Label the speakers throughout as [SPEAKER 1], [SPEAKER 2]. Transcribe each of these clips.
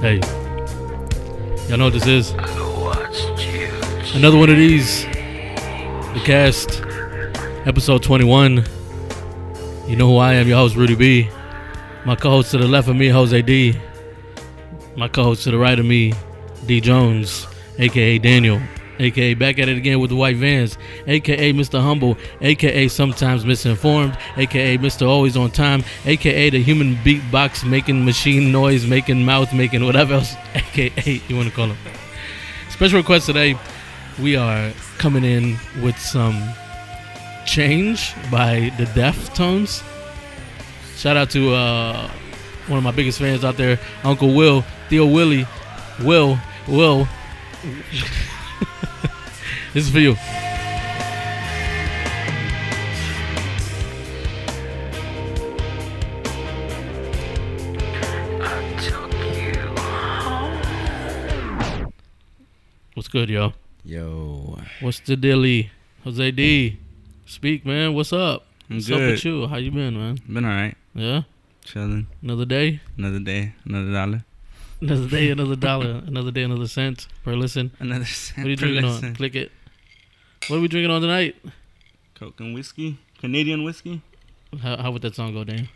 [SPEAKER 1] Hey, y'all know what this is?
[SPEAKER 2] Watched
[SPEAKER 1] Another one of these. The cast, episode 21. You know who I am, your host, Rudy B. My co host to the left of me, Jose D. My co host to the right of me, D Jones, aka Daniel, aka back at it again with the white vans, aka Mr. Humble, aka sometimes misinformed, aka Mr. Always on Time, aka the human beatbox making machine noise, making mouth, making whatever else, aka you want to call him. Special request today, we are coming in with some change by the Deftones. Shout out to uh, one of my biggest fans out there, Uncle Will, Theo Willie, Will, Will. this is for you. What's good, y'all?
[SPEAKER 3] Yo,
[SPEAKER 1] What's the dilly? Jose D, speak, man. What's up?
[SPEAKER 3] I'm
[SPEAKER 1] What's up
[SPEAKER 3] good.
[SPEAKER 1] with you? How you been, man?
[SPEAKER 3] Been all right.
[SPEAKER 1] Yeah,
[SPEAKER 3] Chilling.
[SPEAKER 1] another day,
[SPEAKER 3] Another day, another dollar,
[SPEAKER 1] another day, another dollar, another day, another cent per listen.
[SPEAKER 3] another cent.
[SPEAKER 1] What are you
[SPEAKER 3] per
[SPEAKER 1] drinking on?
[SPEAKER 3] lesson.
[SPEAKER 1] Click it. What are we drinking on tonight?
[SPEAKER 3] Coke and whiskey, Canadian whiskey.
[SPEAKER 1] How, how would that song go, Dan?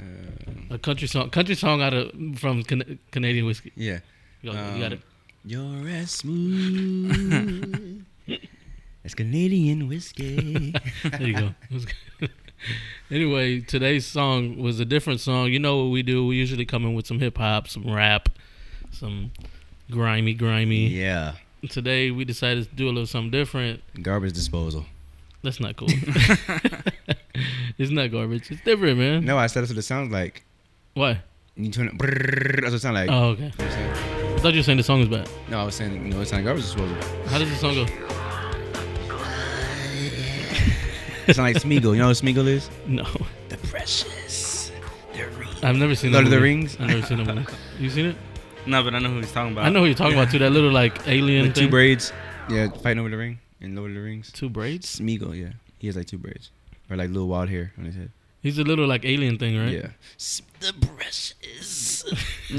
[SPEAKER 4] Mm.
[SPEAKER 1] A country song, country song out of from Can- Canadian whiskey.
[SPEAKER 4] Yeah.
[SPEAKER 1] You got, you got it.
[SPEAKER 4] You're as smooth as Canadian whiskey.
[SPEAKER 1] There you go. That's good. anyway, today's song was a different song. You know what we do? We usually come in with some hip hop, some rap, some grimy, grimy.
[SPEAKER 4] yeah.
[SPEAKER 1] Today we decided to do a little something different.
[SPEAKER 4] Garbage disposal.
[SPEAKER 1] That's not cool. it's not garbage. It's different, man.
[SPEAKER 4] No, I said that's what it sounds like.
[SPEAKER 1] Why?
[SPEAKER 4] You turn it. That's what it sounds like.
[SPEAKER 1] Oh, okay.
[SPEAKER 4] You know what I'm saying?
[SPEAKER 1] I thought you were saying the song is bad.
[SPEAKER 4] No, I was saying, no, it sounds like garbage disposal.
[SPEAKER 1] How does the song go?
[SPEAKER 4] It sounds like Smeagol. You know what Smeagol is?
[SPEAKER 1] No,
[SPEAKER 4] The precious. The ring.
[SPEAKER 1] I've never seen.
[SPEAKER 4] Lord
[SPEAKER 1] that
[SPEAKER 4] of the
[SPEAKER 1] movie.
[SPEAKER 4] Rings?
[SPEAKER 1] I've never seen that movie. You seen it?
[SPEAKER 3] No, but I know who he's talking about.
[SPEAKER 1] I know who you're talking about too. That little like alien
[SPEAKER 4] With
[SPEAKER 1] thing.
[SPEAKER 4] two braids. Yeah, fighting over the ring. In Lord of the Rings.
[SPEAKER 1] Two braids.
[SPEAKER 4] Smeagol, yeah. He has like two braids. Or like little wild hair on his head.
[SPEAKER 1] He's a little like alien thing, right?
[SPEAKER 4] Yeah. S- The precious.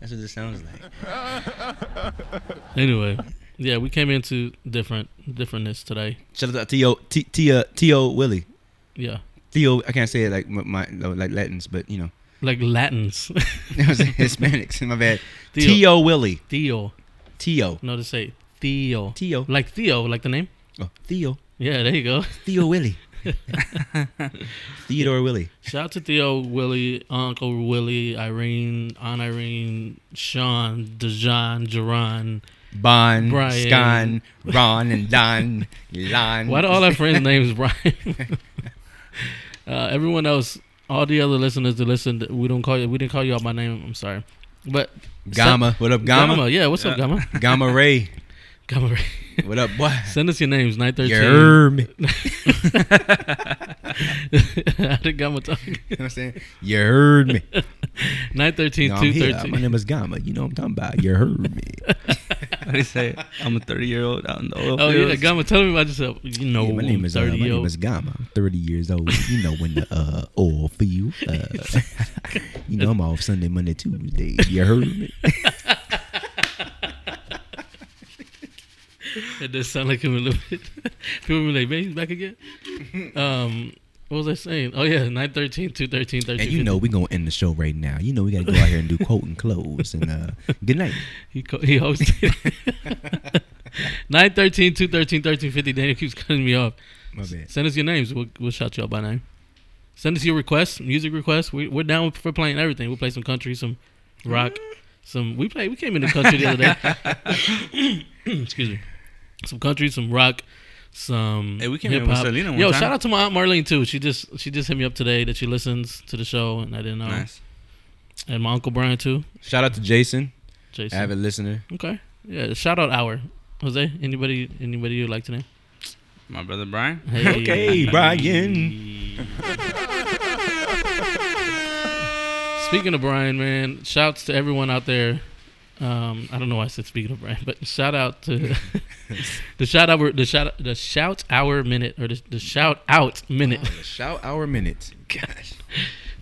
[SPEAKER 4] That's what it sounds like.
[SPEAKER 1] Anyway, yeah, we came into different differentness today.
[SPEAKER 4] Shout out to T.O. T- T.O. T.O. Willie.
[SPEAKER 1] Yeah,
[SPEAKER 4] Theo, I can't say it like my, my no, like Latins, but you know,
[SPEAKER 1] like Latins.
[SPEAKER 4] I was saying Hispanics. My bad.
[SPEAKER 1] Theo.
[SPEAKER 4] T.O. Willie.
[SPEAKER 1] Theo.
[SPEAKER 4] T.O.
[SPEAKER 1] No, to say Theo.
[SPEAKER 4] T.O.
[SPEAKER 1] Like Theo, like the name.
[SPEAKER 4] Oh, Theo.
[SPEAKER 1] Yeah, there you go.
[SPEAKER 4] Theo Willie. Theodore Willie.
[SPEAKER 1] Shout out to Theo, Willie, Uncle Willie, Irene, Aunt Irene, Sean, Dejan, Jerron.
[SPEAKER 4] Bon,
[SPEAKER 1] Brian.
[SPEAKER 4] Scon, Ron, and Don, Lon.
[SPEAKER 1] Why do all our friends' names rhyme? uh, everyone else, all the other listeners that listened, we don't call you. We didn't call you out by name. I'm sorry, but
[SPEAKER 4] Gamma. What up,
[SPEAKER 1] Gamma,
[SPEAKER 4] Gamma?
[SPEAKER 1] yeah, what's up,
[SPEAKER 3] Yeah.
[SPEAKER 1] Gamma?
[SPEAKER 4] Gamma, Ray.
[SPEAKER 1] Gamma,
[SPEAKER 4] What up, boy?
[SPEAKER 1] send us your names. Nine thirteen.
[SPEAKER 4] Yerm. You know
[SPEAKER 1] How did Gamma talk?
[SPEAKER 4] what I'm saying? You heard me.
[SPEAKER 1] Nine thirteen.
[SPEAKER 4] No, I'm
[SPEAKER 1] Two
[SPEAKER 4] here. My
[SPEAKER 1] thirteen.
[SPEAKER 4] name is Gamma. You know what I'm talking about. You heard me.
[SPEAKER 3] What he say? I'm a 30 year old out in the oil
[SPEAKER 1] Oh yeah,
[SPEAKER 3] fields.
[SPEAKER 1] Gamma, tell me about yourself. You know,
[SPEAKER 4] Yeah, my name is uh, my
[SPEAKER 1] thirty year
[SPEAKER 4] name
[SPEAKER 1] old.
[SPEAKER 4] is Gamma. I'm 30 years old. You know when the uh, oil field. Uh, you know I'm off Sunday, Monday, Tuesday. You heard me.
[SPEAKER 1] It does sound like him a little bit. People be like, man, he's back again. Um, what was I saying? Oh, yeah, 913, 213, 13.
[SPEAKER 4] And you know we gonna end the show right now. You know we gotta go out here and do quote and close and uh, good night.
[SPEAKER 1] He, co- he hosted. 913, 213, 1350. Daniel keeps cutting me off.
[SPEAKER 4] My bad.
[SPEAKER 1] Send us your names. We'll, we'll shout you out by name. Send us your requests, music requests. We, we're down for playing everything. We'll play some country, some rock, some. We play. We came into country the other day. Excuse me. Some country, some rock, some.
[SPEAKER 3] Hey, we came in with
[SPEAKER 1] hip-hop.
[SPEAKER 3] Selena one
[SPEAKER 1] Yo,
[SPEAKER 3] time.
[SPEAKER 1] shout out to my aunt Marlene too. She just she just hit me up today that she listens to the show, and I didn't know.
[SPEAKER 3] Nice.
[SPEAKER 1] And my uncle Brian too.
[SPEAKER 4] Shout out to Jason,
[SPEAKER 1] Jason.
[SPEAKER 4] avid listener.
[SPEAKER 1] Okay. Yeah. Shout out our Jose. Anybody anybody you'd like to name?
[SPEAKER 3] My brother Brian.
[SPEAKER 1] Hey.
[SPEAKER 4] Okay, Brian.
[SPEAKER 1] Speaking of Brian, man, shouts to everyone out there. Um, I don't know why I said speaking of Brian, but shout out to the shout out the shout the shout hour minute or the, the shout out
[SPEAKER 4] Oh,
[SPEAKER 1] minute.
[SPEAKER 4] Shout our minute. Gosh.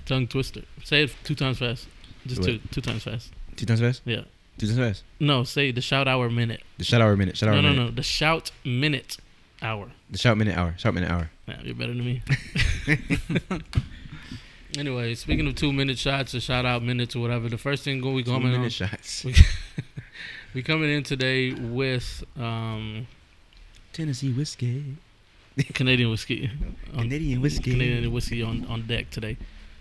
[SPEAKER 1] Tongue twister. Say it two times fast. Just
[SPEAKER 4] What?
[SPEAKER 1] two, two times fast.
[SPEAKER 4] Two times fast.
[SPEAKER 1] Yeah.
[SPEAKER 4] Two times fast.
[SPEAKER 1] No, say the shout hour minute.
[SPEAKER 4] The shout hour minute. Shout hour
[SPEAKER 1] no, no,
[SPEAKER 4] minute.
[SPEAKER 1] no. The shout minute hour.
[SPEAKER 4] The shout minute hour. Shout minute hour.
[SPEAKER 1] Man, you're better than me. anyway, speaking of two minute shots or shout out minutes or whatever, the first thing we
[SPEAKER 4] Two
[SPEAKER 1] coming
[SPEAKER 4] minute
[SPEAKER 1] on,
[SPEAKER 4] shots.
[SPEAKER 1] we coming in today with um,
[SPEAKER 4] Tennessee whiskey.
[SPEAKER 1] Canadian whiskey. on-
[SPEAKER 4] Canadian whiskey.
[SPEAKER 1] Canadian whiskey on, on deck today.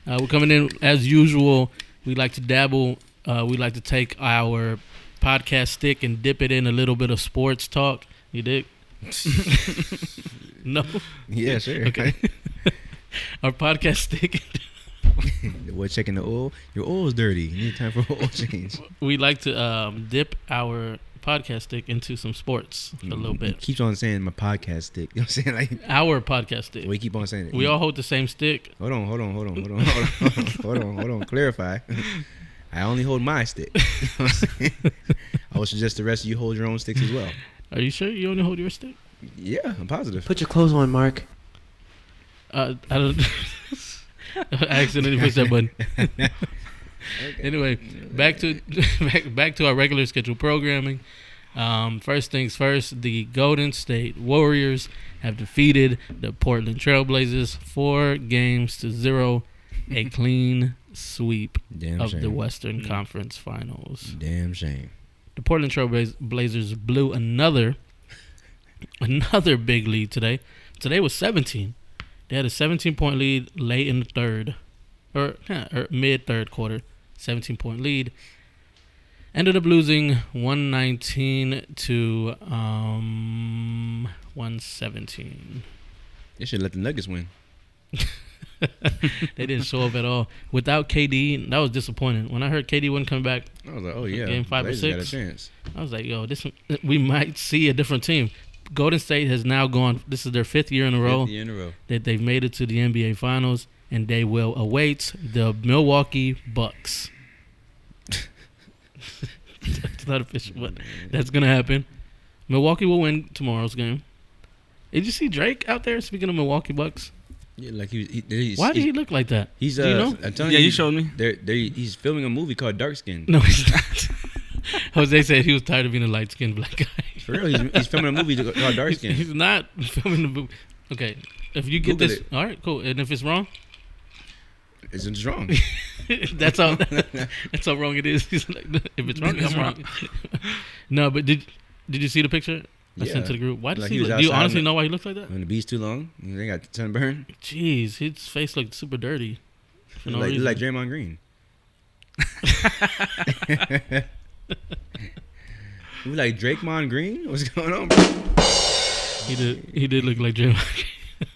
[SPEAKER 1] Uh, we're coming in as usual. We like to dabble. Uh, we like to take our podcast stick and dip it in a little bit of sports talk. You dig? no,
[SPEAKER 4] Yeah, sure.
[SPEAKER 1] Okay. our podcast stick.
[SPEAKER 4] We're checking the oil. Your oil's dirty. You need time for oil change.
[SPEAKER 1] We like to um, dip our podcast stick into some sports a little
[SPEAKER 4] You
[SPEAKER 1] bit.
[SPEAKER 4] Mm-hmm. Keeps on saying my podcast stick. You know what I'm saying? Like
[SPEAKER 1] Our podcast stick.
[SPEAKER 4] we keep on saying it.
[SPEAKER 1] We all hold the same stick.
[SPEAKER 4] Hold on, hold on, hold on, hold on, hold on, hold on, hold on. Clarify. I only hold my stick. You know what I'm saying? I would suggest the rest of you hold your own sticks as well.
[SPEAKER 1] Are you sure you only hold your stick?
[SPEAKER 4] Yeah, I'm positive.
[SPEAKER 5] Put your clothes on, Mark.
[SPEAKER 1] Uh, I don't. I accidentally pushed that button. Anyway, back to back, back to our regular scheduled programming. Um, first things first, the Golden State Warriors have defeated the Portland Trailblazers four games to zero, a clean sweep
[SPEAKER 4] Damn
[SPEAKER 1] of
[SPEAKER 4] shame.
[SPEAKER 1] the Western Conference Finals.
[SPEAKER 4] Damn shame.
[SPEAKER 1] The Portland Trailblazers blew another another big lead today. Today was 17. They had a 17 point lead late in the third, or, yeah, or mid third quarter. 17 point lead. Ended up losing 119 to um 117.
[SPEAKER 4] They should let the Nuggets win.
[SPEAKER 1] They didn't show up at all. Without KD, that was disappointing. When I heard KD wouldn't come back,
[SPEAKER 4] I was like, oh yeah,
[SPEAKER 1] Game five or
[SPEAKER 4] Blazers got a
[SPEAKER 1] six?
[SPEAKER 4] chance.
[SPEAKER 1] I was like, yo, this we might see a different team. Golden State has now gone. This is their fifth year in a row
[SPEAKER 4] Fifth year in a row.
[SPEAKER 1] that they've made it to the NBA Finals, and they will await the Milwaukee Bucks. It's not official, but that's gonna happen. Milwaukee will win tomorrow's game. Did you see Drake out there? Speaking of Milwaukee Bucks,
[SPEAKER 4] Yeah, like he, was- he he's,
[SPEAKER 1] why did he
[SPEAKER 4] he's,
[SPEAKER 1] look like that?
[SPEAKER 4] he's uh,
[SPEAKER 1] Do you know?
[SPEAKER 4] I'm telling
[SPEAKER 3] Yeah, you
[SPEAKER 4] he's-
[SPEAKER 3] showed me.
[SPEAKER 4] They're, they're, he's filming a movie called Dark Skin.
[SPEAKER 1] No, he's not. Jose said he was tired of being a light-skinned black guy.
[SPEAKER 4] For real, he's, he's filming a movie called Dark
[SPEAKER 1] He's,
[SPEAKER 4] Skin.
[SPEAKER 1] he's not filming the movie. Okay, if you get
[SPEAKER 4] Google
[SPEAKER 1] this,
[SPEAKER 4] it.
[SPEAKER 1] all right, cool. And if it's wrong,
[SPEAKER 4] It's just wrong.
[SPEAKER 1] that's how that's how wrong it is. He's like, if it's wrong,
[SPEAKER 3] It's
[SPEAKER 1] it's wrong. no, but did did you see the picture I
[SPEAKER 4] Yeah.
[SPEAKER 1] sent to the group? Why does
[SPEAKER 4] Like
[SPEAKER 1] he?
[SPEAKER 4] he was
[SPEAKER 1] look, do you
[SPEAKER 4] outside
[SPEAKER 1] honestly
[SPEAKER 4] in
[SPEAKER 1] know why he looks like that?
[SPEAKER 4] When the beat's too long, they got sunburn.
[SPEAKER 1] Jeez, his face looked super dirty. For no
[SPEAKER 4] like,
[SPEAKER 1] reason.
[SPEAKER 4] like Draymond Green. you like Drakemon Green? What's going on, bro?
[SPEAKER 1] he did. He did look like Jim.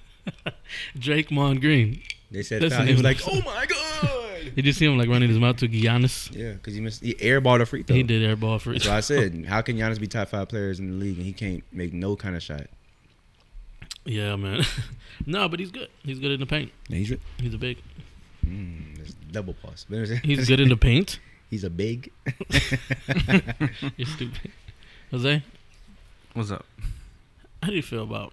[SPEAKER 1] Drake Mon Green.
[SPEAKER 4] They said
[SPEAKER 1] That's
[SPEAKER 4] foul.
[SPEAKER 1] the
[SPEAKER 4] He was
[SPEAKER 1] name
[SPEAKER 4] like,
[SPEAKER 1] of the
[SPEAKER 4] oh my God.
[SPEAKER 1] Did you see him like running his mouth to Giannis?
[SPEAKER 4] Yeah, because he missed. He airballed a free throw.
[SPEAKER 1] He did airball for
[SPEAKER 4] So I said, how can Giannis be top five players in the league and he can't make no kind of shot?
[SPEAKER 1] yeah, man. no, but he's good. He's good in the paint.
[SPEAKER 4] He's,
[SPEAKER 1] He's a big.
[SPEAKER 4] mm, that's double pause. But it's-
[SPEAKER 1] He's good in the paint.
[SPEAKER 4] He's a big.
[SPEAKER 1] You're stupid. Jose,
[SPEAKER 3] What's up?
[SPEAKER 1] how do you feel about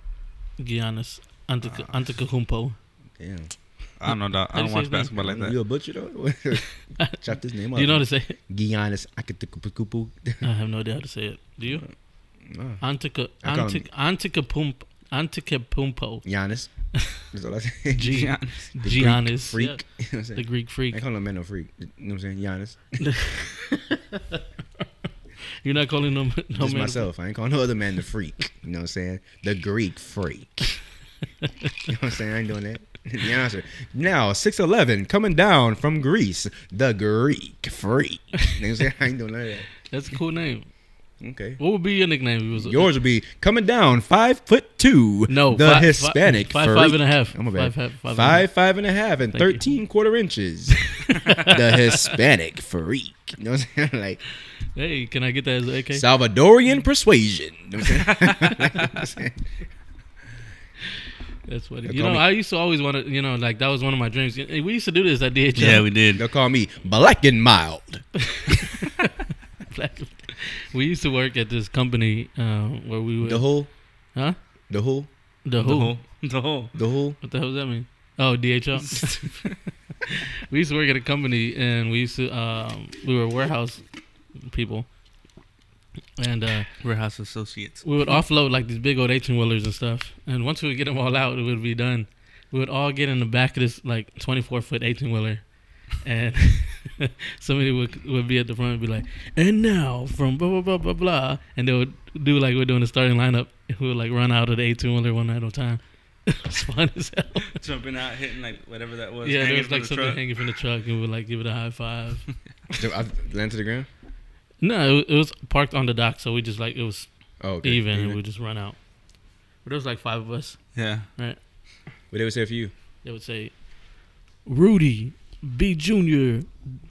[SPEAKER 1] Giannis Antetokounmpo?
[SPEAKER 4] Ah.
[SPEAKER 1] Antetokounmpo?
[SPEAKER 4] Damn.
[SPEAKER 3] I don't know. Dog.
[SPEAKER 1] How
[SPEAKER 3] I
[SPEAKER 1] do you
[SPEAKER 3] don't
[SPEAKER 1] say
[SPEAKER 3] watch
[SPEAKER 1] his name?
[SPEAKER 3] basketball like
[SPEAKER 4] You
[SPEAKER 3] that.
[SPEAKER 4] a butcher though? Chop this name up.
[SPEAKER 1] Do you know how to say it?
[SPEAKER 4] Giannis Akitikupukupu.
[SPEAKER 1] I have no idea how to say it. Do you?
[SPEAKER 4] No.
[SPEAKER 1] Antica
[SPEAKER 4] I call
[SPEAKER 1] Antica Anticapump Anticapumpo.
[SPEAKER 4] Giannis. That's all I say.
[SPEAKER 1] G-
[SPEAKER 3] Giannis.
[SPEAKER 4] The Greek
[SPEAKER 1] Giannis.
[SPEAKER 4] Freak.
[SPEAKER 1] yeah,
[SPEAKER 4] You know what I'm saying?
[SPEAKER 1] the Greek
[SPEAKER 4] I
[SPEAKER 1] freak.
[SPEAKER 4] call him a man no freak. You know what I'm saying? Giannis.
[SPEAKER 1] You're not calling him no
[SPEAKER 4] Just
[SPEAKER 1] man.
[SPEAKER 4] myself. I ain't call no other man the freak. You know what I'm saying? The Greek freak. you know what I'm saying? I ain't doing that. The answer. Now, 6'11, coming down from Greece. The Greek freak. You know what I'm saying? I ain't doing none of that.
[SPEAKER 1] That's a cool name.
[SPEAKER 4] Okay.
[SPEAKER 1] What would be your nickname if it was
[SPEAKER 4] Yours would be coming down five foot two.
[SPEAKER 1] No,
[SPEAKER 4] the
[SPEAKER 1] fi- fi-
[SPEAKER 4] Hispanic
[SPEAKER 1] five-
[SPEAKER 4] freak.
[SPEAKER 1] five and a half.
[SPEAKER 4] I'm a bad.
[SPEAKER 1] Five- five- five and a
[SPEAKER 4] five, five and a half,
[SPEAKER 1] Thank
[SPEAKER 4] and
[SPEAKER 1] you.
[SPEAKER 4] thirteen quarter inches. the Hispanic freak. You know what I'm saying? Like
[SPEAKER 1] Hey, can I get that as an AK?
[SPEAKER 4] Salvadorian persuasion. You know what I'm saying?
[SPEAKER 1] That's what
[SPEAKER 4] They
[SPEAKER 1] it, you
[SPEAKER 4] call
[SPEAKER 1] know.
[SPEAKER 4] me-
[SPEAKER 1] I used to always want to, you know, like that was one of my dreams. Hey, We used to do this at DHL.
[SPEAKER 3] Yeah, we did.
[SPEAKER 4] They'll call me black and mild.
[SPEAKER 1] Black- we used to work at this company uh, where we would
[SPEAKER 4] The whole,
[SPEAKER 1] huh
[SPEAKER 4] the whole,
[SPEAKER 1] the
[SPEAKER 3] The
[SPEAKER 1] who
[SPEAKER 3] whole. The whole.
[SPEAKER 4] the whole.
[SPEAKER 1] what the hell does that mean oh DHL we used to work at a company and we used to um, we were warehouse people, and uh,
[SPEAKER 3] Warehouse Associates.
[SPEAKER 1] we would offload like these big old eighteen wheelers and stuff. And once we would get them all out, it would be done. We would all get in the back of this like twenty four foot eighteen wheeler, and somebody would would be at the front and be like, "And now from blah blah blah blah blah," and they would do like we're doing the starting lineup. And we would like run out of the eighteen wheeler one at a time. it was fun as hell.
[SPEAKER 3] Jumping out, hitting like whatever that was.
[SPEAKER 1] Yeah, there
[SPEAKER 3] hanging
[SPEAKER 1] was
[SPEAKER 3] from
[SPEAKER 1] like
[SPEAKER 3] the
[SPEAKER 1] something
[SPEAKER 3] truck.
[SPEAKER 1] hanging from the truck, and we would like give it a high five.
[SPEAKER 4] So I land to the ground.
[SPEAKER 1] no, it, it was parked on the dock, so we just like it was
[SPEAKER 4] Oh, okay.
[SPEAKER 1] even, and we just run out. But there was like five of us.
[SPEAKER 3] Yeah.
[SPEAKER 4] What they would say for you?
[SPEAKER 1] They would say, "Rudy, B Junior,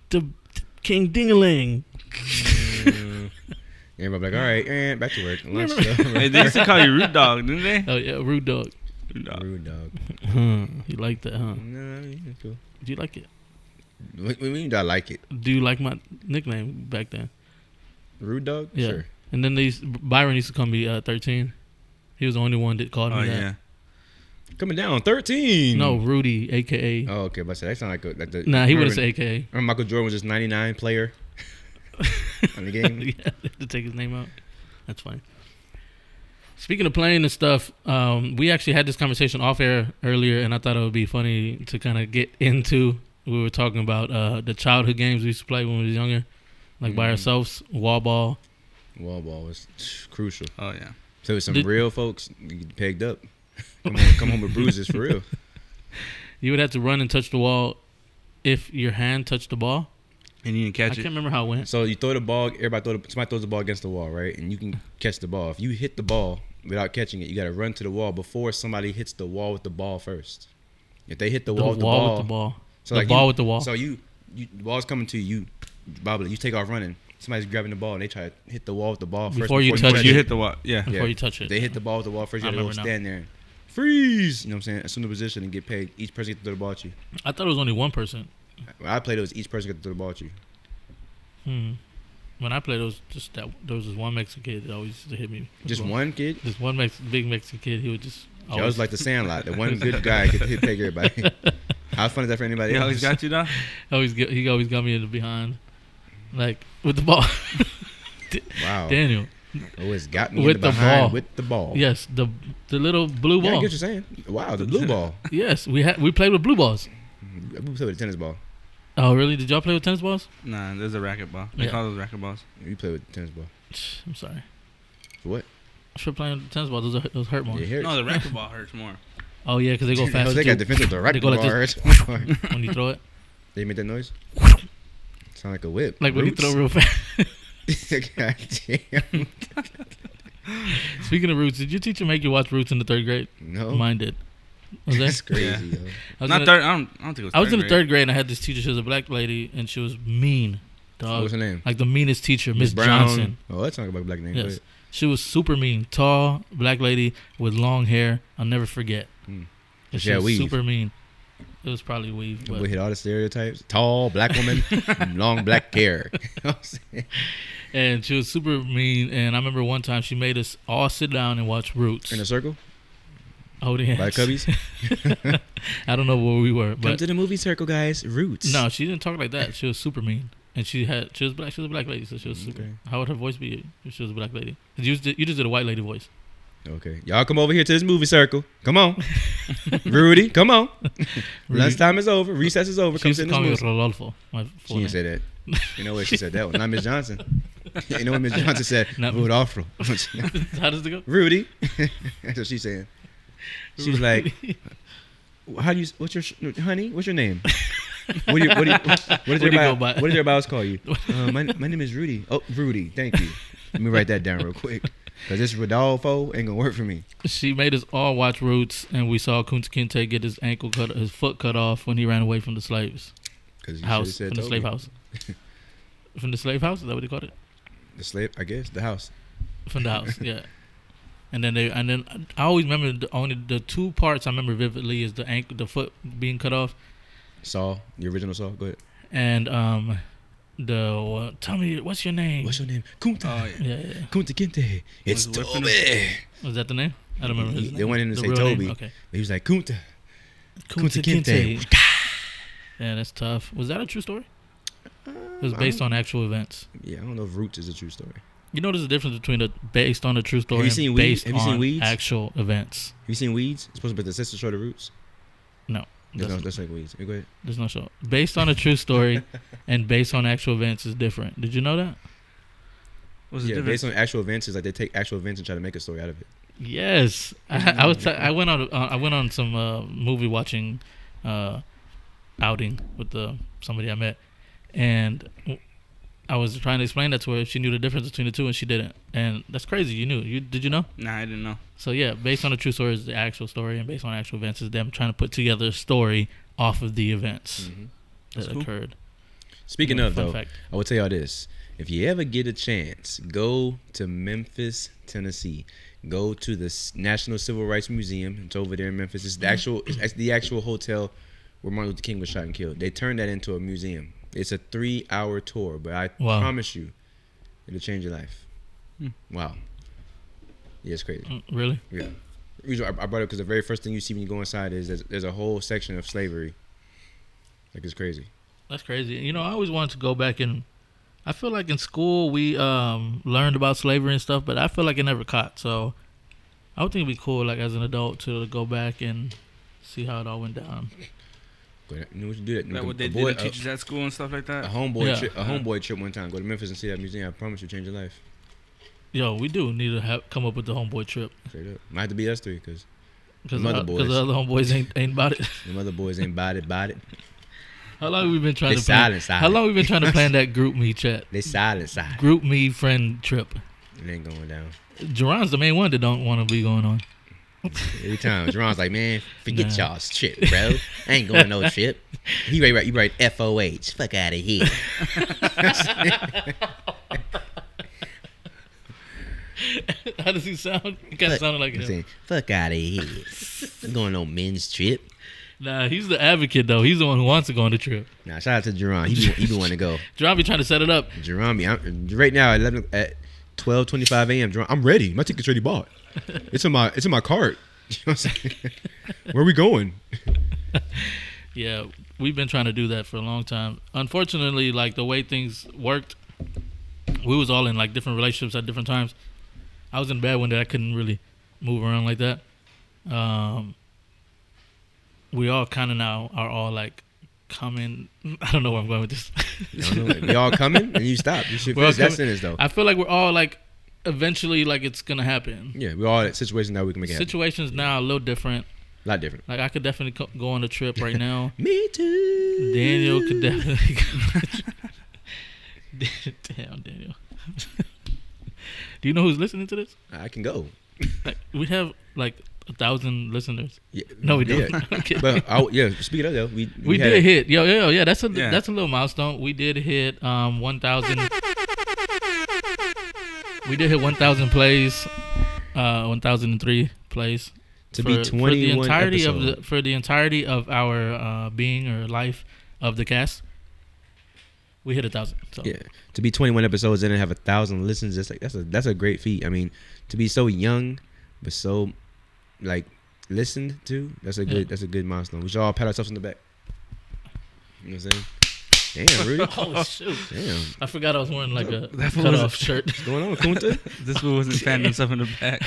[SPEAKER 1] the King Dingaling."
[SPEAKER 4] Mm. Everybody like, all right, and back to work. Lunch.
[SPEAKER 3] Hey, they used to call you Root Dog, didn't they?
[SPEAKER 1] Oh yeah, rude dog.
[SPEAKER 3] Root Dog.
[SPEAKER 4] Rude dog.
[SPEAKER 1] Huh. You like that, huh?
[SPEAKER 4] No, no, it's cool.
[SPEAKER 1] Do you like it?
[SPEAKER 4] What what mean? Do I like it?
[SPEAKER 1] Do you like my nickname back then?
[SPEAKER 4] Rude dog.
[SPEAKER 1] Yeah.
[SPEAKER 4] Sure.
[SPEAKER 1] And then they used, Byron used to call me uh, thirteen. He was the only one that called
[SPEAKER 3] Oh
[SPEAKER 1] me that.
[SPEAKER 3] yeah.
[SPEAKER 4] Coming down thirteen.
[SPEAKER 1] No, Rudy, aka.
[SPEAKER 4] Oh, okay. But I said that sound like a, like the.
[SPEAKER 1] Nah, he would have
[SPEAKER 4] remember-
[SPEAKER 1] said aka.
[SPEAKER 4] remember Michael Jordan was just ninety nine player. On the game?
[SPEAKER 1] yeah, to take his name out. That's fine. Speaking of playing and stuff, um, we actually had this conversation off air earlier, and I thought it would be funny to kind of get into. We were talking about uh, the childhood games we used to play when we was younger, like by
[SPEAKER 4] Mm.
[SPEAKER 1] ourselves, wall ball.
[SPEAKER 4] Wall ball was crucial.
[SPEAKER 3] Oh yeah.
[SPEAKER 4] So with some
[SPEAKER 1] Did-
[SPEAKER 4] real folks you get pegged up. Come home, come home with bruises for real.
[SPEAKER 1] You would have to run and touch the wall if your hand touched the ball.
[SPEAKER 3] And you didn't
[SPEAKER 1] I
[SPEAKER 3] catch
[SPEAKER 1] can't
[SPEAKER 3] it.
[SPEAKER 1] remember how it went.
[SPEAKER 4] So you throw the ball. Everybody throw the, somebody throws the ball against the wall, right? And you can catch the ball. If you hit the ball without catching it, you got to run to the wall before somebody hits the wall with the ball first. If they hit the
[SPEAKER 1] The wall,
[SPEAKER 4] wall, with, the ball,
[SPEAKER 1] with the ball.
[SPEAKER 4] so
[SPEAKER 1] the
[SPEAKER 4] like
[SPEAKER 1] ball
[SPEAKER 4] you-
[SPEAKER 1] with the wall.
[SPEAKER 4] So you, you the ball's coming to you, Bobby. You take off running. Somebody's grabbing the ball and they try to hit the wall with the ball first.
[SPEAKER 1] Before you touch
[SPEAKER 3] But
[SPEAKER 1] it.
[SPEAKER 3] you hit the wall. Yeah.
[SPEAKER 1] before you touch it.
[SPEAKER 4] They hit the ball with the wall first.
[SPEAKER 1] I
[SPEAKER 4] You got to
[SPEAKER 1] remember now.
[SPEAKER 4] stand there, and freeze. You know what I'm saying? Assume the position and get pegged. Each person gets to throw the ball at you.
[SPEAKER 1] I thought it was only one person.
[SPEAKER 4] When I played, it was each person got to throw the ball at you.
[SPEAKER 1] Hmm. When I played, it was just that there was this one Mexican kid that always used to hit me.
[SPEAKER 4] Just
[SPEAKER 1] one.
[SPEAKER 4] one kid.
[SPEAKER 1] this one Mex- big Mexican kid, he would just
[SPEAKER 4] I was
[SPEAKER 1] always,
[SPEAKER 4] like the Sandlot. The one good guy could hit take everybody. How fun is that for anybody?
[SPEAKER 3] They
[SPEAKER 4] else?
[SPEAKER 3] always got you now.
[SPEAKER 1] always get, he always got me in the behind, like with the ball.
[SPEAKER 4] Wow.
[SPEAKER 1] Daniel,
[SPEAKER 4] Always got me in
[SPEAKER 1] With
[SPEAKER 4] the
[SPEAKER 1] the
[SPEAKER 4] behind
[SPEAKER 1] ball.
[SPEAKER 4] with the ball.
[SPEAKER 1] yes, the the little blue
[SPEAKER 4] Yeah, I get
[SPEAKER 1] ball.
[SPEAKER 4] what you're saying. Wow, the blue ball.
[SPEAKER 1] yes, we had we played with blue balls.
[SPEAKER 4] We played with a tennis ball.
[SPEAKER 1] Oh really? Did y'all play with tennis balls?
[SPEAKER 3] Nah, there's a racquetball. They
[SPEAKER 1] Yeah.
[SPEAKER 3] call those racquetballs.
[SPEAKER 4] We played with a tennis ball.
[SPEAKER 1] I'm sorry.
[SPEAKER 4] For what?
[SPEAKER 1] For playing tennis balls, those are, those hurt more.
[SPEAKER 4] Your hair.
[SPEAKER 3] No, the racquetball hurts more.
[SPEAKER 1] Oh yeah, because they go faster
[SPEAKER 4] they
[SPEAKER 1] too
[SPEAKER 4] got defensive
[SPEAKER 1] They
[SPEAKER 4] direct
[SPEAKER 1] go like
[SPEAKER 4] bars.
[SPEAKER 1] when you throw it.
[SPEAKER 4] they made that noise. Sound like a whip.
[SPEAKER 1] Like when you
[SPEAKER 4] Roots.
[SPEAKER 1] throw real fast.
[SPEAKER 4] God damn.
[SPEAKER 1] Speaking of roots, did your teacher make you watch Roots in the third grade?
[SPEAKER 4] No.
[SPEAKER 1] Mine did. Was
[SPEAKER 4] Oh. That's
[SPEAKER 1] that?
[SPEAKER 4] crazy. yo.
[SPEAKER 1] I was
[SPEAKER 3] Not
[SPEAKER 1] gonna-
[SPEAKER 3] third. I don't, I don't think it was.
[SPEAKER 1] I was in the
[SPEAKER 3] grade.
[SPEAKER 1] third grade and I had this teacher. She was a black lady and she was mean, dog.
[SPEAKER 4] What's her name?
[SPEAKER 1] like the meanest teacher, Miss
[SPEAKER 4] Brown.
[SPEAKER 1] Johnson.
[SPEAKER 4] Oh, let's talk about black name.
[SPEAKER 1] Yes, she was super mean, tall black lady with long hair. I'll never forget.
[SPEAKER 4] Hmm.
[SPEAKER 1] And
[SPEAKER 4] She
[SPEAKER 1] she
[SPEAKER 4] had
[SPEAKER 1] was
[SPEAKER 4] weave.
[SPEAKER 1] super mean. It was probably weave,
[SPEAKER 4] But we
[SPEAKER 1] but
[SPEAKER 4] hit all the stereotypes. Tall black woman, long black hair. You know what I'm saying?
[SPEAKER 1] and she was super mean. And I remember one time she made us all sit down and watch Roots.
[SPEAKER 4] In a circle
[SPEAKER 1] holding hands.
[SPEAKER 4] by cubbies.
[SPEAKER 1] I don't know where we were,
[SPEAKER 4] Come
[SPEAKER 1] but
[SPEAKER 4] to the movie circle, guys. Roots.
[SPEAKER 1] no, she didn't talk like that. She was super mean, and she had she was black. She was a black lady, so she was super.
[SPEAKER 4] Mm, Okay.
[SPEAKER 1] How would her voice be if she was a black lady? 'Cause You just did, you just did a white lady voice.
[SPEAKER 4] Okay, y'all come over here to this movie circle. Come on, Rudy. Come on.
[SPEAKER 1] Rudy.
[SPEAKER 4] Lunchtime is over. Recess is over.
[SPEAKER 1] She
[SPEAKER 4] Come
[SPEAKER 1] used
[SPEAKER 4] sit
[SPEAKER 1] to
[SPEAKER 4] in
[SPEAKER 1] call
[SPEAKER 4] this
[SPEAKER 1] me
[SPEAKER 4] movie.
[SPEAKER 1] Rodolfo. My
[SPEAKER 4] She
[SPEAKER 1] full name.
[SPEAKER 4] didn't say that. You know what she said that one. Not Miss Johnson. You know what Miss Johnson said?
[SPEAKER 1] Not-
[SPEAKER 4] Rudolph.
[SPEAKER 1] How does it go?
[SPEAKER 4] Rudy. That's what she's saying. She was like, "How do you? What's your sh- honey? What's your name? What do you? What do you? What does
[SPEAKER 1] do you
[SPEAKER 4] your bio,
[SPEAKER 1] go by?
[SPEAKER 4] What does your bios call you? Uh, my my name is Rudy. Oh, Rudy. Thank you. Let me write that down real quick. Cause this Rodolfo ain't gonna work for me.
[SPEAKER 1] She made us all watch Roots, and we saw Kunta Kinte get his ankle cut, his foot cut off when he ran away from the slaves
[SPEAKER 4] Cause you
[SPEAKER 1] house,
[SPEAKER 4] should've
[SPEAKER 1] from the
[SPEAKER 4] Toby.
[SPEAKER 1] slave house, from the slave house. Is that what they called it?
[SPEAKER 4] The slave, I guess, the house.
[SPEAKER 1] From the house, yeah. And then they, and then I always remember the only the two parts I remember vividly is the ankle, the foot being cut off,
[SPEAKER 4] Saul, the original Saul. Go ahead.
[SPEAKER 1] and um, the tell me what's your name?
[SPEAKER 4] What's your name? Kunta.
[SPEAKER 3] Oh yeah.
[SPEAKER 1] yeah, yeah, yeah.
[SPEAKER 4] Kunta Kinte. It's
[SPEAKER 3] Was it whipping
[SPEAKER 4] Toby.
[SPEAKER 1] was that the name? I don't remember. His
[SPEAKER 4] They
[SPEAKER 1] name.
[SPEAKER 4] went in to
[SPEAKER 1] The
[SPEAKER 4] say
[SPEAKER 1] real name?
[SPEAKER 4] Toby.
[SPEAKER 1] Okay.
[SPEAKER 4] He was like Kunta.
[SPEAKER 1] Kunta
[SPEAKER 4] Kunta
[SPEAKER 1] Kinte.
[SPEAKER 4] Kinte.
[SPEAKER 1] Yeah, that's tough. Was that a true story?
[SPEAKER 4] Uh,
[SPEAKER 1] It was based on actual events.
[SPEAKER 4] Yeah, I don't know if Roots is a true story.
[SPEAKER 1] You know, there's a difference between a based on a true story
[SPEAKER 4] you
[SPEAKER 1] and
[SPEAKER 4] seen
[SPEAKER 1] based
[SPEAKER 4] Weeds? Have you seen
[SPEAKER 1] on
[SPEAKER 4] Weeds?
[SPEAKER 1] actual events.
[SPEAKER 4] Have you seen Weeds? It's supposed to be the sister show to Roots.
[SPEAKER 1] No,
[SPEAKER 4] That's,
[SPEAKER 1] that's,
[SPEAKER 4] no, that's like Weeds. Go ahead.
[SPEAKER 1] there's no show. Based on a true story and based on actual events is different. Did you know that?
[SPEAKER 3] What's the
[SPEAKER 4] Yeah,
[SPEAKER 3] difference?
[SPEAKER 4] based on actual events, is like they take actual events and try to make a story out of it.
[SPEAKER 1] Yes, I, I was. T-
[SPEAKER 4] Mm-hmm.
[SPEAKER 1] I went on. Uh, I went on some uh, movie watching uh, outing with uh somebody I met, and w- I was trying to explain that to her. if She knew the difference between the two, and she didn't. And that's crazy. You knew. You did you know?
[SPEAKER 3] Nah, I didn't know.
[SPEAKER 1] So yeah, based on a true story is the actual story, and based on actual events is them trying to put together a story off of the events that
[SPEAKER 3] That's cool.
[SPEAKER 1] occurred.
[SPEAKER 4] Mm-hmm. Speaking
[SPEAKER 1] Yeah,
[SPEAKER 4] of
[SPEAKER 1] Mm-hmm. fun
[SPEAKER 4] though,
[SPEAKER 1] fact.
[SPEAKER 4] I will tell y'all this: if you ever get a chance, go to Memphis, Tennessee. Go to the S- National Civil Rights Museum. It's over there in Memphis. It's
[SPEAKER 1] Mm-hmm.
[SPEAKER 4] the actual, it's act- the actual hotel where Martin Luther King was shot and killed. They turned that into a museum. It's a three-hour tour, but I
[SPEAKER 1] Wow. Hmm.
[SPEAKER 4] promise you, it'll change your life. Wow. Yeah, it's crazy.
[SPEAKER 1] Mm, Really?
[SPEAKER 4] Yeah. The reason I I brought it because the very first thing you see when you go inside is there's, there's a whole section of slavery. Like it's crazy.
[SPEAKER 1] That's crazy. You know, I always wanted to go back and I feel like in school we um, learned about slavery and stuff, but I feel like it never caught. So I would think it'd be cool, like as an adult, to go back and see how it all went down.
[SPEAKER 4] Go to- you know what you do that?
[SPEAKER 3] Like what they
[SPEAKER 4] avoid-
[SPEAKER 3] did to teachers at school and stuff like that.
[SPEAKER 4] A homeboy
[SPEAKER 1] Yeah.
[SPEAKER 4] trip, a homeboy trip one time. Go to Memphis and see that museum. I promise you, change your life.
[SPEAKER 1] Yo, we do need to have, come up with the homeboy trip
[SPEAKER 4] Straight up. Might have to be us three because
[SPEAKER 1] because
[SPEAKER 4] Mother
[SPEAKER 1] the,
[SPEAKER 4] boys.
[SPEAKER 1] other homeboys ain't ain't about it.
[SPEAKER 4] the mother boys ain't body body.
[SPEAKER 1] how long have we been trying
[SPEAKER 4] They
[SPEAKER 1] to plan?
[SPEAKER 4] silent, silent.
[SPEAKER 1] How long we been trying to plan that group me chat,
[SPEAKER 4] They silent side.
[SPEAKER 1] group me friend trip?
[SPEAKER 4] It ain't going down.
[SPEAKER 1] Jerron's the main one that don't want to be going on.
[SPEAKER 4] Every time Jeron's like, man, forget
[SPEAKER 1] Nah.
[SPEAKER 4] y'all's trip, bro. I ain't going no trip. He right, right, you right. F O H. Fuck out of here.
[SPEAKER 1] how does he sound? He kind of sounded like
[SPEAKER 4] I'm
[SPEAKER 1] him.
[SPEAKER 4] saying, fuck out of here. I'm going on men's trip.
[SPEAKER 1] Nah, he's the advocate though. He's the one who wants to go on the trip.
[SPEAKER 4] Nah, shout out to Jerron. He be, he be want to go.
[SPEAKER 1] Jerron be trying to set it up.
[SPEAKER 4] Jerron, be- I'm, right now at eleven at twelve twenty five a.m. Jerron, I'm ready. My ticket's already bought. It's in my it's in my cart. You know what I'm saying? Where we going?
[SPEAKER 1] Yeah, we've been trying to do that for a long time. Unfortunately, like the way things worked, we was all in like different relationships at different times. I was in a bad one that I couldn't really move around like that. Um, we all kind of now are all like coming. I don't know where I'm going with this.
[SPEAKER 4] I don't know. If Y'all coming? And you stop. You should
[SPEAKER 1] We're all
[SPEAKER 4] finish that
[SPEAKER 1] coming-
[SPEAKER 4] sentence though.
[SPEAKER 1] I feel like we're all like eventually like it's gonna happen.
[SPEAKER 4] yeah, we're all at situations that we can make it happen.
[SPEAKER 1] Situations now a little different.
[SPEAKER 4] A lot different.
[SPEAKER 1] Like I could definitely co- go on a trip right now.
[SPEAKER 4] Me too.
[SPEAKER 1] Daniel could definitely. Damn, Daniel. Do you know who's listening to this?
[SPEAKER 4] I can go.
[SPEAKER 1] Like, we have like a thousand listeners.
[SPEAKER 4] Yeah.
[SPEAKER 1] No, we don't.
[SPEAKER 4] Yeah.
[SPEAKER 1] I'm kidding.
[SPEAKER 4] But I, yeah, speaking of though, we we,
[SPEAKER 1] we
[SPEAKER 4] had
[SPEAKER 1] did hit. Yo, yo, yeah. That's a
[SPEAKER 3] Yeah.
[SPEAKER 1] that's a little milestone. We did hit um one thousand. We did hit one thousand plays. Uh, one thousand and three plays.
[SPEAKER 4] to be
[SPEAKER 1] for the
[SPEAKER 4] twenty one
[SPEAKER 1] entirety
[SPEAKER 4] episode.
[SPEAKER 1] of the for the entirety of our uh, being or life of the cast. We hit a thousand. So.
[SPEAKER 4] Yeah, to be 21 episodes in and have a thousand listens, that's like that's a that's a great feat. I mean, to be so young, but so like listened to, that's a good
[SPEAKER 1] Yeah.
[SPEAKER 4] that's a good milestone. We should all pat ourselves on the back. You know what I'm saying? Damn, Rudy.
[SPEAKER 1] Oh shoot!
[SPEAKER 4] Damn, what's
[SPEAKER 1] I forgot I was wearing like a
[SPEAKER 3] That fool
[SPEAKER 1] cutoff
[SPEAKER 3] was-
[SPEAKER 1] shirt.
[SPEAKER 4] going on, Kunta?
[SPEAKER 3] This fool wasn't fanning himself in the back.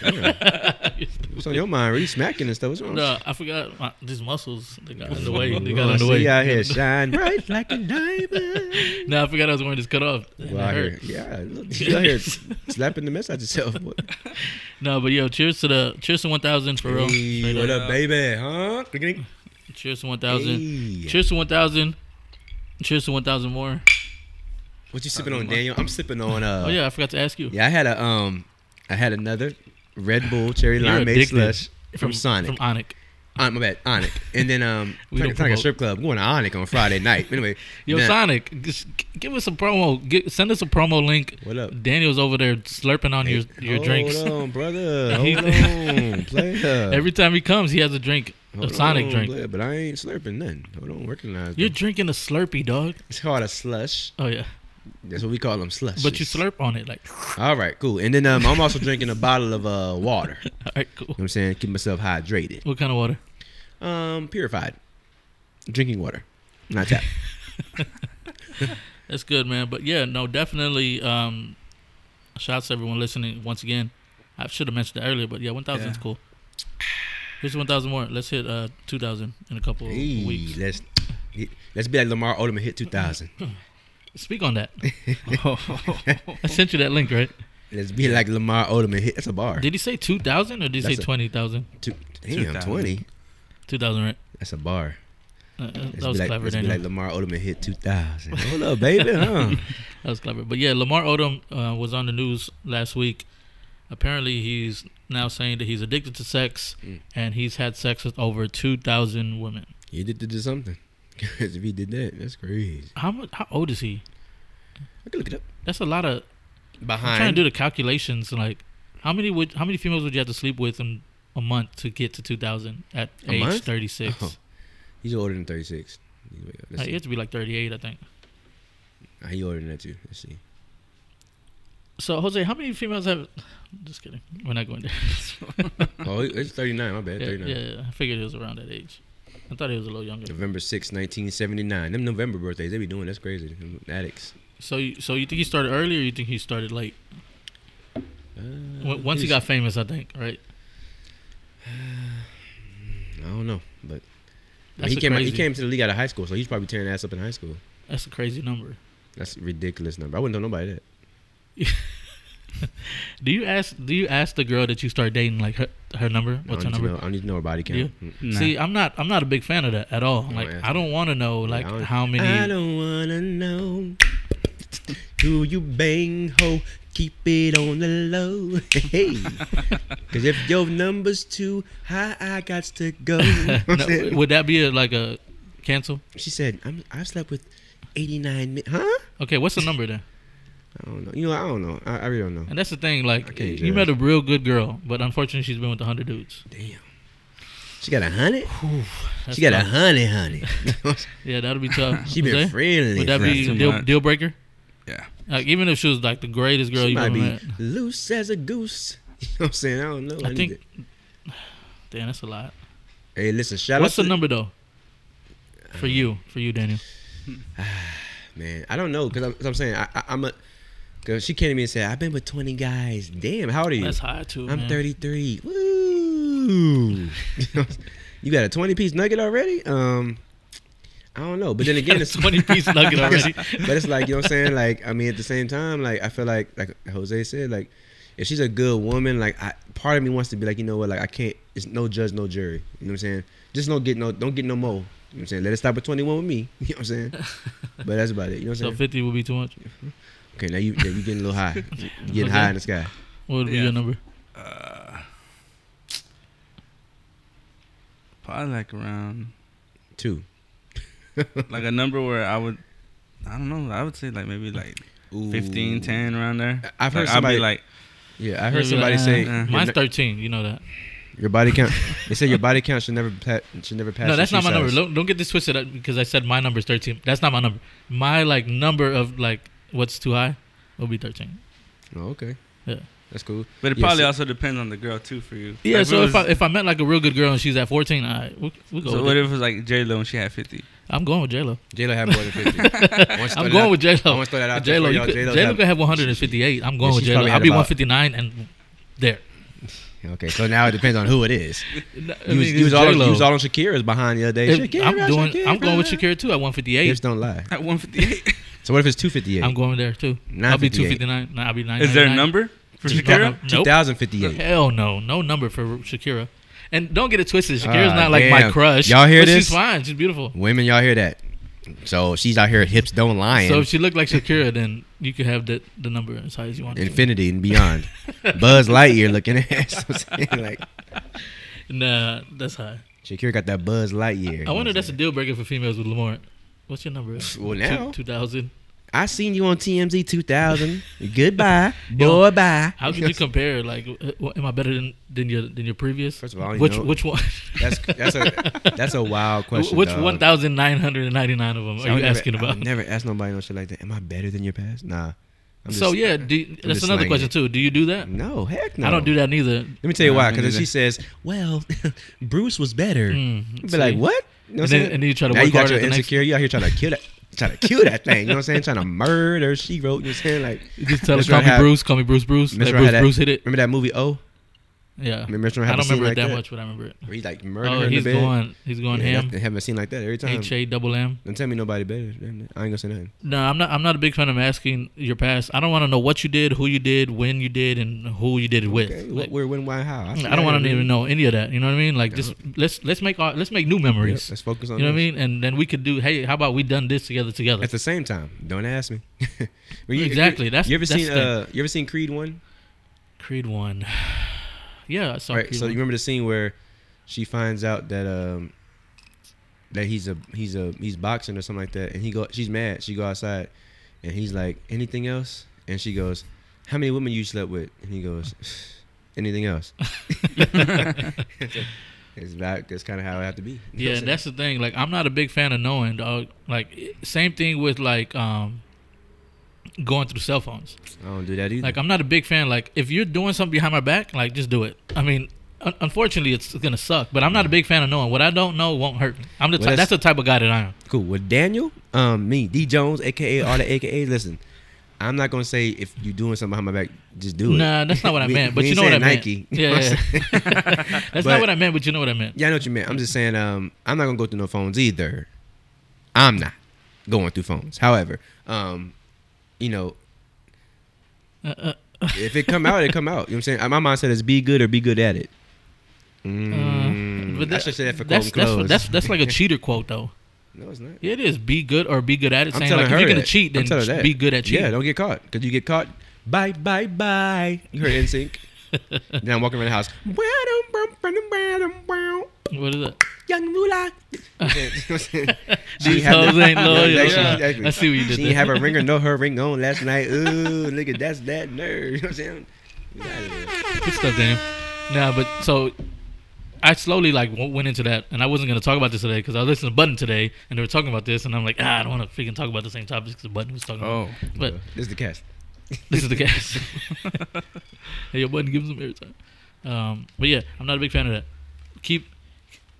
[SPEAKER 4] Damn. What's on your mind? Rudy smacking and stuff. What's wrong? Oh,
[SPEAKER 1] no, I forgot my, these muscles. They got in the way. They got in the
[SPEAKER 4] See
[SPEAKER 1] way.
[SPEAKER 4] you out here shine bright like a diamond.
[SPEAKER 1] No, I forgot I was wearing this cutoff. and
[SPEAKER 4] Well,
[SPEAKER 1] it
[SPEAKER 4] out here,
[SPEAKER 1] hurt.
[SPEAKER 4] yeah, look, you out here slapping the mess out yourself. Boy.
[SPEAKER 1] No, but yo, cheers to the cheers to one thousand for real.
[SPEAKER 4] Hey,
[SPEAKER 1] Straight
[SPEAKER 4] what
[SPEAKER 1] up.
[SPEAKER 4] up, baby? Huh?
[SPEAKER 1] Cheers to one thousand.
[SPEAKER 4] Hey.
[SPEAKER 1] Cheers to one thousand. Cheers to one thousand
[SPEAKER 4] Uh,
[SPEAKER 1] more.
[SPEAKER 4] What you sipping on, Daniel? I'm sipping on uh.
[SPEAKER 1] Oh yeah, I forgot to ask you.
[SPEAKER 4] Yeah, I had a um, I had another Red Bull cherry
[SPEAKER 1] You're
[SPEAKER 4] limeade
[SPEAKER 1] addicted.
[SPEAKER 4] slush from, Sonic.
[SPEAKER 1] From Onic.
[SPEAKER 4] Uh, my bad, Onic. And then um,
[SPEAKER 1] We
[SPEAKER 4] we
[SPEAKER 1] don't
[SPEAKER 4] like, it's like a
[SPEAKER 1] promote.
[SPEAKER 4] strip club. I'm going to Onic on Friday night. Anyway,
[SPEAKER 1] Yo,
[SPEAKER 4] nah,
[SPEAKER 1] Sonic, just g- give us a promo. Gi- send us a promo link.
[SPEAKER 4] What up?
[SPEAKER 1] Daniel's over there slurping on your your
[SPEAKER 4] Hold
[SPEAKER 1] drinks.
[SPEAKER 4] on, brother.
[SPEAKER 1] He-
[SPEAKER 4] Hold on, player.
[SPEAKER 1] Every time he comes, he has a drink,
[SPEAKER 4] Hold
[SPEAKER 1] a Sonic
[SPEAKER 4] on,
[SPEAKER 1] drink.
[SPEAKER 4] player, but I ain't slurping nothing. Hold on, recognize.
[SPEAKER 1] You're
[SPEAKER 4] them.
[SPEAKER 1] drinking a Slurpee, dog.
[SPEAKER 4] It's called a slush.
[SPEAKER 1] Oh yeah,
[SPEAKER 4] That's what we call them slush.
[SPEAKER 1] but you slurp on it like.
[SPEAKER 4] All right, cool. And then um, I'm also drinking a bottle of uh water. You know
[SPEAKER 1] All right, cool.
[SPEAKER 4] what I'm saying keep myself hydrated.
[SPEAKER 1] What kind of water?
[SPEAKER 4] Um, purified drinking water. Not tap.
[SPEAKER 1] That's good, man. But yeah, no, definitely. Um, shouts to everyone listening once again. I should have mentioned that earlier, but yeah, one thousand is
[SPEAKER 3] Yeah.
[SPEAKER 1] cool. Here's one thousand more. Let's hit uh two thousand in a couple of
[SPEAKER 4] Hey,
[SPEAKER 1] weeks.
[SPEAKER 4] let's let's be like Lamar Odom and hit two thousand.
[SPEAKER 1] Speak on that.
[SPEAKER 3] Oh.
[SPEAKER 1] I sent you that link, right?
[SPEAKER 4] Let's be like Lamar Odom and hit. That's a bar.
[SPEAKER 1] Did he say two thousand or did he
[SPEAKER 4] That's
[SPEAKER 1] say
[SPEAKER 4] a-
[SPEAKER 1] twenty thousand?
[SPEAKER 4] Two, damn,
[SPEAKER 3] 2,000.
[SPEAKER 4] twenty.
[SPEAKER 1] Two thousand, right?
[SPEAKER 4] That's a bar.
[SPEAKER 1] Uh, uh,
[SPEAKER 4] Let's
[SPEAKER 1] that was
[SPEAKER 4] be like,
[SPEAKER 1] clever,
[SPEAKER 4] let's be like
[SPEAKER 1] Daniel.
[SPEAKER 4] Lamar Odom and hit two thousand. Hold up, baby. Huh?
[SPEAKER 1] That was clever. But yeah, Lamar Odom uh, was on the news last week. Apparently, he's now saying that he's addicted to sex
[SPEAKER 4] Mm.
[SPEAKER 1] and he's had sex with over two thousand women.
[SPEAKER 4] you did to do something. 'Cause if he did that, that's crazy.
[SPEAKER 1] How much? How old is he?
[SPEAKER 4] I can look it up.
[SPEAKER 1] That's a lot of I'm
[SPEAKER 4] Behind.
[SPEAKER 1] trying to do the calculations. Like, how many would how many females would you have to sleep with in a month to get to 2,000 at
[SPEAKER 4] A
[SPEAKER 1] age
[SPEAKER 4] month?
[SPEAKER 1] 36?
[SPEAKER 4] Oh, He's older than thirty six. Let's
[SPEAKER 1] like,
[SPEAKER 4] see.
[SPEAKER 1] it had to be like 38, I think.
[SPEAKER 4] Ah, He older than that too. Let's see.
[SPEAKER 1] So, Jose, how many females have? Just kidding. We're not going there.
[SPEAKER 4] Oh, he- it's thirty nine. My bad.
[SPEAKER 1] yeah,
[SPEAKER 4] Thirty nine.
[SPEAKER 1] yeah, yeah, I figured it was around that age. I thought he was a little younger.
[SPEAKER 4] November 6, 1979. Them November birthdays they be doing. That's crazy. Them addicts.
[SPEAKER 1] So, you, so you think he started early, or you think he started late?
[SPEAKER 4] Uh,
[SPEAKER 1] W- Once he
[SPEAKER 4] he's-
[SPEAKER 1] got famous, I think, right?
[SPEAKER 4] I don't know, but
[SPEAKER 1] That's
[SPEAKER 4] he
[SPEAKER 1] a
[SPEAKER 4] came out, he
[SPEAKER 1] crazy-
[SPEAKER 4] came to the league out of high school, so he's probably tearing ass up in high school.
[SPEAKER 1] That's a crazy number.
[SPEAKER 4] That's a ridiculous number. I wouldn't know nobody that.
[SPEAKER 1] Do you ask? Do you ask the girl that you start dating like her, her number?
[SPEAKER 4] No,
[SPEAKER 1] What's
[SPEAKER 4] I
[SPEAKER 1] her
[SPEAKER 4] need to
[SPEAKER 1] number?
[SPEAKER 4] Know, I need to know her body count. Mm.
[SPEAKER 3] Nah.
[SPEAKER 1] See, I'm not I'm not a big fan of that at all.
[SPEAKER 4] No,
[SPEAKER 1] like
[SPEAKER 4] yeah.
[SPEAKER 1] I don't want to know like
[SPEAKER 4] I don't-
[SPEAKER 1] how many.
[SPEAKER 4] I don't wanna know. Do you bang ho? Keep it on the low. Hey. Cause if your number's too high, I got to go.
[SPEAKER 1] No, would that be a, like a cancel?
[SPEAKER 4] she said, I'm, I slept with 89 men. Huh?
[SPEAKER 1] Okay, what's the number then?
[SPEAKER 4] I don't know. You know, I don't know. I, I really don't know.
[SPEAKER 1] And that's the thing.
[SPEAKER 4] I
[SPEAKER 1] Like
[SPEAKER 4] can't
[SPEAKER 1] you
[SPEAKER 4] judge.
[SPEAKER 1] met a real good girl, but unfortunately she's been with a hundred dudes.
[SPEAKER 4] Damn. She got a hundred.
[SPEAKER 1] That's
[SPEAKER 4] She got a
[SPEAKER 1] tough.
[SPEAKER 4] honey, honey.
[SPEAKER 1] Yeah, that'll be tough.
[SPEAKER 4] she been
[SPEAKER 1] Jose,
[SPEAKER 4] friendly.
[SPEAKER 1] Would that
[SPEAKER 4] friendly.
[SPEAKER 1] be
[SPEAKER 3] That's
[SPEAKER 1] a
[SPEAKER 3] too
[SPEAKER 1] deal,
[SPEAKER 3] much.
[SPEAKER 1] deal breaker?
[SPEAKER 3] yeah.
[SPEAKER 1] Like even if she was like the greatest girl
[SPEAKER 4] She
[SPEAKER 1] you've
[SPEAKER 4] might
[SPEAKER 1] ever
[SPEAKER 4] be
[SPEAKER 1] met,
[SPEAKER 4] loose as a goose. You know what I'm saying? I don't know.
[SPEAKER 1] I
[SPEAKER 4] need
[SPEAKER 1] think.
[SPEAKER 4] to-
[SPEAKER 1] Damn, that's a lot.
[SPEAKER 4] Hey, listen. Shout
[SPEAKER 1] What's
[SPEAKER 4] out
[SPEAKER 1] the
[SPEAKER 4] to-
[SPEAKER 1] number though? For you, for you, Daniel.
[SPEAKER 4] Man, I don't know because I'm, 'cause I'm saying I, I, I'm a. Cause she came to me and said, "I've been with 20 guys. Damn, how old are you?
[SPEAKER 1] That's high too.
[SPEAKER 4] I'm
[SPEAKER 1] man.
[SPEAKER 4] 33. Woo! you got a 20 piece nugget already? Um, I don't know. But then again, it's
[SPEAKER 1] twenty piece nugget already.
[SPEAKER 4] but it's like you know what I'm saying. Like I mean, at the same time, like I feel like like Jose said, like if she's a good woman, like I, part of me wants to be like you know what, like I can't. It's no judge, no jury. You know what I'm saying? Just don't get no, don't get no more. You know what I'm saying? Let it stop at 21 with me. You know what I'm saying? But that's about it. You know what
[SPEAKER 1] So
[SPEAKER 4] I'm saying?
[SPEAKER 1] fifty would be too much.
[SPEAKER 4] Okay, now you now you getting a little high. You
[SPEAKER 1] Okay.
[SPEAKER 4] getting high in the sky.
[SPEAKER 1] What would be
[SPEAKER 3] Yeah.
[SPEAKER 1] your number?
[SPEAKER 3] Uh, probably like around
[SPEAKER 4] Two.
[SPEAKER 3] like a number where I would I don't know, I would say like maybe like
[SPEAKER 4] Ooh.
[SPEAKER 3] 15, 10 around there.
[SPEAKER 4] I've heard
[SPEAKER 3] like, I'd
[SPEAKER 4] somebody-
[SPEAKER 3] be like
[SPEAKER 4] Yeah, I
[SPEAKER 1] They'll
[SPEAKER 4] heard
[SPEAKER 1] be
[SPEAKER 4] somebody
[SPEAKER 1] like,
[SPEAKER 4] say
[SPEAKER 1] "Uh,
[SPEAKER 3] your
[SPEAKER 1] mine's
[SPEAKER 4] ne-
[SPEAKER 1] 13. You know that.
[SPEAKER 4] your body count. They say your body count should never pa- should never pass.
[SPEAKER 1] No,
[SPEAKER 4] your
[SPEAKER 1] that's not
[SPEAKER 4] shoe
[SPEAKER 1] my number.
[SPEAKER 4] size.
[SPEAKER 1] Don't, don't get this twisted up because I said my number's 13. That's not my number. My like number of like what's too high will be 13.
[SPEAKER 4] Oh, okay.
[SPEAKER 1] Yeah.
[SPEAKER 4] That's cool.
[SPEAKER 3] but it
[SPEAKER 4] Yeah,
[SPEAKER 3] probably
[SPEAKER 4] so-
[SPEAKER 3] also depends on the girl too for you.
[SPEAKER 1] Yeah.
[SPEAKER 3] Like,
[SPEAKER 1] so
[SPEAKER 3] it
[SPEAKER 1] if I
[SPEAKER 3] was-
[SPEAKER 1] if I met like a real good girl and she's at 14, all right, we we go.
[SPEAKER 3] so
[SPEAKER 1] with
[SPEAKER 3] what
[SPEAKER 1] it.
[SPEAKER 3] if it was like J Lo and she had fifty?
[SPEAKER 1] I'm going with J Lo.
[SPEAKER 4] J Lo had more than 50. I wanna
[SPEAKER 1] I'm
[SPEAKER 4] throw
[SPEAKER 1] going
[SPEAKER 4] that-
[SPEAKER 1] with J
[SPEAKER 4] I
[SPEAKER 1] Lo.
[SPEAKER 4] want to throw that out
[SPEAKER 1] J Lo.
[SPEAKER 4] there. for
[SPEAKER 1] J
[SPEAKER 4] y'all.
[SPEAKER 1] Lo
[SPEAKER 4] J-Lo
[SPEAKER 1] could
[SPEAKER 4] had-
[SPEAKER 1] have 158. I'm going
[SPEAKER 4] Yeah,
[SPEAKER 1] with
[SPEAKER 4] she's
[SPEAKER 1] J Lo.
[SPEAKER 4] probably
[SPEAKER 1] I'll
[SPEAKER 4] had
[SPEAKER 1] be
[SPEAKER 4] about-
[SPEAKER 1] 159 and there.
[SPEAKER 4] Okay, so now it depends on who it is.
[SPEAKER 1] No, I
[SPEAKER 4] You was,
[SPEAKER 1] mean,
[SPEAKER 4] you
[SPEAKER 1] it's
[SPEAKER 4] was all,
[SPEAKER 1] J-Lo.
[SPEAKER 4] you was all on Shakira's behind the other day.
[SPEAKER 1] If-
[SPEAKER 4] Shakira,
[SPEAKER 1] I'm doing.
[SPEAKER 4] Shakira.
[SPEAKER 1] I'm going with Shakira too at 158.
[SPEAKER 4] Hips don't lie.
[SPEAKER 3] At one fifty eight.
[SPEAKER 4] So what if it's 258?
[SPEAKER 1] I'm going there too. I'll be
[SPEAKER 4] 958.
[SPEAKER 1] 259. Nah, I'll be 9.
[SPEAKER 3] Is there a number for Shakira?
[SPEAKER 1] Nope.
[SPEAKER 4] 2058.
[SPEAKER 1] Hell no, no number for Shakira. And don't get it twisted. Shakira's
[SPEAKER 4] Ah,
[SPEAKER 1] not like my
[SPEAKER 4] damn.
[SPEAKER 1] crush.
[SPEAKER 4] Y'all hear
[SPEAKER 1] but She's
[SPEAKER 4] this?
[SPEAKER 1] fine. She's beautiful.
[SPEAKER 4] Women, y'all hear that? So she's out here hips don't lie.
[SPEAKER 1] So if she looked like Shakira, then you could have the the number as high as you want. it to be.
[SPEAKER 4] infinity and beyond. Buzz Lightyear looking ass. I'm saying like
[SPEAKER 1] Nah, uh, that's high.
[SPEAKER 4] Shakira got that Buzz Lightyear.
[SPEAKER 1] I wonder if
[SPEAKER 4] You know
[SPEAKER 1] that's a deal breaker for females with Lamar. What's your number?
[SPEAKER 4] Well, now.
[SPEAKER 1] two thousand.
[SPEAKER 4] what I'm saying? I seen you on TMZ 2000. Goodbye,
[SPEAKER 1] Yo,
[SPEAKER 4] boy. Bye.
[SPEAKER 1] How could you compare? Like, uh, what- am I better than than your than your previous?
[SPEAKER 4] First of all, I don't
[SPEAKER 1] which
[SPEAKER 4] even know-
[SPEAKER 1] which one?
[SPEAKER 4] That's that's a that's a wild question.
[SPEAKER 1] which
[SPEAKER 4] dog.
[SPEAKER 1] one thousand nine hundred and ninety nine of them
[SPEAKER 4] So
[SPEAKER 1] are
[SPEAKER 4] I
[SPEAKER 1] you
[SPEAKER 4] would never-
[SPEAKER 1] asking
[SPEAKER 4] I
[SPEAKER 1] about?
[SPEAKER 4] would never ask nobody no shit like that. Am I better than your past? Nah. I'm
[SPEAKER 1] so
[SPEAKER 4] just-
[SPEAKER 1] yeah, do, that's
[SPEAKER 4] just
[SPEAKER 1] another
[SPEAKER 4] slang
[SPEAKER 1] question
[SPEAKER 4] it.
[SPEAKER 1] too. Do you do that?
[SPEAKER 4] No, heck no.
[SPEAKER 1] I don't do that neither.
[SPEAKER 4] Let me tell you
[SPEAKER 3] No,
[SPEAKER 4] why.
[SPEAKER 3] I don't
[SPEAKER 4] Because
[SPEAKER 3] do
[SPEAKER 4] she
[SPEAKER 3] that.
[SPEAKER 4] says, "Well, Bruce was better,"
[SPEAKER 1] Mm,
[SPEAKER 4] I'd be
[SPEAKER 1] see?
[SPEAKER 4] like, "What?" You know what I'm
[SPEAKER 1] And then-
[SPEAKER 4] saying?
[SPEAKER 1] and then you try to
[SPEAKER 4] now
[SPEAKER 1] work
[SPEAKER 4] you got
[SPEAKER 1] harder
[SPEAKER 4] your
[SPEAKER 1] the next-
[SPEAKER 4] insecure. You out here trying to kill that, trying to kill that thing. You know what I'm saying? Trying to murder. She wrote. You know what I'm saying? Like,
[SPEAKER 1] You just tell him,
[SPEAKER 4] Mr.
[SPEAKER 1] call me
[SPEAKER 4] Had-
[SPEAKER 1] Bruce, call me Bruce, Bruce. Let
[SPEAKER 4] Mr.
[SPEAKER 1] Bruce,
[SPEAKER 4] Had-
[SPEAKER 1] Bruce hit it.
[SPEAKER 4] Remember that movie? Oh,
[SPEAKER 1] Yeah, Uh, I
[SPEAKER 4] Remember Mr. Had a
[SPEAKER 1] don't
[SPEAKER 4] scene
[SPEAKER 1] remember it
[SPEAKER 4] like
[SPEAKER 1] that
[SPEAKER 4] that?
[SPEAKER 1] much, but I remember it.
[SPEAKER 4] where he like murdered
[SPEAKER 1] Oh,
[SPEAKER 4] her in
[SPEAKER 1] he's
[SPEAKER 4] the bed.
[SPEAKER 1] going, he's going
[SPEAKER 4] Yeah,
[SPEAKER 1] ham.
[SPEAKER 4] I haven't seen like that every time.
[SPEAKER 1] H A double M.
[SPEAKER 4] Don't tell me nobody better. Damn it. I ain't gonna say nothing.
[SPEAKER 1] No, I'm not. I'm not a big fan of asking your past. I don't want to know what you did, who you did, when you did, and who you did it with.
[SPEAKER 4] Okay,
[SPEAKER 1] Like,
[SPEAKER 4] what, where, when, why, how?
[SPEAKER 1] I don't want to even know any of that. You know what I mean? Like, just let's let's make our let's make new memories.
[SPEAKER 4] Let's focus on.
[SPEAKER 1] you know what I
[SPEAKER 4] this.
[SPEAKER 1] mean? And then we could do. Hey, how about we done this together together?
[SPEAKER 4] At the same time, don't ask me. Well, you-
[SPEAKER 1] Exactly,
[SPEAKER 4] You,
[SPEAKER 1] that's-
[SPEAKER 4] you ever
[SPEAKER 1] that's
[SPEAKER 4] seen?
[SPEAKER 1] the-
[SPEAKER 4] Uh, you ever seen Creed one?
[SPEAKER 1] Creed one. yeah, I saw
[SPEAKER 4] right.
[SPEAKER 1] Creed
[SPEAKER 4] So you
[SPEAKER 1] one.
[SPEAKER 4] remember the scene where she finds out that um that he's a he's a he's boxing or something like that, and he go she's mad. She go outside, and he's like, anything else? And she goes, how many women you slept with? And he goes, anything else? it's about that's kind of how it have to be. You know
[SPEAKER 1] yeah,
[SPEAKER 4] what I'm
[SPEAKER 1] and that's the thing. Like, I'm not a big fan of knowing, dog. Like, it- same thing with like um going through cell phones.
[SPEAKER 4] saying? I don't do that either.
[SPEAKER 1] Like, I'm not a big fan. Like, if you're doing something behind my back, like, just do it. I mean, un- unfortunately, it's gonna suck. But I'm not a big fan of knowing. What I don't know won't hurt. me. I'm the
[SPEAKER 4] Well,
[SPEAKER 1] type, that's
[SPEAKER 4] that's-
[SPEAKER 1] the type of guy that I am.
[SPEAKER 4] Cool. Well, Daniel, um, me, D Jones, aka all the AKAs. Listen, I'm not gonna say if you're doing something behind my back, just do it.
[SPEAKER 1] Nah, that's not what I
[SPEAKER 4] We-
[SPEAKER 1] meant. But you
[SPEAKER 4] we ain't
[SPEAKER 1] know what I
[SPEAKER 4] saying
[SPEAKER 1] meant.
[SPEAKER 4] Nike.
[SPEAKER 1] Yeah, yeah. that's
[SPEAKER 4] But-
[SPEAKER 1] not what I meant. But you know what I meant.
[SPEAKER 4] yeah, I know what you meant. I'm just saying, um, I'm not gonna go through no phones either. I'm not going through phones. However, um, you know,
[SPEAKER 1] Uh,
[SPEAKER 4] if it come out, it come out. You know what I'm saying? My mindset is be good or be good at it. Mm,
[SPEAKER 1] Uh, but
[SPEAKER 4] I should say that for
[SPEAKER 1] that's,
[SPEAKER 4] Colton
[SPEAKER 1] that's,
[SPEAKER 4] Close.
[SPEAKER 1] that's that's like a cheater quote though.
[SPEAKER 4] no, it's not.
[SPEAKER 1] Yeah, it is. Be good or be good at it.
[SPEAKER 4] I'm
[SPEAKER 1] Saying
[SPEAKER 4] telling
[SPEAKER 1] like
[SPEAKER 4] her
[SPEAKER 1] if you're gonna
[SPEAKER 4] that.
[SPEAKER 1] cheat,
[SPEAKER 4] I'm
[SPEAKER 1] then
[SPEAKER 4] telling her that.
[SPEAKER 1] be good at cheating.
[SPEAKER 4] Yeah, don't get caught because you get caught. Bye, bye, bye. You heard NSYNC. then I'm walking around the house.
[SPEAKER 1] what is that?
[SPEAKER 4] Young Rula.
[SPEAKER 1] These hoes ain't loyal.
[SPEAKER 4] Yeah, exactly,
[SPEAKER 1] Yeah.
[SPEAKER 4] exactly.
[SPEAKER 1] I see what you did
[SPEAKER 4] She
[SPEAKER 1] there.
[SPEAKER 4] didn't have a ring or no her ring on last night. Ooh, look at that's that nerve. You know what I'm saying? Get out of there.
[SPEAKER 1] Good stuff, damn. Nah, but so I slowly like w- went into that, and I wasn't gonna talk about this today because I listened to Button today, and they were talking about this, and I'm like, ah, I don't want to freaking talk about the same topics because Button was talking.
[SPEAKER 3] Oh.
[SPEAKER 1] about but
[SPEAKER 4] This is the cast. Oh.
[SPEAKER 1] this is the case. hey, your Button gives them every time. Um, but yeah, I'm not a big fan of that. Keep,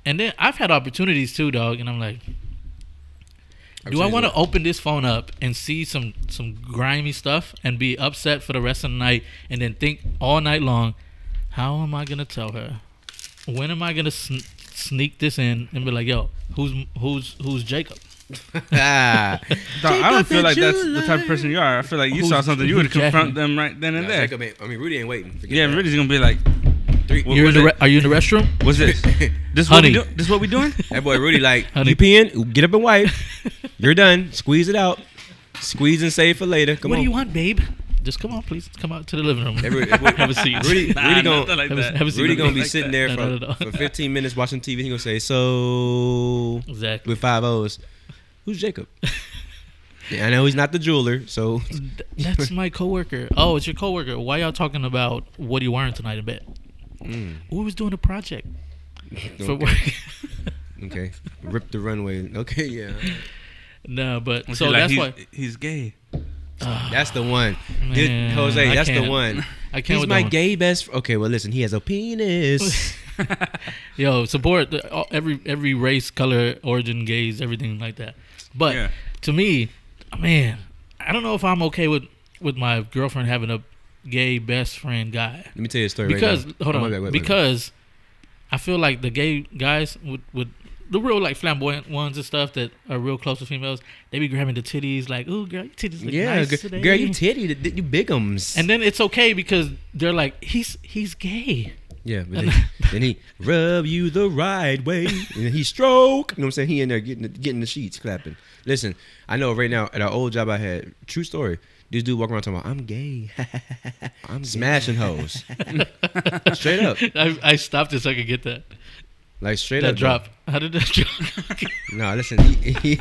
[SPEAKER 1] and then I've had opportunities too, dog, and I'm like, Do I want to open this phone up and see some some grimy stuff and be upset for the rest of the night and then think all night long, how am I gonna tell her? When am I gonna sn- sneak this in and be like, yo, who's who's who's Jacob?
[SPEAKER 4] Ah,
[SPEAKER 3] Dog, I don't feel like that's the type of
[SPEAKER 4] July.
[SPEAKER 3] person you are. I feel like you
[SPEAKER 1] Who's-
[SPEAKER 3] saw something, you would
[SPEAKER 1] who's
[SPEAKER 3] confront
[SPEAKER 1] Jackie?
[SPEAKER 3] them right then and
[SPEAKER 4] Nah,
[SPEAKER 3] there.
[SPEAKER 4] Jacob ain't- I mean, Rudy ain't waiting. Forget
[SPEAKER 3] yeah,
[SPEAKER 4] that.
[SPEAKER 3] Rudy's gonna be like,
[SPEAKER 4] Three-
[SPEAKER 3] "What-
[SPEAKER 1] You're in
[SPEAKER 3] what's
[SPEAKER 1] the re-
[SPEAKER 3] it?
[SPEAKER 1] are you in the restroom?
[SPEAKER 3] What's this? This what
[SPEAKER 1] Honey.
[SPEAKER 3] we do? This what we doing?
[SPEAKER 4] That boy Rudy like
[SPEAKER 1] Honey.
[SPEAKER 4] you peeing, get up and wipe. You're done. Squeeze it out. Squeeze and save for later. Come
[SPEAKER 1] what
[SPEAKER 4] on.
[SPEAKER 1] do you want, babe? Just come on, please. Come out to the living room.
[SPEAKER 4] Hey, Rudy, Rudy-
[SPEAKER 1] have a seat.
[SPEAKER 4] Rudy,
[SPEAKER 3] Nah,
[SPEAKER 4] Rudy
[SPEAKER 3] nothing
[SPEAKER 4] gonna
[SPEAKER 3] like
[SPEAKER 1] Have a-
[SPEAKER 3] that.
[SPEAKER 1] have a seat.
[SPEAKER 4] Rudy gonna be
[SPEAKER 3] like
[SPEAKER 4] sitting
[SPEAKER 3] that.
[SPEAKER 4] there
[SPEAKER 1] No,
[SPEAKER 4] for,
[SPEAKER 1] no, no.
[SPEAKER 4] for 15 minutes watching TV. He gonna say so
[SPEAKER 1] exactly.
[SPEAKER 4] with five O's. Who's Jacob? yeah, I know he's not the jeweler. So
[SPEAKER 1] Th- That's my coworker. Oh, it's your coworker. Why y'all talking about what are you wearing tonight in bed? We was doing a project for
[SPEAKER 4] mm, okay.
[SPEAKER 1] work.
[SPEAKER 4] okay, rip the runway. Okay, yeah,
[SPEAKER 1] no, but
[SPEAKER 3] Was he
[SPEAKER 1] so
[SPEAKER 3] like,
[SPEAKER 1] that's uh,
[SPEAKER 3] he's,
[SPEAKER 1] why
[SPEAKER 3] he's gay.
[SPEAKER 4] that's the one. Dude,
[SPEAKER 1] Man,
[SPEAKER 4] Jose,
[SPEAKER 1] I
[SPEAKER 4] that's the
[SPEAKER 1] can't.
[SPEAKER 4] one.
[SPEAKER 1] I can't.
[SPEAKER 4] He's
[SPEAKER 1] with
[SPEAKER 4] my
[SPEAKER 1] that one.
[SPEAKER 4] gay best. Fr- okay, well listen, he has a penis.
[SPEAKER 1] Yo, support the, all, every every race, color, origin, gays, everything like that. But
[SPEAKER 3] Yeah.
[SPEAKER 1] to me, man, I don't know if I'm okay with with my girlfriend having a gay best friend guy.
[SPEAKER 4] Let me tell you a story.
[SPEAKER 1] because
[SPEAKER 4] right now.
[SPEAKER 1] hold
[SPEAKER 4] Oh,
[SPEAKER 1] on,
[SPEAKER 4] my bad, wait, wait, wait.
[SPEAKER 1] because I feel like the gay guys with with the real like flamboyant ones and stuff that are real close to females, they be grabbing the titties like, "Ooh, girl, your titties look
[SPEAKER 4] Yeah,
[SPEAKER 1] nice
[SPEAKER 4] gi-
[SPEAKER 1] today."
[SPEAKER 4] girl, you titty, th- you bigums.
[SPEAKER 1] and then it's okay because they're like, "He's he's gay."
[SPEAKER 4] yeah, but
[SPEAKER 1] and-
[SPEAKER 4] then, then he rub you the right way, and then he stroke. You know what I'm saying? He in there getting the, getting the sheets clapping. Listen, I know right now at our old job I had, true story. This dude walking around talking about I'm gay, I'm smashing hoes, straight up,
[SPEAKER 1] I, I stopped it so I could get that
[SPEAKER 4] like straight
[SPEAKER 1] that
[SPEAKER 4] up.
[SPEAKER 1] drop. How did that drop?
[SPEAKER 4] No, listen, he, he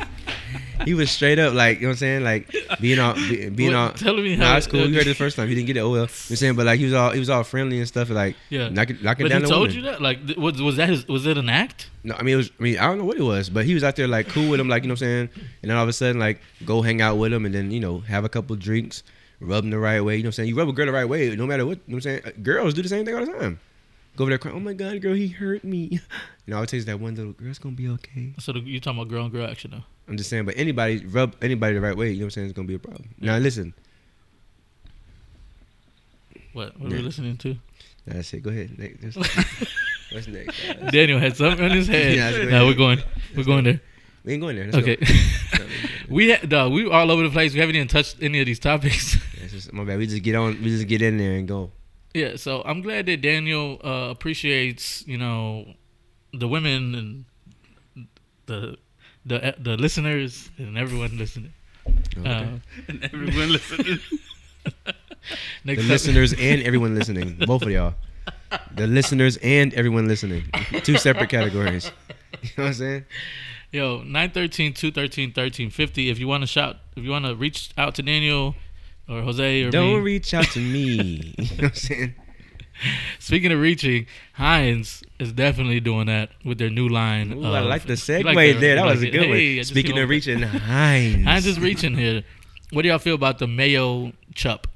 [SPEAKER 4] he was straight up like you know what I'm saying, like being all be- being
[SPEAKER 1] What-
[SPEAKER 4] all.
[SPEAKER 1] tell me
[SPEAKER 4] nah,
[SPEAKER 1] how-
[SPEAKER 4] it's cool. You heard it the first time. You didn't get it. Oh well, you know what I'm saying, but like he was all he was all friendly and stuff, like
[SPEAKER 1] Yeah.
[SPEAKER 4] knocking knocking
[SPEAKER 1] but
[SPEAKER 4] down
[SPEAKER 1] he
[SPEAKER 4] the
[SPEAKER 1] told
[SPEAKER 4] woman.
[SPEAKER 1] you that. Like, th- was was that his, was it an act?
[SPEAKER 4] No, I mean it was. I mean I don't know what it was, but he was out there like cool with him, like you know what I'm saying. And then all of a sudden, like go hang out with him, and then you know have a couple drinks. rub them the right way. You know what I'm saying? You rub a girl the right way, no matter what. You know what I'm saying? Uh, Girls do the same thing all the time. Go over there crying, oh my God, girl, he hurt me. And all it takes is that one little girl, it's going to be okay.
[SPEAKER 1] So the, you talking about girl on girl action now?
[SPEAKER 4] I'm just saying, but anybody, rub anybody the right way, you know what I'm saying? It's going to be a problem. Now, listen,
[SPEAKER 1] What? What are we
[SPEAKER 4] Yeah.
[SPEAKER 1] listening to?
[SPEAKER 4] that's it. Go ahead. Nick. That's- What's next? guys?
[SPEAKER 1] Daniel had something on his head.
[SPEAKER 4] Yeah,
[SPEAKER 1] no,
[SPEAKER 4] that's good.
[SPEAKER 1] we're going. We're going there.
[SPEAKER 4] We ain't going there. Let's go.
[SPEAKER 1] Okay. we had dog, we all over the place. We haven't even touched any of these topics.
[SPEAKER 4] That's just, my bad. We just get on. We just get in there and go.
[SPEAKER 1] yeah, so I'm glad that Daniel uh, appreciates, you know, the women and the the the listeners and everyone listening.
[SPEAKER 4] Okay.
[SPEAKER 1] Uh,
[SPEAKER 3] And everyone listening.
[SPEAKER 1] next
[SPEAKER 4] the
[SPEAKER 1] up-
[SPEAKER 4] listeners and everyone listening, both of y'all. The listeners and everyone listening, two separate categories. You know what I'm saying?
[SPEAKER 1] Yo, 913 213 1350. If you want to shout, if you want to reach out to Daniel or Jose or
[SPEAKER 4] Don't
[SPEAKER 1] me.
[SPEAKER 4] reach out to me. You know what I'm saying?
[SPEAKER 1] Speaking of reaching, Heinz is definitely doing that with their new line.
[SPEAKER 4] Ooh, I
[SPEAKER 1] of-
[SPEAKER 4] like the
[SPEAKER 1] Oh, You
[SPEAKER 4] segue
[SPEAKER 1] like the-
[SPEAKER 4] there. That
[SPEAKER 1] you
[SPEAKER 4] was
[SPEAKER 1] like the-
[SPEAKER 4] a good
[SPEAKER 1] hey, I
[SPEAKER 4] one.
[SPEAKER 1] just
[SPEAKER 4] Speaking
[SPEAKER 1] came
[SPEAKER 4] of
[SPEAKER 1] up-
[SPEAKER 4] reaching, Heinz.
[SPEAKER 1] Heinz is reaching here. What do y'all feel about the mayo chup?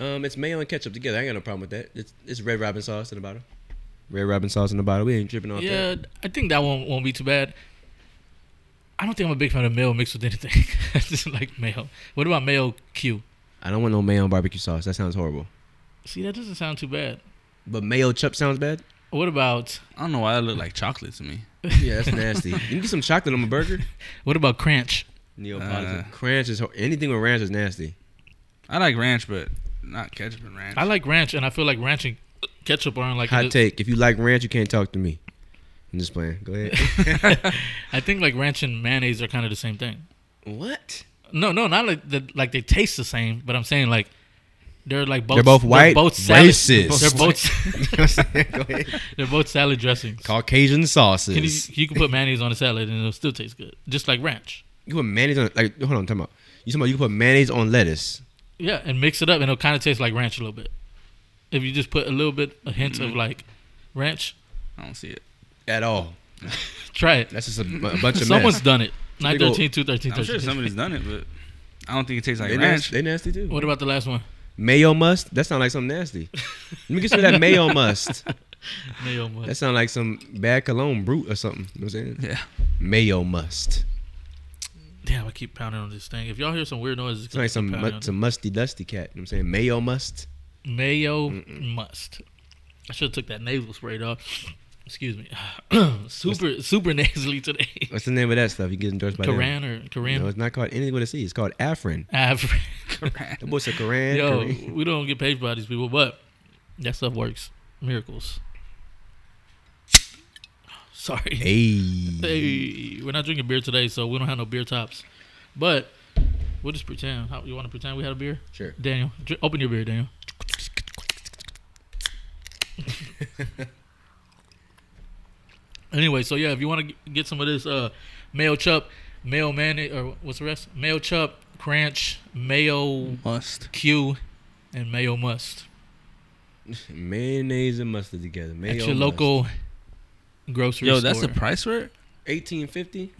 [SPEAKER 4] Um, it's mayo and ketchup together. I ain't got no problem with that. It's, it's red robin sauce in the bottle. Red robin sauce in the bottle. We ain't tripping off
[SPEAKER 1] Yeah,
[SPEAKER 4] that.
[SPEAKER 1] I think that won't won't be too bad. I don't think I'm a big fan of mayo mixed with anything. I just like mayo. What about mayo Q?
[SPEAKER 4] I don't want no mayo and barbecue sauce. That sounds horrible.
[SPEAKER 1] See, that doesn't sound too bad.
[SPEAKER 4] But mayo chup sounds bad.
[SPEAKER 1] What about
[SPEAKER 3] I don't know why that looked like chocolate to me.
[SPEAKER 4] Yeah, that's nasty. You can get some chocolate on a burger.
[SPEAKER 1] what about cranch?
[SPEAKER 4] Neapolitan.
[SPEAKER 3] Uh.
[SPEAKER 4] ranch is hor- anything with ranch is nasty.
[SPEAKER 3] I like ranch, but not ketchup and ranch.
[SPEAKER 1] I like ranch, and I feel like ranch and ketchup aren't like.
[SPEAKER 4] Hot take: If you like ranch, you can't talk to me. I'm just playing. Go ahead.
[SPEAKER 1] I think like ranch and mayonnaise are kind of the same thing.
[SPEAKER 4] what?
[SPEAKER 1] No, no, not like the, like they taste the same, but I'm saying like they're like both
[SPEAKER 4] They're both white,
[SPEAKER 1] both salad,
[SPEAKER 4] racist.
[SPEAKER 1] They're both
[SPEAKER 4] Go ahead.
[SPEAKER 1] they're both salad dressings.
[SPEAKER 4] Caucasian sauces.
[SPEAKER 1] Can you,
[SPEAKER 4] you,
[SPEAKER 1] you can put mayonnaise on a salad and it'll still taste good, just like ranch.
[SPEAKER 4] put mayonnaise on like hold on, time out. You talking about you can put mayonnaise on lettuce?
[SPEAKER 1] Yeah, and mix it up and it'll kind of taste like ranch a little bit. If you just put a little bit, a hint
[SPEAKER 3] Mm-hmm.
[SPEAKER 1] of like ranch,
[SPEAKER 3] I don't see it.
[SPEAKER 4] At all?
[SPEAKER 1] try it.
[SPEAKER 4] That's just a, bu- a bunch of
[SPEAKER 1] Someone's
[SPEAKER 4] mess.
[SPEAKER 1] done it. Nine
[SPEAKER 4] Big ol'
[SPEAKER 1] thirteen, two thirteen,
[SPEAKER 3] I'm sure
[SPEAKER 1] thirteen.
[SPEAKER 3] somebody's done it, but I don't think it tastes like
[SPEAKER 4] They
[SPEAKER 3] ranch.
[SPEAKER 4] nasty, they nasty too.
[SPEAKER 1] What about the last one?
[SPEAKER 4] Mayo must? That sounds like something nasty. Let me get some of that mayo must.
[SPEAKER 1] Mayo must.
[SPEAKER 4] That sounds like some bad cologne brute or something. You know what I'm saying?
[SPEAKER 3] Yeah.
[SPEAKER 4] Mayo must.
[SPEAKER 1] Damn, I keep pounding on this thing. If y'all hear some weird noises,
[SPEAKER 4] It's like some
[SPEAKER 1] keep
[SPEAKER 4] mu-
[SPEAKER 1] pounding on
[SPEAKER 4] some musty dusty cat. You know what I'm saying? Mayo must.
[SPEAKER 1] it. mayo must. I should have took that nasal spray, dog. Excuse me. super super nasally today.
[SPEAKER 4] What's the name of that stuff? You get endorsed by them?
[SPEAKER 1] Koran or Koran?
[SPEAKER 4] No, it's not called anything with a C. It's called Afrin.
[SPEAKER 1] Average.
[SPEAKER 4] That boy said Koran.
[SPEAKER 1] Yo,
[SPEAKER 4] Korean.
[SPEAKER 1] we don't get paid by these people, but that stuff works. Miracles. Sorry.
[SPEAKER 4] Hey.
[SPEAKER 1] Hey, we're not drinking beer today, so we don't have no beer tops. But we'll just pretend. How, you want to pretend we had a beer?
[SPEAKER 4] Sure.
[SPEAKER 1] Daniel, dr- open your beer, Daniel. anyway, so yeah, if you want to get some of this uh, mayo chup, mayo mayonnaise, or what's the rest? Mayo chup, cranch, mayo
[SPEAKER 3] Must.
[SPEAKER 1] Q, and mayo must
[SPEAKER 4] Mayonnaise and mustard together. Mayo
[SPEAKER 1] at your
[SPEAKER 4] must.
[SPEAKER 1] local grocery
[SPEAKER 3] Yo,
[SPEAKER 1] store.
[SPEAKER 3] that's the price for it.
[SPEAKER 4] 1850.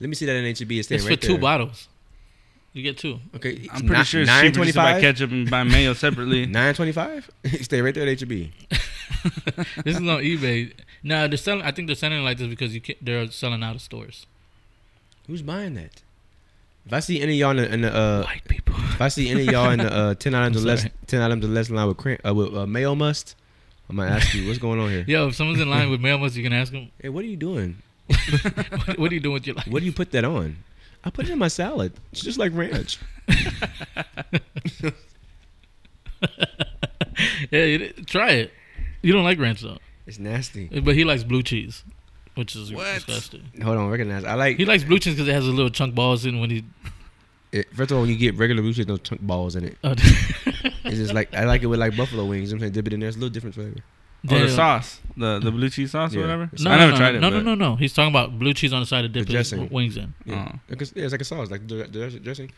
[SPEAKER 4] Let me see that in HEB. It's
[SPEAKER 1] It's
[SPEAKER 4] right
[SPEAKER 1] for two
[SPEAKER 4] there.
[SPEAKER 1] bottles. You get two.
[SPEAKER 4] Okay.
[SPEAKER 3] I'm pretty sure it's cheaper just to buy ketchup and buy mayo separately.
[SPEAKER 4] 925. Stay right there at E HEB.
[SPEAKER 1] This is on eBay. Now they're selling. I think they're selling it like this because you can, they're selling out of stores.
[SPEAKER 4] Who's buying that? If I see any of y'all in the, in the uh,
[SPEAKER 1] White people.
[SPEAKER 4] if I see any of y'all in the uh, ten items or
[SPEAKER 1] I'm
[SPEAKER 4] less
[SPEAKER 1] sorry.
[SPEAKER 4] ten items or less line with cran- uh, with uh, mayo must, I'm gonna ask you what's going on here.
[SPEAKER 1] Yo, if someone's in line with mail must, you can ask them,
[SPEAKER 4] Hey, what are you doing?
[SPEAKER 1] what, what are you doing with your life?
[SPEAKER 4] What do you put that on? I put it in my salad. It's just like ranch.
[SPEAKER 1] yeah, it, try it. You don't like ranch though,
[SPEAKER 4] It's nasty.
[SPEAKER 1] but he likes blue cheese, which is
[SPEAKER 3] What?
[SPEAKER 1] disgusting.
[SPEAKER 4] Hold on, recognize. I like.
[SPEAKER 1] He likes blue cheese because it has a little chunk balls in when he.
[SPEAKER 4] It, first of all, when you get regular blue cheese, no chunk balls in it.
[SPEAKER 1] Uh,
[SPEAKER 4] It's just like I like it with like buffalo wings. You know what I'm saying dip it in there. It's a little different flavor.
[SPEAKER 3] Or the
[SPEAKER 1] damn.
[SPEAKER 3] sauce, the the blue cheese sauce
[SPEAKER 4] Yeah.
[SPEAKER 3] or whatever.
[SPEAKER 4] No,
[SPEAKER 3] I never
[SPEAKER 1] no,
[SPEAKER 3] tried it.
[SPEAKER 1] No,
[SPEAKER 3] but,
[SPEAKER 1] no, no, no. He's talking about blue cheese on the side to dip
[SPEAKER 4] The
[SPEAKER 1] his
[SPEAKER 4] dressing.
[SPEAKER 1] wings in.
[SPEAKER 4] Yeah,
[SPEAKER 3] Oh.
[SPEAKER 4] Because- yeah, it's like a sauce, like the, the dressing.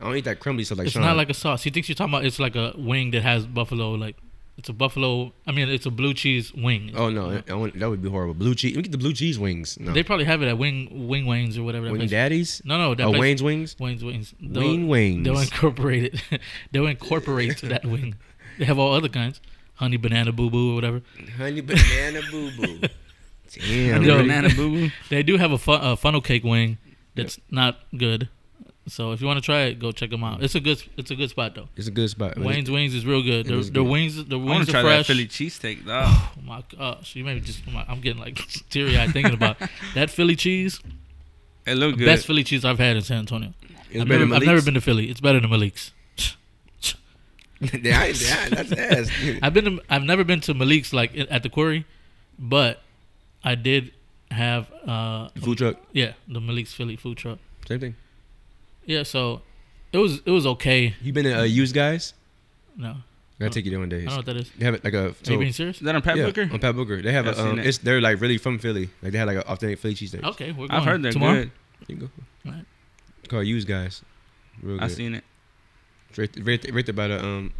[SPEAKER 4] I don't eat that crumbly stuff like.
[SPEAKER 1] It's
[SPEAKER 4] Sean.
[SPEAKER 1] not like a sauce. He thinks you're talking about it's like a wing that has buffalo like It's a buffalo. I mean, it's a blue cheese wing.
[SPEAKER 4] Oh no, I- I want- that would be horrible. Blue cheese. Let me get the blue cheese wings. No,
[SPEAKER 1] They probably have it at Wing Wing Wings or whatever. That
[SPEAKER 4] wing
[SPEAKER 1] place.
[SPEAKER 4] daddies.
[SPEAKER 1] No, no, that
[SPEAKER 4] Oh,
[SPEAKER 1] place-
[SPEAKER 4] Wayne's wings.
[SPEAKER 1] Wings Wings.
[SPEAKER 4] Wing Wings.
[SPEAKER 1] They'll incorporate it. they'll incorporate that wing. They have all other kinds. Honey banana boo boo or whatever.
[SPEAKER 4] Honey banana boo boo. Damn.
[SPEAKER 1] Yo.
[SPEAKER 4] really?
[SPEAKER 3] Banana boo.
[SPEAKER 1] They do have a, fu- a funnel cake wing that's not good. So if you want to try it, go check them out. It's a good it's a good spot though.
[SPEAKER 4] It's a good spot.
[SPEAKER 1] Wayne's Wings is real good.
[SPEAKER 4] It
[SPEAKER 1] Their,
[SPEAKER 4] is
[SPEAKER 1] their
[SPEAKER 4] good.
[SPEAKER 1] wings the
[SPEAKER 3] I want
[SPEAKER 1] wings
[SPEAKER 3] to
[SPEAKER 1] are
[SPEAKER 3] try that
[SPEAKER 1] fresh.
[SPEAKER 3] Philly cheesesteak, dog.
[SPEAKER 1] Oh my gosh, you maybe just my, I'm getting like teary eyed thinking about that Philly cheese.
[SPEAKER 3] It look good.
[SPEAKER 1] Best Philly cheese I've had in San Antonio.
[SPEAKER 4] It's
[SPEAKER 1] I've
[SPEAKER 4] better
[SPEAKER 1] never,
[SPEAKER 4] than
[SPEAKER 1] I've never
[SPEAKER 4] Malik's.
[SPEAKER 1] been to Philly. It's better than Malik's.
[SPEAKER 4] Yeah, I- yeah, that's ass.
[SPEAKER 1] I've been to, I've never been to Malik's like i- at the quarry, but I did have uh
[SPEAKER 4] Food truck.
[SPEAKER 1] yeah the Malik's Philly food truck.
[SPEAKER 4] Same thing.
[SPEAKER 1] Yeah, so it was it was okay.
[SPEAKER 4] You been to uh, used guys?
[SPEAKER 1] No,
[SPEAKER 4] I'll take you there one day.
[SPEAKER 1] I don't know what that is.
[SPEAKER 4] They have it like
[SPEAKER 1] Are Oh.
[SPEAKER 4] a.
[SPEAKER 1] you
[SPEAKER 4] so-
[SPEAKER 1] being serious?
[SPEAKER 3] Is that on Pat
[SPEAKER 4] yeah,
[SPEAKER 3] Booker?
[SPEAKER 4] on Pat Booker. They have
[SPEAKER 3] Yeah, I've
[SPEAKER 4] a.
[SPEAKER 3] seen
[SPEAKER 4] Um,
[SPEAKER 3] that.
[SPEAKER 4] it's they're like really from Philly. Like they had like an authentic Philly cheesesteak.
[SPEAKER 1] Okay, we're going.
[SPEAKER 3] I've heard they're
[SPEAKER 1] tomorrow.
[SPEAKER 3] good.
[SPEAKER 4] You go.
[SPEAKER 1] Alright.
[SPEAKER 4] Call used guys. Real
[SPEAKER 3] I
[SPEAKER 4] good.
[SPEAKER 3] seen it.
[SPEAKER 4] It's Right, th- right, th- right there by the um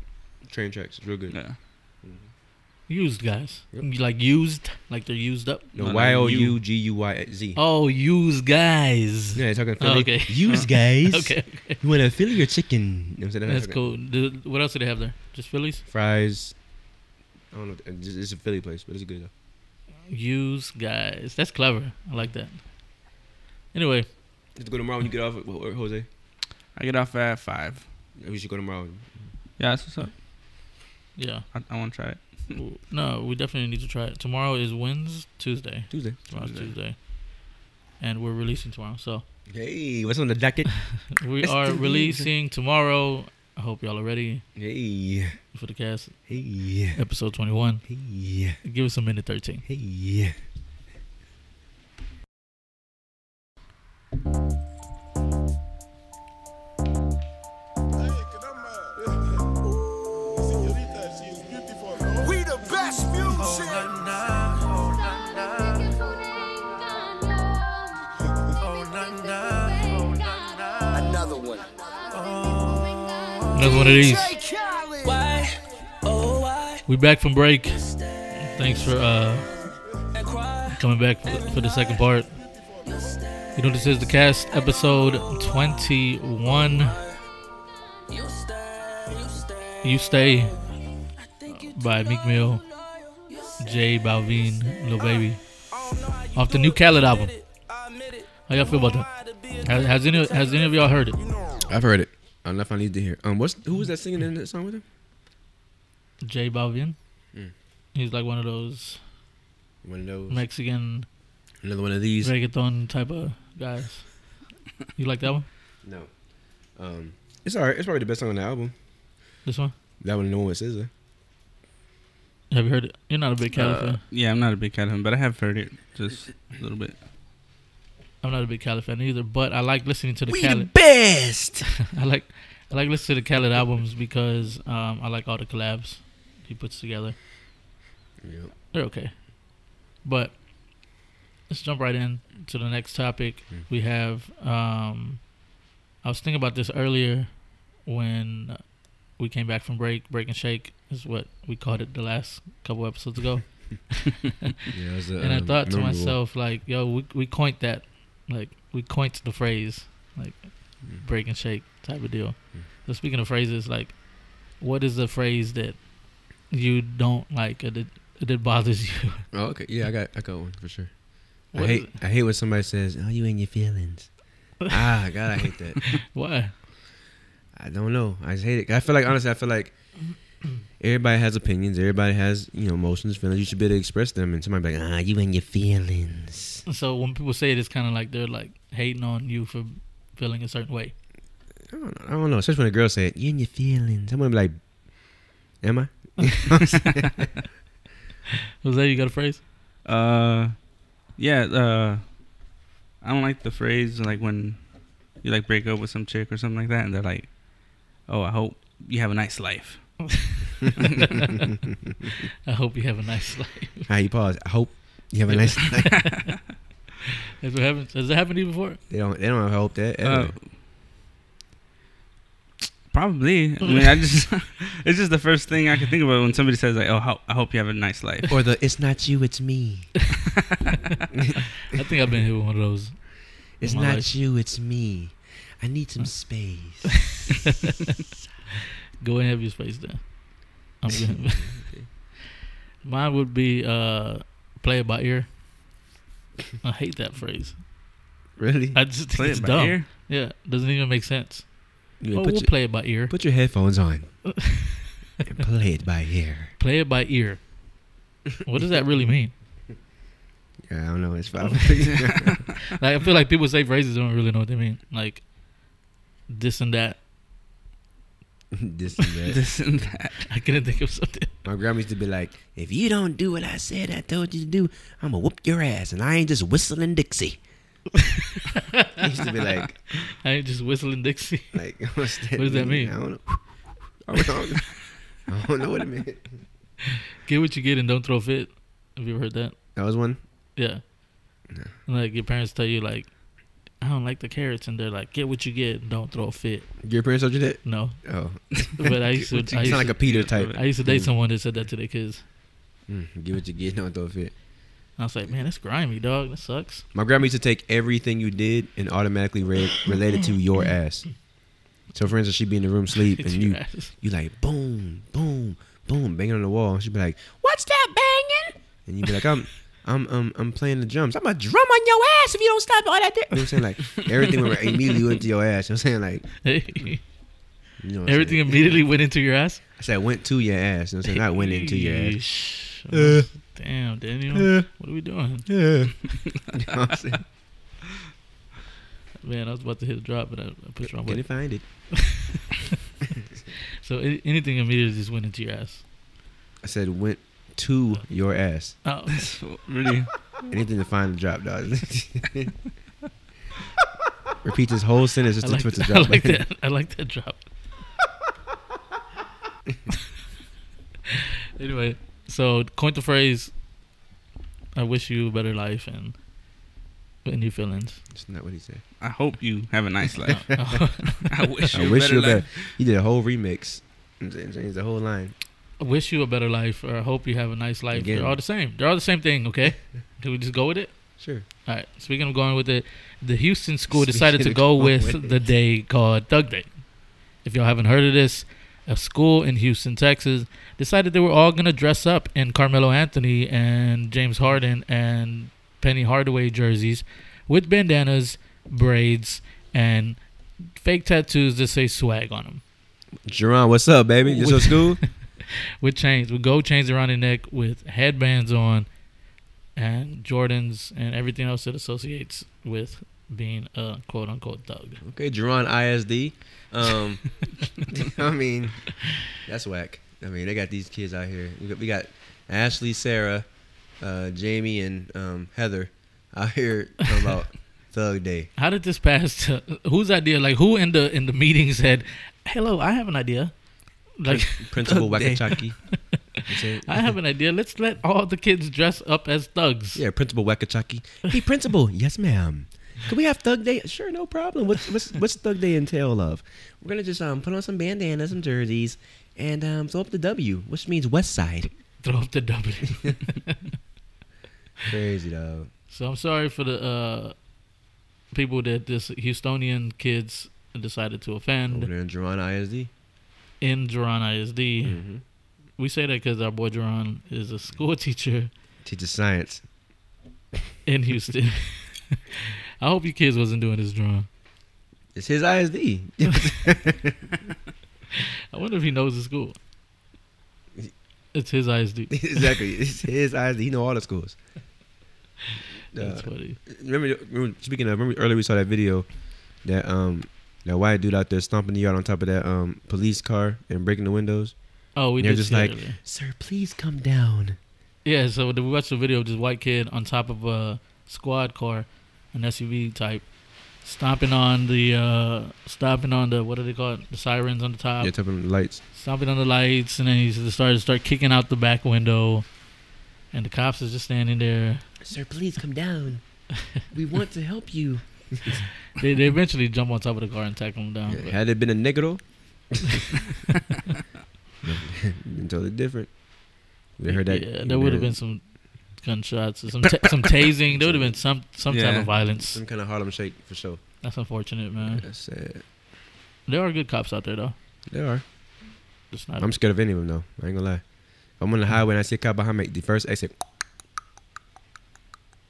[SPEAKER 4] train tracks. It's real good.
[SPEAKER 3] Yeah.
[SPEAKER 1] Used guys,
[SPEAKER 4] Yep.
[SPEAKER 1] like used, like they're used up.
[SPEAKER 4] No,
[SPEAKER 3] No, no,
[SPEAKER 4] Y O U G U Y Z.
[SPEAKER 1] Oh, used guys.
[SPEAKER 4] Yeah, they're talking Philly.
[SPEAKER 1] Oh, okay.
[SPEAKER 4] Used guys.
[SPEAKER 1] Okay, okay.
[SPEAKER 4] You want a Philly or chicken? You know what I'm saying? They're
[SPEAKER 1] that's
[SPEAKER 4] talking
[SPEAKER 1] cool. Do- what else do they have there? Just Phillies.
[SPEAKER 4] Fries. I don't know. uh, what- It's it's a Philly place, but it's good though.
[SPEAKER 1] Used guys. That's clever. I like that. Anyway,
[SPEAKER 4] You have to go tomorrow when you get off, with- with Jose.
[SPEAKER 3] I get off at five.
[SPEAKER 4] We should go tomorrow.
[SPEAKER 3] Yeah, that's what's up.
[SPEAKER 1] yeah.
[SPEAKER 3] I, I want to try it.
[SPEAKER 1] No, we definitely need to try it. Tomorrow is Wednesday, Tuesday.
[SPEAKER 4] Tuesday.
[SPEAKER 1] Tomorrow's
[SPEAKER 3] Tuesday.
[SPEAKER 1] Tuesday. And we're releasing tomorrow. So
[SPEAKER 4] Hey, what's on the docket?
[SPEAKER 1] we
[SPEAKER 4] It's
[SPEAKER 1] are
[SPEAKER 4] Tuesday.
[SPEAKER 1] releasing tomorrow. I hope y'all are ready
[SPEAKER 4] hey,
[SPEAKER 1] for the cast.
[SPEAKER 4] hey,
[SPEAKER 1] Episode 21.
[SPEAKER 4] hey,
[SPEAKER 1] Give us a minute 13.
[SPEAKER 4] hey.
[SPEAKER 5] We the best music. Another one.
[SPEAKER 1] Another one of these.
[SPEAKER 5] Jay Khaled.
[SPEAKER 6] Why? Oh, why?
[SPEAKER 1] We back from break. Thanks for uh,
[SPEAKER 6] And cry.
[SPEAKER 1] coming back for, for the second part. You know, this is the cast, episode 21.
[SPEAKER 6] You stay, you stay.
[SPEAKER 1] You Stay
[SPEAKER 6] I think you
[SPEAKER 1] by Meek Mill,
[SPEAKER 6] You
[SPEAKER 1] J Balvin, Lil Baby. Off the new Khaled album. How y'all feel about that? Has, has, any, has any of y'all heard it?
[SPEAKER 4] I've heard it. I don't know if I need to hear. Um, what's who was that singing in that song with him?
[SPEAKER 1] J Balvin. He's like one of those
[SPEAKER 4] One of those.
[SPEAKER 1] Mexican
[SPEAKER 4] Another one of these.
[SPEAKER 1] reggaeton type of guys. You like that one?
[SPEAKER 4] No. Um, it's alright. It's probably the best song on the album.
[SPEAKER 1] This one?
[SPEAKER 4] That one, no one with SZA.
[SPEAKER 1] Have you heard it? You're not a big Khaled
[SPEAKER 3] Uh,
[SPEAKER 1] fan.
[SPEAKER 3] yeah, I'm not a big cat fan, but I have heard it just a little bit.
[SPEAKER 1] I'm not a big Khaled fan either, but I like listening to the
[SPEAKER 6] We the
[SPEAKER 1] Khaled.
[SPEAKER 6] best.
[SPEAKER 1] I like I like listening to the Khaled albums because um, I like all the collabs he puts together.
[SPEAKER 4] Yep.
[SPEAKER 1] They're okay. But let's jump right in to the next topic.
[SPEAKER 6] Hmm.
[SPEAKER 1] We have um I was thinking about this earlier when we came back from break, break and shake is what we called it the last couple episodes ago.
[SPEAKER 4] Yeah, was um,
[SPEAKER 1] and I thought to myself like, yo, we we coined that. Like we coined the phrase like break and shake type of deal. So speaking of phrases, like what is the phrase that you don't like or that, that bothers you?
[SPEAKER 4] Oh, okay. Yeah, I got, I got one for sure. I
[SPEAKER 1] What is
[SPEAKER 4] hate, I hate when somebody says, "Oh, you in your feelings." ah, God, I hate that.
[SPEAKER 1] Why?
[SPEAKER 4] I don't know. I just hate it. I feel like honestly, I feel like everybody has opinions. Everybody has you know emotions, feelings. You should be able to express them. And somebody be like, ah, you and your feelings.
[SPEAKER 1] So when people say it, it's kind of like they're like hating on you for feeling a certain way.
[SPEAKER 4] I don't know. I don't know. Especially when a girl said, you and your feelings. I'm gonna be like, am I? You know what I'm saying?
[SPEAKER 1] Jose, you got a phrase?
[SPEAKER 3] Uh, yeah. Uh, I don't like the phrase like when you like break up with some chick or something like that, and they're like, "Oh, I hope you have a nice life."
[SPEAKER 1] I hope you have a nice life.
[SPEAKER 4] All right, you pause. I hope you have a nice. night.
[SPEAKER 1] Has it
[SPEAKER 4] Uh,
[SPEAKER 1] happened? Has it happened to you before?
[SPEAKER 4] they don't. They don't hope that.
[SPEAKER 3] Uh,
[SPEAKER 4] ever.
[SPEAKER 3] Probably.
[SPEAKER 4] Mm.
[SPEAKER 3] I mean, I just it's just the first thing I can think about when somebody says like, "Oh, how, I hope you have a nice life."
[SPEAKER 4] Or the it's not you, it's me.
[SPEAKER 1] I think I've been hit with one of those.
[SPEAKER 4] It's
[SPEAKER 1] my
[SPEAKER 4] not
[SPEAKER 1] life.
[SPEAKER 4] you, it's me. I need some space.
[SPEAKER 1] Go and have your space then. I'm good. Mine would be uh, play it by ear. I hate that phrase.
[SPEAKER 4] really?
[SPEAKER 1] I just think
[SPEAKER 3] Play
[SPEAKER 1] it's
[SPEAKER 3] it by
[SPEAKER 1] dumb.
[SPEAKER 3] ear.
[SPEAKER 1] Yeah, doesn't even make sense.
[SPEAKER 4] Yeah,
[SPEAKER 1] oh,
[SPEAKER 4] put,
[SPEAKER 1] we'll
[SPEAKER 4] your,
[SPEAKER 1] play it by ear.
[SPEAKER 4] put your headphones on. and play it by ear.
[SPEAKER 1] Play it by ear. What does that really mean?
[SPEAKER 4] I don't know. It's fine.
[SPEAKER 1] Like I feel like people say phrases don't really know what they mean. Like this and that.
[SPEAKER 4] this and that.
[SPEAKER 3] This and that.
[SPEAKER 1] I couldn't think of something.
[SPEAKER 4] My grandma used to be like, if you don't do what I said I told you to do, I'm going to whoop your ass. And I ain't just whistling Dixie. I used to be like,
[SPEAKER 1] I ain't just whistling Dixie.
[SPEAKER 4] like what's that
[SPEAKER 1] What does that mean?
[SPEAKER 4] I don't know. I don't know. I don't know what it meant.
[SPEAKER 1] Get what you get and don't throw a fit. Have you ever heard that?
[SPEAKER 4] That was one.
[SPEAKER 1] Yeah. Like your parents tell you like, I don't like the carrots, and they're like, get what you get, and don't throw a fit.
[SPEAKER 4] Your parents told you that?
[SPEAKER 1] No,
[SPEAKER 4] Oh.
[SPEAKER 1] but I used to. I
[SPEAKER 4] It's
[SPEAKER 1] used
[SPEAKER 4] not like
[SPEAKER 1] to,
[SPEAKER 4] a Mm. Peter type.
[SPEAKER 1] I used to date someone that said that to their kids.
[SPEAKER 4] Mm, get what you get, don't throw a
[SPEAKER 1] And
[SPEAKER 4] fit.
[SPEAKER 1] I was like, man, that's grimy, dog. That sucks.
[SPEAKER 4] My grandma used to take everything you did and automatically re- relate it to your ass. So, for instance, she'd be in the room sleep and
[SPEAKER 1] It's
[SPEAKER 4] you
[SPEAKER 1] your ass.
[SPEAKER 4] you like boom, boom, boom, banging on the wall. And she'd be like, "What's that banging?" And you'd be like, "I'm, I'm, I'm, I'm playing the drums. I'm a drum on your ass if you don't stop all that." There. You know what I'm saying? Like everything went immediately went to your ass. You know what I'm saying? Like you know what I'm
[SPEAKER 1] Everything
[SPEAKER 4] saying?
[SPEAKER 1] immediately went into your ass.
[SPEAKER 4] I said went to your ass. You know what I'm saying? Not went into your ass.
[SPEAKER 1] Yeesh. Damn, Daniel. What are we doing?
[SPEAKER 4] Yeah. you know what I'm saying?
[SPEAKER 1] Man, I was about to hit a drop, but I, I pushed wrong
[SPEAKER 4] Can you
[SPEAKER 1] button.
[SPEAKER 4] find it?
[SPEAKER 1] So a- anything immediately just went into your ass.
[SPEAKER 4] I said went to your ass.
[SPEAKER 1] Oh,
[SPEAKER 3] So, really?
[SPEAKER 4] Anything to find the drop, dog. Repeat this whole sentence
[SPEAKER 1] I
[SPEAKER 4] just
[SPEAKER 1] like,
[SPEAKER 4] to twist the
[SPEAKER 1] that. I
[SPEAKER 4] drop.
[SPEAKER 1] like that. I like that drop. anyway, so coin the phrase. I wish you a better life and and new feelings. Uh,
[SPEAKER 4] It's not what he said.
[SPEAKER 3] I hope you have a nice life.
[SPEAKER 1] I
[SPEAKER 3] I wish you
[SPEAKER 4] I
[SPEAKER 3] a
[SPEAKER 4] wish
[SPEAKER 3] better
[SPEAKER 4] you a better.
[SPEAKER 3] life.
[SPEAKER 4] You did a whole remix. And then Changed the whole line.
[SPEAKER 1] wish you a better life, or I hope you have a nice life.
[SPEAKER 4] Again.
[SPEAKER 1] They're all the same. They're all the same thing. Okay, can we just go with it?
[SPEAKER 4] Sure.
[SPEAKER 1] All right. Speaking of going with it, the Houston school
[SPEAKER 4] Speaking
[SPEAKER 1] decided to
[SPEAKER 4] of
[SPEAKER 1] go
[SPEAKER 4] going
[SPEAKER 1] with
[SPEAKER 4] with it.
[SPEAKER 1] the day called Thug Day. If y'all haven't heard of this, a school in Houston, Texas, decided they were all gonna dress up in Carmelo Anthony and James Harden and Penny Hardaway jerseys with bandanas, braids, and fake tattoos that say swag on them.
[SPEAKER 4] Jerron, what's up, baby? You still school?
[SPEAKER 1] With chains, with gold chains around their neck, with headbands on, and Jordans and everything else that associates with being a quote unquote thug.
[SPEAKER 4] Okay, Jerron ISD. Um, I mean, that's whack. I mean, they got these kids out here. We got, we got Ashley, Sarah, uh, Jamie, and um, Heather out here talking about Thug Day.
[SPEAKER 1] How did this pass? To, whose idea? Like who in the in the meeting said, "Hello, I have an idea." Like
[SPEAKER 4] Principal
[SPEAKER 1] Thug Day.
[SPEAKER 4] Wakachaki. That's it.
[SPEAKER 1] I have an idea. Let's let all the kids dress up as thugs.
[SPEAKER 4] Yeah, Principal Wakachaki. Hey, Principal. yes, ma'am. Can we have Thug Day? Sure, no problem. What's what's, what's Thug Day entail of? We're gonna just um put on some bandanas, some jerseys, and um throw up the W, which means West Side.
[SPEAKER 1] Throw up the W.
[SPEAKER 4] Crazy dog.
[SPEAKER 1] so I'm sorry for the uh, people that this Houstonian kids decided to
[SPEAKER 4] Over
[SPEAKER 1] offend
[SPEAKER 4] there in Geron ISD.
[SPEAKER 1] in Duran ISD.
[SPEAKER 4] Mm-hmm.
[SPEAKER 1] We say that because our boy Duran is a school teacher
[SPEAKER 4] Teaches science.
[SPEAKER 1] in Houston. I hope you kids wasn't doing this, Duran.
[SPEAKER 4] It's his ISD.
[SPEAKER 1] I wonder if he knows the school. It's his ISD.
[SPEAKER 4] exactly. It's his ISD. He know all the schools.
[SPEAKER 1] That's
[SPEAKER 4] Uh,
[SPEAKER 1] funny.
[SPEAKER 4] remember, remember speaking of remember earlier we saw that video that um that white dude out there stomping the yard on top of that um police car and breaking the windows.
[SPEAKER 1] Oh, we
[SPEAKER 4] and they're
[SPEAKER 1] did
[SPEAKER 4] just
[SPEAKER 1] see it
[SPEAKER 4] like,
[SPEAKER 1] earlier.
[SPEAKER 4] "Sir, please come down."
[SPEAKER 1] yeah. So we watched a video of this white kid on top of a squad car, an SUV type, stomping on the uh stomping on the what do they call it? The sirens on the top,
[SPEAKER 4] Yeah, typing the lights.
[SPEAKER 1] stomping on the lights, and then he just started start kicking out the back window, and the cops is just standing there.
[SPEAKER 4] Sir, please come down. We want to help you.
[SPEAKER 1] They, they eventually jump on top of the car and tackle him down. but-
[SPEAKER 4] Had it been a negro, been totally different. You heard that?
[SPEAKER 1] yeah,
[SPEAKER 4] you
[SPEAKER 1] there would have
[SPEAKER 4] know,
[SPEAKER 1] been some gunshots or some ta- some tasing. There would have been some some type
[SPEAKER 3] Yeah.
[SPEAKER 1] of violence.
[SPEAKER 4] some kind of Harlem Shake for sure.
[SPEAKER 1] That's unfortunate, man.
[SPEAKER 4] That's sad.
[SPEAKER 1] There are good cops out there though.
[SPEAKER 4] There are.
[SPEAKER 1] Just not.
[SPEAKER 4] I'm scared of any of them though. I ain't gonna lie. If I'm on the highway and I see a car behind me. The first exit.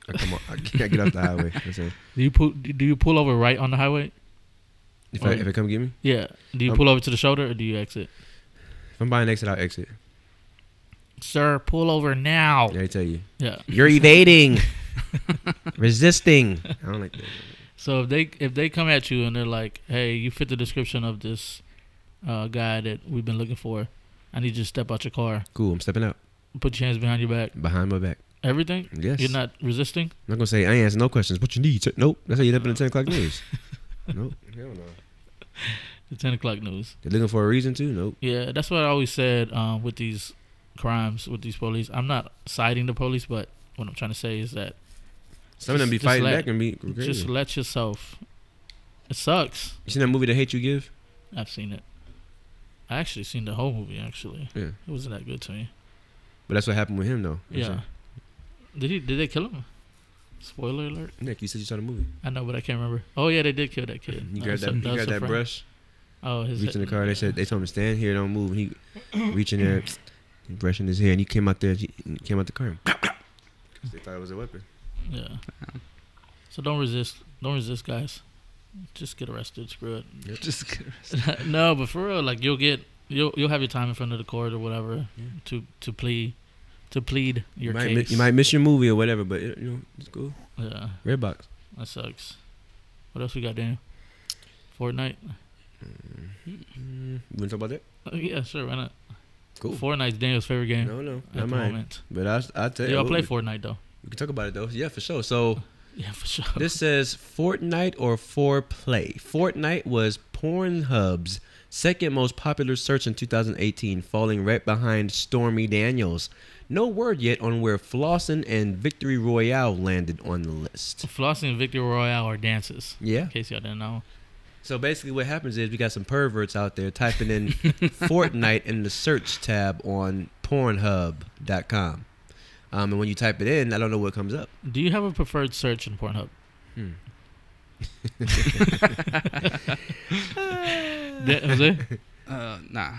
[SPEAKER 4] I come on. I can't get off the highway. You know what I'm saying?
[SPEAKER 1] do you pull? Do you pull over right on the highway?
[SPEAKER 4] If, I,
[SPEAKER 1] Oh,
[SPEAKER 4] if it come get me,
[SPEAKER 1] Yeah. Do you
[SPEAKER 4] Um,
[SPEAKER 1] pull over to the shoulder or do you exit?
[SPEAKER 4] if I'm by an exit, I'll exit.
[SPEAKER 1] Sir, pull over now.
[SPEAKER 4] Yeah, I tell you,
[SPEAKER 1] Yeah.
[SPEAKER 4] you're evading, resisting. I don't like that.
[SPEAKER 1] So if they if they come at you and they're like, "Hey, you fit the description of this uh, guy that we've been looking for. I need you to step out your car,
[SPEAKER 4] Cool. I'm stepping out
[SPEAKER 1] put your hands behind your back,
[SPEAKER 4] behind my back.
[SPEAKER 1] everything.
[SPEAKER 4] Yes.
[SPEAKER 1] You're not resisting.
[SPEAKER 4] I'm not gonna say I ain't answer no questions. What you need? Sir? Nope. That's how you end up in the ten o'clock news. nope. Hell no.
[SPEAKER 1] The ten o'clock news.
[SPEAKER 4] They're looking for a reason too. Nope.
[SPEAKER 1] Yeah, that's what I always said um, with these crimes with these police. I'm not citing the police, but what I'm trying to say is that
[SPEAKER 4] Some of them be
[SPEAKER 1] Just- just
[SPEAKER 4] fighting
[SPEAKER 1] let-
[SPEAKER 4] back and be crazy.
[SPEAKER 1] just let yourself. It sucks.
[SPEAKER 4] you seen that movie The Hate You Give?
[SPEAKER 1] I've seen it. I actually seen the whole movie. Actually,
[SPEAKER 4] Yeah.
[SPEAKER 1] it wasn't that good to me.
[SPEAKER 4] But that's what happened with him though. You know what I'm
[SPEAKER 1] Yeah. Did he? Did they kill him? Spoiler alert.
[SPEAKER 4] saying? Nick, you said you saw the movie.
[SPEAKER 1] I know, but I can't remember. Oh yeah, they did kill that kid.
[SPEAKER 4] You
[SPEAKER 1] Uh,
[SPEAKER 4] grabbed
[SPEAKER 1] so-
[SPEAKER 4] that, you
[SPEAKER 1] was
[SPEAKER 4] grabbed
[SPEAKER 1] a
[SPEAKER 4] that
[SPEAKER 1] friend.
[SPEAKER 4] brush,
[SPEAKER 1] Oh, his
[SPEAKER 4] reached in the car. They said they told him to stand here, don't move. He reached in there, brushing his hair, and you came out there. He came out the car. they thought it was a weapon.
[SPEAKER 1] Yeah. So don't resist. Don't resist, guys. Just get arrested. Screw it.
[SPEAKER 3] Just kidding.
[SPEAKER 1] no, but for real, like you'll get you'll you'll have your time in front of the court or whatever to to plead to plead
[SPEAKER 4] You
[SPEAKER 1] your
[SPEAKER 4] might,
[SPEAKER 1] case.
[SPEAKER 4] miss, you might miss your movie or whatever, but it, you know it's cool.
[SPEAKER 1] Yeah,
[SPEAKER 4] Red box.
[SPEAKER 1] that sucks. What else we got, Daniel? Fortnite.
[SPEAKER 4] Mm, you want to talk about that?
[SPEAKER 1] Oh, yeah, sure. Why not?
[SPEAKER 4] Cool.
[SPEAKER 1] Fortnite's Daniel's favorite game
[SPEAKER 4] No, no,
[SPEAKER 1] at the
[SPEAKER 4] not mine.
[SPEAKER 1] moment.
[SPEAKER 4] But I, I tell you,
[SPEAKER 1] Yeah, I play
[SPEAKER 4] we,
[SPEAKER 1] Fortnite though.
[SPEAKER 4] we can talk about it though. Yeah, for sure. So
[SPEAKER 1] Yeah, for sure.
[SPEAKER 4] this says Fortnite or foreplay. Fortnite was Pornhub's second most popular search in 2018, falling right behind Stormy Daniels. No word yet on where Flossin and Victory Royale landed on the list.
[SPEAKER 1] Flossy and Victor Royale are dances.
[SPEAKER 4] Yeah.
[SPEAKER 1] In case y'all didn't know.
[SPEAKER 4] So basically, what happens is we got some perverts out there typing in Fortnite in the search tab on Pornhub.com. Um, and when you type it in, I don't know what comes up.
[SPEAKER 1] Do you have a preferred search in Pornhub? that was it.
[SPEAKER 3] Uh, nah.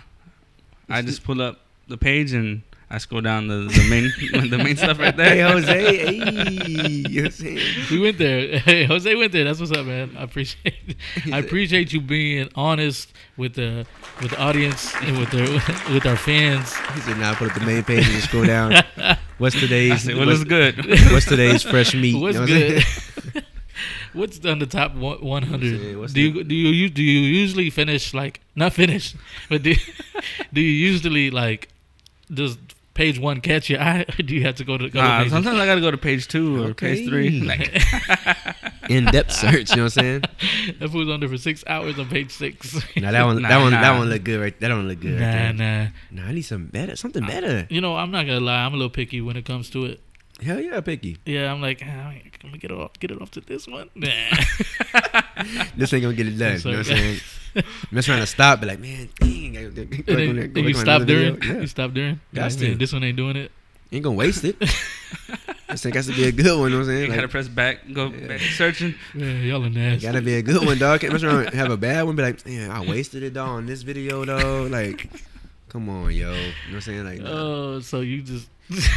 [SPEAKER 3] I just pull up the page and I scroll down the, the main the main stuff right there.
[SPEAKER 4] Hey, oh, Jose. Hey. You know what I'm saying?
[SPEAKER 1] We went there. Hey, Jose went there. That's what's up, man. I appreciate. I appreciate you being honest with the with the audience and with their with our fans.
[SPEAKER 4] He said, nah, put up the main page and just scroll down. What's
[SPEAKER 3] I
[SPEAKER 4] today's?
[SPEAKER 3] said, well,
[SPEAKER 4] what's,
[SPEAKER 3] it's good.
[SPEAKER 4] what's today's fresh meat? You
[SPEAKER 1] What's
[SPEAKER 4] know what I'm
[SPEAKER 1] good?
[SPEAKER 4] saying?
[SPEAKER 1] what's on the top one
[SPEAKER 4] Yeah,
[SPEAKER 1] hundred?
[SPEAKER 4] what's
[SPEAKER 1] Do you do you u- do you usually finish like not finish, but do do you usually like does page one catch your eye? Or do you have to go to go
[SPEAKER 3] Nah,
[SPEAKER 1] to page?
[SPEAKER 3] sometimes I gotta go to page two or
[SPEAKER 4] Okay.
[SPEAKER 3] page three. Like,
[SPEAKER 4] In-depth search. You know what I'm saying?
[SPEAKER 1] That fool's on there for six hours on page six.
[SPEAKER 4] Nah, that one,
[SPEAKER 3] Nah,
[SPEAKER 4] that one, that
[SPEAKER 3] nah.
[SPEAKER 4] one look good. Right? That one look good. right
[SPEAKER 1] nah,
[SPEAKER 4] there.
[SPEAKER 1] nah.
[SPEAKER 4] Nah, I need some better, something better.
[SPEAKER 1] You know, I'm not gonna lie. I'm a little picky when it comes to it.
[SPEAKER 4] Hell yeah, picky.
[SPEAKER 1] Yeah, I'm like, ah, can we get it off? Get it off to this one? Nah.
[SPEAKER 4] This ain't gonna get it done.
[SPEAKER 1] So-
[SPEAKER 4] you know what I'm saying? I'm just trying to stop, but like, man, dang. I- I- go back
[SPEAKER 1] And
[SPEAKER 4] on
[SPEAKER 1] then,
[SPEAKER 4] that- go
[SPEAKER 1] and you
[SPEAKER 4] back on
[SPEAKER 1] stop
[SPEAKER 4] another video.
[SPEAKER 1] during. You
[SPEAKER 4] Yeah.
[SPEAKER 1] stop during.
[SPEAKER 4] Got
[SPEAKER 1] Like, man,
[SPEAKER 4] to.
[SPEAKER 1] This one ain't doing it.
[SPEAKER 4] Ain't gonna waste it. I think has to be a good one. You know what I'm
[SPEAKER 3] you
[SPEAKER 4] saying?
[SPEAKER 3] gotta
[SPEAKER 4] Like,
[SPEAKER 3] press back, go back searching.
[SPEAKER 1] Man, y'all are nasty.
[SPEAKER 4] gotta be a good one, dog. Can't mess around and have a bad one. Be like, man, I wasted it, dog, on this video, though. Like, come on, yo. You know what I'm saying? Like, nah,
[SPEAKER 1] Oh, so you just
[SPEAKER 4] it's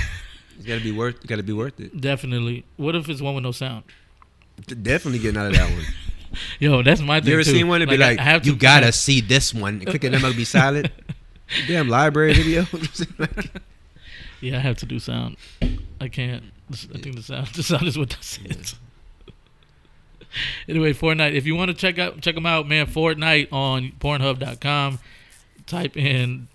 [SPEAKER 4] gotta be worth. It gotta be worth it.
[SPEAKER 1] definitely. What if it's one with no sound?
[SPEAKER 4] D- Definitely getting out of that one.
[SPEAKER 1] Yo, that's my thing.
[SPEAKER 4] You ever
[SPEAKER 1] too.
[SPEAKER 4] seen one and be
[SPEAKER 1] I-
[SPEAKER 4] like,
[SPEAKER 1] I have
[SPEAKER 4] you
[SPEAKER 1] to-
[SPEAKER 4] gotta see this one? And click it, and be silent. Damn library video. You know what I'm saying? Like,
[SPEAKER 1] Yeah, I have to do sound. I can't. I think the sound. The sound is what does it. anyway, Fortnite. If you want to check out, check them out, man. Fortnite on Pornhub.com. Type in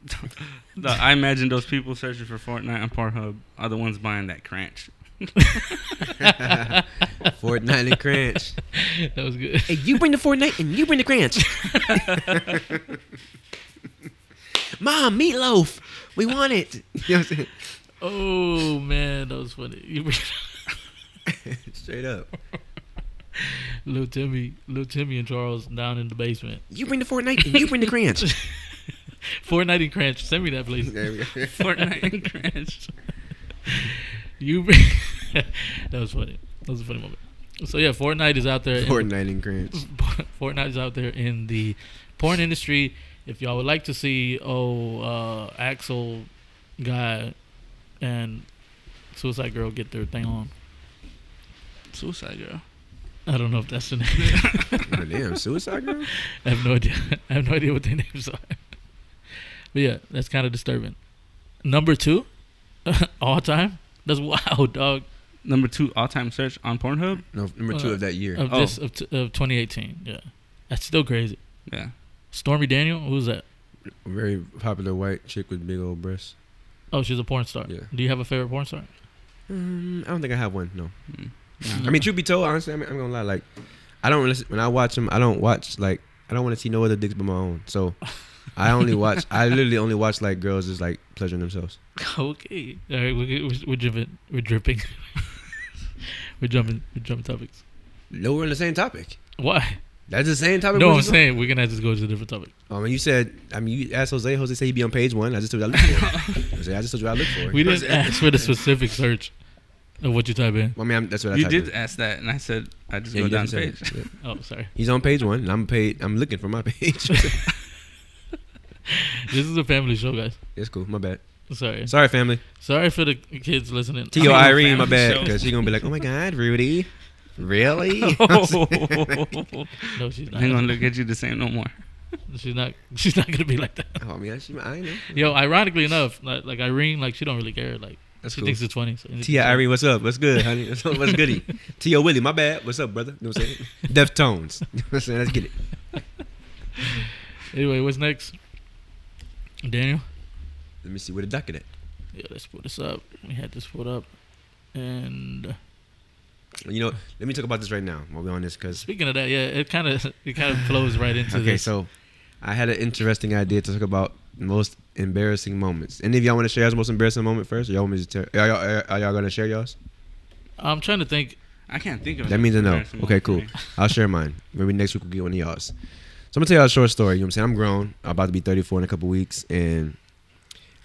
[SPEAKER 3] No, I imagine those people searching for Fortnite and Pornhub are the ones buying that cranch.
[SPEAKER 4] Fortnite and Crunch.
[SPEAKER 1] that was good.
[SPEAKER 4] Hey, you bring the Fortnite and you bring the Crunch. Mom, meatloaf. We want it. You know what I'm saying?
[SPEAKER 1] Oh man, that was funny. You-
[SPEAKER 4] Straight up.
[SPEAKER 1] little Timmy, little Timmy and Charles down in the basement.
[SPEAKER 4] You bring the Fortnite and you bring the crayons.
[SPEAKER 1] Fortnite and Cranch, send me that please.
[SPEAKER 3] Fortnite and Crash.
[SPEAKER 1] You, that was funny. That was a funny moment. So yeah, Fortnite is out there. in-
[SPEAKER 4] Fortnite and crayons.
[SPEAKER 1] Fortnite is out there in the porn industry. If y'all would like to see oh uh, Axel guy and Suicide Girl get their thing on,
[SPEAKER 3] Suicide Girl.
[SPEAKER 1] I don't know if that's the name.
[SPEAKER 4] Oh, damn, Suicide Girl?
[SPEAKER 1] I have no idea. I have no idea what their names are. But yeah, that's kind of disturbing. Number two, all time. That's wild, dog.
[SPEAKER 3] Number two all time search on Pornhub.
[SPEAKER 4] No, number
[SPEAKER 1] Uh,
[SPEAKER 4] two of that year.
[SPEAKER 1] Of
[SPEAKER 3] Oh.
[SPEAKER 1] this of, t- of 2018. Yeah, that's still crazy.
[SPEAKER 3] Yeah.
[SPEAKER 1] Stormy Daniel, who's that?
[SPEAKER 4] Very popular white chick with big old breasts.
[SPEAKER 1] Oh, she's a porn star.
[SPEAKER 4] Yeah.
[SPEAKER 1] Do you have a favorite porn star?
[SPEAKER 4] Mm, I don't think I have one. No.
[SPEAKER 3] Mm.
[SPEAKER 4] I mean, truth be told, honestly, I mean, I'm gonna lie. Like, I don't listen, when I watch them. I don't watch like I don't want to see no other dicks but my own. So, I only watch. I literally only watch like girls just like pleasuring themselves.
[SPEAKER 1] Okay. All right, we're, we're, we're dripping. We're dripping. we're jumping. We're jumping topics.
[SPEAKER 4] No, we're on the same topic.
[SPEAKER 1] Why?
[SPEAKER 4] That's the same topic.
[SPEAKER 1] No,
[SPEAKER 4] we
[SPEAKER 1] I'm
[SPEAKER 4] just-
[SPEAKER 1] saying we're gonna have to go to a different topic.
[SPEAKER 4] I mean, Oh, you said. I mean, you asked Jose. Jose said he'd be on page one. I just told you I look for it. I said, I just told you I look for it.
[SPEAKER 1] We didn't ask for the specific search of what you type in.
[SPEAKER 4] Well, I mean, I'm, that's what I
[SPEAKER 3] You
[SPEAKER 4] typed
[SPEAKER 3] did
[SPEAKER 4] in.
[SPEAKER 3] ask that, and I said I just
[SPEAKER 4] Yeah,
[SPEAKER 3] go
[SPEAKER 4] you
[SPEAKER 3] down the
[SPEAKER 4] definitely
[SPEAKER 3] page.
[SPEAKER 4] said it. Yeah.
[SPEAKER 1] Oh, sorry.
[SPEAKER 4] He's on page one, and I'm paid. I'm looking for my page.
[SPEAKER 1] This is a family show, guys.
[SPEAKER 4] it's cool. My bad.
[SPEAKER 1] Sorry.
[SPEAKER 4] Sorry, family.
[SPEAKER 1] Sorry for the kids listening.
[SPEAKER 4] T.O.
[SPEAKER 3] I mean,
[SPEAKER 4] Irene, E, my
[SPEAKER 3] family
[SPEAKER 4] bad.
[SPEAKER 3] show.
[SPEAKER 4] Because she's going to be like, oh my God, Rudy. Really?
[SPEAKER 3] I
[SPEAKER 1] No, she's not.
[SPEAKER 3] ain't gonna look at you the same no more.
[SPEAKER 1] She's not. She's not gonna be like that.
[SPEAKER 4] Oh, man, she, I know.
[SPEAKER 1] Yo, ironically enough, like, like Irene, like she don't really care. Like
[SPEAKER 4] That's
[SPEAKER 1] she
[SPEAKER 4] cool.
[SPEAKER 1] thinks it's funny. So
[SPEAKER 4] T.O. Irene, E, what's up? What's good, honey? What's, what's goody? T.O. Willie, my bad. What's up, brother? You know what I'm saying? Deftones. You know what I'm saying? Let's get it.
[SPEAKER 1] Anyway, what's next? Daniel.
[SPEAKER 4] Let me see where the docket at.
[SPEAKER 1] Yeah, let's put this up. We had this put up. And uh,
[SPEAKER 4] You know, let me talk about this right now while we're on this because
[SPEAKER 1] speaking of that, yeah, it kind of it kind of flows right into
[SPEAKER 4] Okay,
[SPEAKER 1] this.
[SPEAKER 4] so I had an interesting idea to talk about most embarrassing moments. Any of y'all want to share y'all's most embarrassing moment first? Or y'all want me to tell? Are y'all, are, are y'all gonna share y'all's?
[SPEAKER 1] I'm trying to think.
[SPEAKER 3] I can't think of
[SPEAKER 4] That
[SPEAKER 3] it.
[SPEAKER 4] means a no.
[SPEAKER 3] Embarrassing
[SPEAKER 4] Okay,
[SPEAKER 3] moment for
[SPEAKER 4] cool.
[SPEAKER 3] me.
[SPEAKER 4] I'll share mine. Maybe next week we'll get one of y'all's. So I'm gonna tell y'all a short story. You know what I'm saying? I'm grown. I'm about to be 34 in a couple weeks, and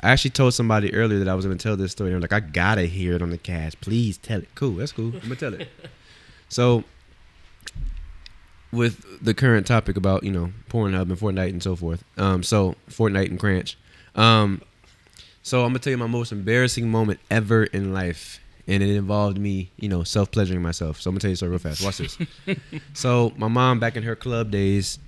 [SPEAKER 4] I actually told somebody earlier that I was gonna tell this story. And I'm like, I gotta hear it on the cast. Please tell it. Cool. That's cool. I'm gonna tell it. So, with the current topic about you know Pornhub and Fortnite and so forth. Um, so Fortnite and Crunch. Um, so I'm gonna tell you my most embarrassing moment ever in life, and it involved me, you know, self pleasuring myself. So I'm gonna tell you so real fast. Watch this. so my mom back in her club days,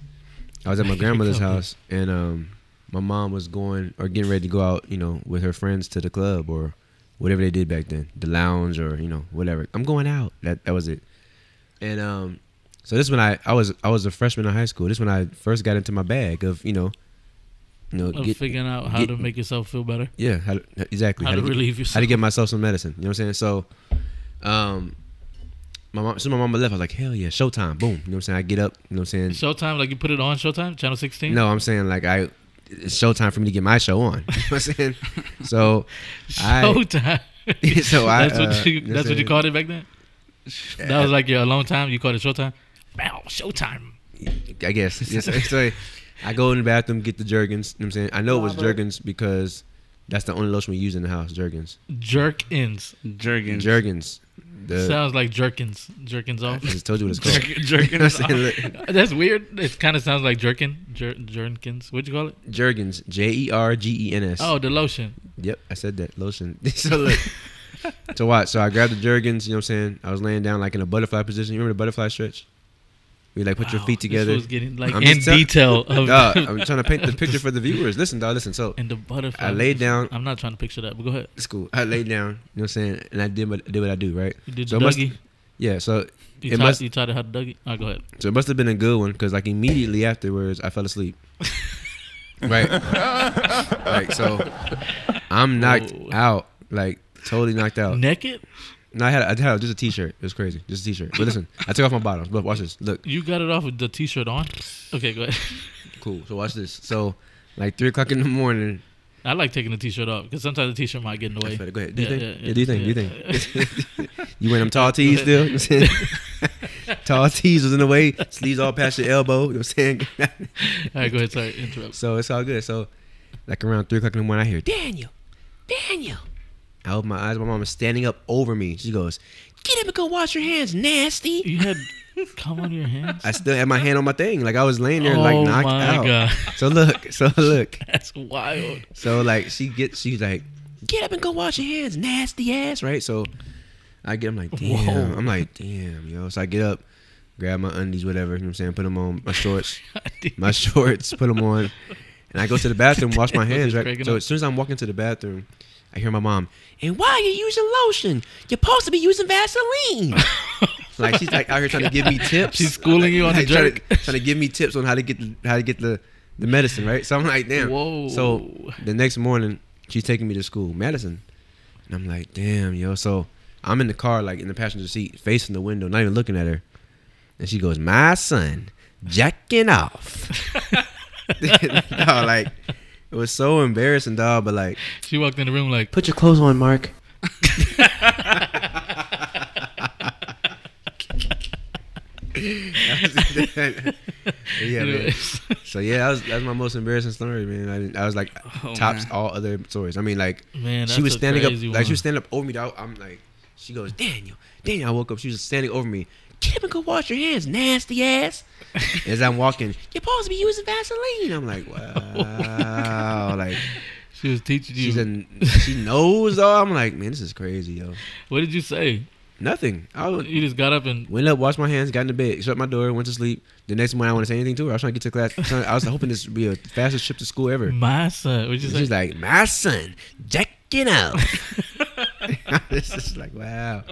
[SPEAKER 4] I was at my grandmother's
[SPEAKER 1] Club
[SPEAKER 4] house, and um, my mom was going or getting ready to go out, you know, with her friends to the club or whatever they did back then, the lounge or you know whatever. I'm going out. That that was it. And um, so this when I I was I was a freshman in high school. This when I first got into my bag of you know, you know,
[SPEAKER 1] of
[SPEAKER 4] get-
[SPEAKER 1] figuring out how
[SPEAKER 4] get-
[SPEAKER 1] to make yourself feel better.
[SPEAKER 4] yeah, how to, exactly
[SPEAKER 1] How to
[SPEAKER 4] get-
[SPEAKER 1] relieve
[SPEAKER 4] how to
[SPEAKER 1] yourself.
[SPEAKER 4] get myself some medicine. You know what I'm saying? So, um, my mom, so my mama left. I was like, hell yeah, showtime, boom. You know what I'm saying? I get up. You know what I'm saying?
[SPEAKER 1] Showtime, like you put it on Showtime, Channel 16.
[SPEAKER 4] No, I'm saying like I, it's showtime for me to get my show on. You know what I'm saying? So, I,
[SPEAKER 1] Showtime.
[SPEAKER 4] so I,
[SPEAKER 1] that's what
[SPEAKER 4] uh,
[SPEAKER 1] you, that's what you
[SPEAKER 4] listen.
[SPEAKER 1] called it back then. That was like yeah, a long time. You called it Showtime. Wow, Showtime.
[SPEAKER 4] I guess. Yes, so I go in the bathroom, get the Jergens. You know what I'm saying? I know it was Jergens because that's the only lotion we use in the house, Jergens.
[SPEAKER 1] Jerk ins.
[SPEAKER 3] Jergens.
[SPEAKER 4] Jergens. The,
[SPEAKER 1] Sounds like jerkins. Jerkins
[SPEAKER 4] I
[SPEAKER 1] off.
[SPEAKER 4] just told you what Uh, it's called.
[SPEAKER 3] Jerk- Jergens.
[SPEAKER 4] You know what I'm saying?
[SPEAKER 1] that's weird. It kind of sounds like jerkin. Jer- jerkins. What'd you call it?
[SPEAKER 4] Jergens, J E R G E N S.
[SPEAKER 1] Oh, the lotion.
[SPEAKER 4] Yep, I said that. Lotion. so look. So watch. So I grabbed the Jergens, you know what I'm saying? I was laying down like in a butterfly position. You remember the butterfly stretch? We like put your
[SPEAKER 1] Wow,
[SPEAKER 4] feet together.
[SPEAKER 1] This was getting like
[SPEAKER 4] I'm
[SPEAKER 1] in
[SPEAKER 4] just tell-
[SPEAKER 1] detail of
[SPEAKER 4] Dog, I'm trying to paint the picture for the viewers. Listen, dog, listen. So
[SPEAKER 1] and the butterfly.
[SPEAKER 4] I laid down.
[SPEAKER 1] I'm not trying to picture that, but go ahead.
[SPEAKER 4] It's cool. I laid down, you know what I'm saying? And I did what, did what I do, right?
[SPEAKER 1] You did
[SPEAKER 4] So
[SPEAKER 1] the
[SPEAKER 4] it must-
[SPEAKER 1] Dougie.
[SPEAKER 4] Yeah, so
[SPEAKER 1] You,
[SPEAKER 4] it
[SPEAKER 1] taught,
[SPEAKER 4] must
[SPEAKER 1] you taught it how to Dougie. Oh, go ahead.
[SPEAKER 4] so it must have been a good one because like immediately afterwards I fell asleep. right. like so I'm knocked
[SPEAKER 1] Whoa.
[SPEAKER 4] out. Like totally knocked out.
[SPEAKER 1] Naked?
[SPEAKER 4] No, I had, I had just a t-shirt. It was crazy. Just a t-shirt. But listen, I took off my bottoms. But watch this. Look,
[SPEAKER 1] You got it off with the t-shirt on? Okay, go ahead.
[SPEAKER 4] cool. So watch this. So, like three o'clock in the morning.
[SPEAKER 1] I like taking the t-shirt off because sometimes the t-shirt might get in the way.
[SPEAKER 4] Go ahead. Do you
[SPEAKER 1] Yeah,
[SPEAKER 4] think?
[SPEAKER 1] yeah,
[SPEAKER 4] Yeah, do you think?
[SPEAKER 1] yeah.
[SPEAKER 4] Do you think? you wearing them tall tees still? Tall tees was in the way, sleeves all past your elbow. You know what I'm saying?
[SPEAKER 1] All right, go ahead. Sorry, interrupt.
[SPEAKER 4] so it's all good. So, like around three o'clock in the morning, I hear Daniel, Daniel. I open my eyes. My mom is standing up over me. She goes, "Get up and go wash your hands, nasty."
[SPEAKER 1] You had cum on your hands.
[SPEAKER 4] I still had my hand on my thing. Like I was laying there, like
[SPEAKER 1] Oh
[SPEAKER 4] knocked
[SPEAKER 1] my
[SPEAKER 4] out.
[SPEAKER 1] God.
[SPEAKER 4] So look, so look.
[SPEAKER 1] That's wild.
[SPEAKER 4] So like she gets, she's like, get up and go wash your hands, nasty ass, right? So I get, I'm like, damn,
[SPEAKER 1] Whoa.
[SPEAKER 4] I'm like, damn, yo. So I get up, grab my undies, whatever, you know what I'm saying, put them on, my shorts, my shorts, put them on, and I go to the bathroom, wash my
[SPEAKER 1] Damn,
[SPEAKER 4] hands,
[SPEAKER 1] just
[SPEAKER 4] right?
[SPEAKER 1] cracking
[SPEAKER 4] So
[SPEAKER 1] up.
[SPEAKER 4] as soon as I'm walking to the bathroom, I hear my mom, and why are you using lotion? You're supposed to be using Vaseline. like she's like out here trying to give me tips.
[SPEAKER 1] She's schooling you on the
[SPEAKER 4] Like, trying to-
[SPEAKER 1] jerk.
[SPEAKER 4] trying to give me tips on how to get the, how to get the the medicine, right? So I'm like, damn.
[SPEAKER 1] Whoa.
[SPEAKER 4] So the next morning, she's taking me to school, Madison, and I'm like, damn, yo. So I'm in the car, like in the passenger seat, facing the window, not even looking at her, and she goes, "My son, jacking off." dog, like it was so embarrassing, dog. But like,
[SPEAKER 1] She walked in the room like,
[SPEAKER 4] put your clothes on, Mark. yeah, man. So yeah, that was that's my most embarrassing story, man. I, didn't- I was like
[SPEAKER 3] Oh,
[SPEAKER 4] tops
[SPEAKER 3] man.
[SPEAKER 4] all other stories. I mean, like
[SPEAKER 1] Man,
[SPEAKER 4] she
[SPEAKER 1] that's
[SPEAKER 4] was
[SPEAKER 1] a
[SPEAKER 4] standing up,
[SPEAKER 1] crazy
[SPEAKER 4] like she
[SPEAKER 1] one.
[SPEAKER 4] was standing up over me. Dog. I'm like, she goes, Daniel, Daniel. I woke up. She was standing over me. Get up and go wash your hands, nasty ass. As I'm walking, you're supposed to be using Vaseline. I'm like, wow, like
[SPEAKER 1] she was teaching you.
[SPEAKER 4] she's a, she knows. All I'm like, man, this is crazy, yo.
[SPEAKER 1] what did you say?
[SPEAKER 4] Nothing. I was,
[SPEAKER 1] You just got up and
[SPEAKER 4] Went up, washed my hands, got in the bed, shut my door, went to sleep. The next morning, I want to say anything to her. I was trying to get to class. I was trying- I was hoping this would be the fastest trip to school ever.
[SPEAKER 1] my son. What you
[SPEAKER 4] She's
[SPEAKER 1] say?
[SPEAKER 4] like, my son, jacking out. this is like, wow.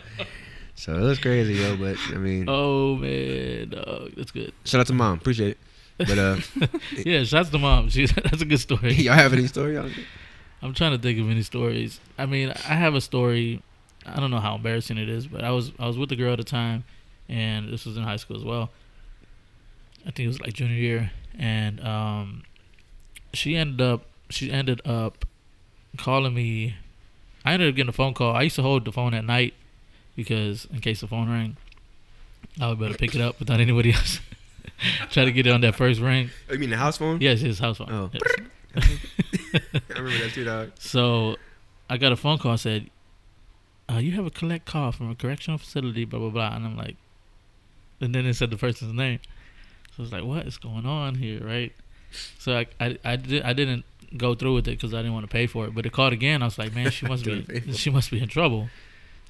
[SPEAKER 4] So it was crazy, yo. But I mean,
[SPEAKER 1] oh man, dog, that's good.
[SPEAKER 4] shout out to mom, appreciate it. But uh,
[SPEAKER 1] yeah, shots to mom. She, that's a good story.
[SPEAKER 4] y'all have any story? Y'all- oh,
[SPEAKER 1] I'm trying to think of any stories. I mean, I have a story. I don't know how embarrassing it is, but I was I was with a girl at the time, and this was in high school as well. I think it was like junior year, and um, she ended up she ended up calling me. I ended up getting a phone call. I used to hold the phone at night because in case the phone rang, I would better pick it up without anybody else. Try to get it on that first ring.
[SPEAKER 4] Oh, you mean the house phone?
[SPEAKER 1] Yes, his house phone.
[SPEAKER 4] Oh.
[SPEAKER 1] Yes.
[SPEAKER 4] I remember that too, dog.
[SPEAKER 1] So I got a phone call said, uh, you have a collect call from a correctional facility, blah blah blah and I'm like and then it said the person's name. So I was like, What is going on here, right? So I I, I, did, I didn't go through with it because I didn't want to pay for it. But it called again. I was like, man, she must be
[SPEAKER 4] Don't pay for it.
[SPEAKER 1] she must be in trouble.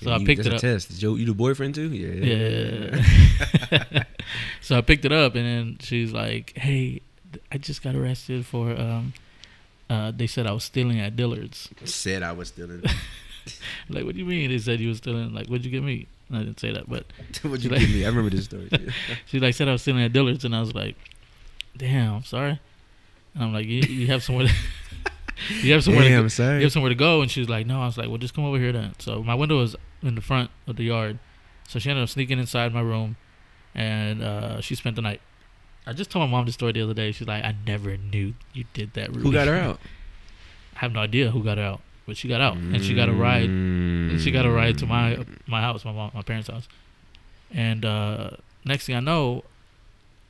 [SPEAKER 1] So I
[SPEAKER 4] You-
[SPEAKER 1] picked
[SPEAKER 4] that's
[SPEAKER 1] it
[SPEAKER 4] a
[SPEAKER 1] up.
[SPEAKER 4] Test. Is your- you the boyfriend too? Yeah.
[SPEAKER 1] Yeah. so I picked it up, and then she's like, "Hey, th- I just got arrested for um, uh, they said I was stealing at Dillard's."
[SPEAKER 4] Said I was stealing.
[SPEAKER 1] Like, what do you mean? They said you was stealing. Like, what'd you get me? And I didn't say that, but
[SPEAKER 4] What'd you give me? I remember this story. too.
[SPEAKER 1] she like said I was stealing at Dillard's, and I was like, "Damn, I'm sorry." And I'm like, "You, you have somewhere, to, you have somewhere,
[SPEAKER 4] Damn,
[SPEAKER 1] to,
[SPEAKER 4] sorry.
[SPEAKER 1] you have somewhere to go." And she was like, "No." I was like, "Well, just come over here then." So my window was in the front of the yard, so she ended up sneaking inside my room, and uh, she spent the night. I just told my mom the story the other day. She's like, "I never knew you did that." Rudy."
[SPEAKER 4] Who got her out?
[SPEAKER 1] I have no idea who got her out, but she got out, and she got a ride and she got a ride to
[SPEAKER 4] Mm.
[SPEAKER 1] my my house, my mom, my parents' house. And uh, next thing I know,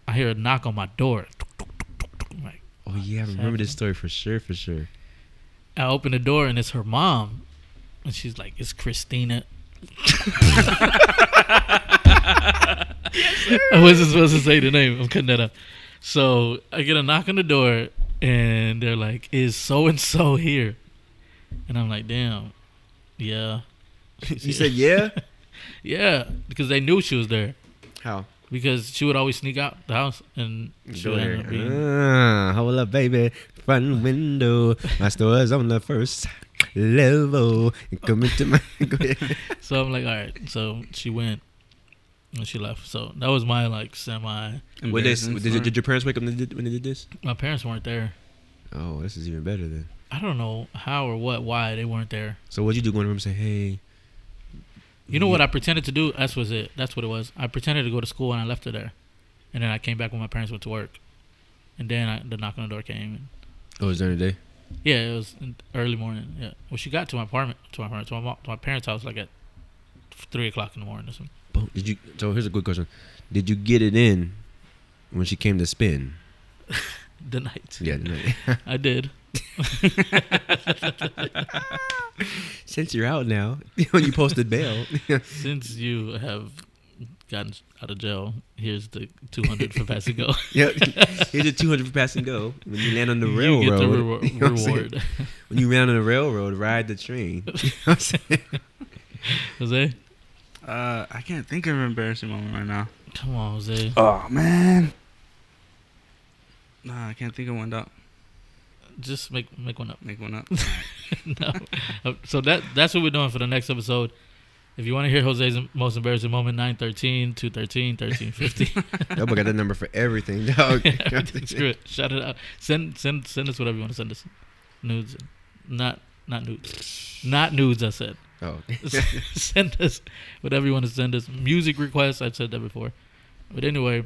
[SPEAKER 1] I hear a knock on my door. I'm like,
[SPEAKER 4] Oh yeah, I remember this story for sure, for sure.
[SPEAKER 1] I open the door and it's her mom, and she's like, "It's Christina." I wasn't supposed to say the name. I'm cutting that up. So I get a knock on the door, and they're like, "Is so and so here?" And I'm like, "Damn, yeah." She's here.
[SPEAKER 4] You said yeah?
[SPEAKER 1] Yeah, because they knew she was there.
[SPEAKER 4] How?
[SPEAKER 1] Because she would always sneak out the house and she would end up being.
[SPEAKER 4] Ah, hold up, baby. Front window. My store's on the first level. Come into my. Go ahead.
[SPEAKER 1] So I'm like, all right. So she went and she left. So that was my like semi.
[SPEAKER 4] What this,
[SPEAKER 3] Embarrassing
[SPEAKER 4] did, did,
[SPEAKER 3] story.
[SPEAKER 4] your parents wake up when they, did, when they did this?
[SPEAKER 1] My parents weren't there.
[SPEAKER 4] Oh, this is even better then.
[SPEAKER 1] I don't know how or what, why they weren't there.
[SPEAKER 4] So what'd you do? Going home and say, hey.
[SPEAKER 1] You know what I pretended to do? That's was it. That's what it was. I pretended to go to school and I left her there, and then I came back when my parents went to work, and then I, the knock on the door came.
[SPEAKER 4] Oh, it was during the day.
[SPEAKER 1] And yeah, it was in early morning. Yeah. Well, she got to my apartment, to my apartment, to my, mo- to my parents' house like at three o'clock in the morning or something.
[SPEAKER 7] boom. Did you? So here's a good question: Did you get it in when she came to spin?
[SPEAKER 1] The night.
[SPEAKER 7] Yeah.
[SPEAKER 1] I did.
[SPEAKER 7] Since you're out now, when you posted bail,
[SPEAKER 1] Since you have gotten out of jail, here's the 200 for pass and go.
[SPEAKER 7] yeah, here's a 200 for pass and go. When you land on the
[SPEAKER 1] You get
[SPEAKER 7] railroad,
[SPEAKER 1] the
[SPEAKER 7] you know
[SPEAKER 1] rewar-
[SPEAKER 7] what I'm saying?
[SPEAKER 1] reward.
[SPEAKER 7] When you land on the railroad, ride the train. You know what I'm saying?
[SPEAKER 1] Jose?
[SPEAKER 3] Uh, I can't think of an embarrassing moment right now.
[SPEAKER 1] Come on, Jose.
[SPEAKER 3] Oh man. Nah, I can't think of one. Dog,
[SPEAKER 1] Just make make one up.
[SPEAKER 3] make one up.
[SPEAKER 1] no. Uh, So that that's what we're doing for the next episode. If you want to hear Jose's most embarrassing moment, 913, 213, 1315.
[SPEAKER 7] That boy got that number for everything, dog.
[SPEAKER 1] Screw it. Shout it out. Send send send us whatever you want to send us. Nudes. Not not nudes. Not nudes, I said.
[SPEAKER 7] oh,
[SPEAKER 1] send us whatever you want to send us. Music requests, I've said that before. But anyway,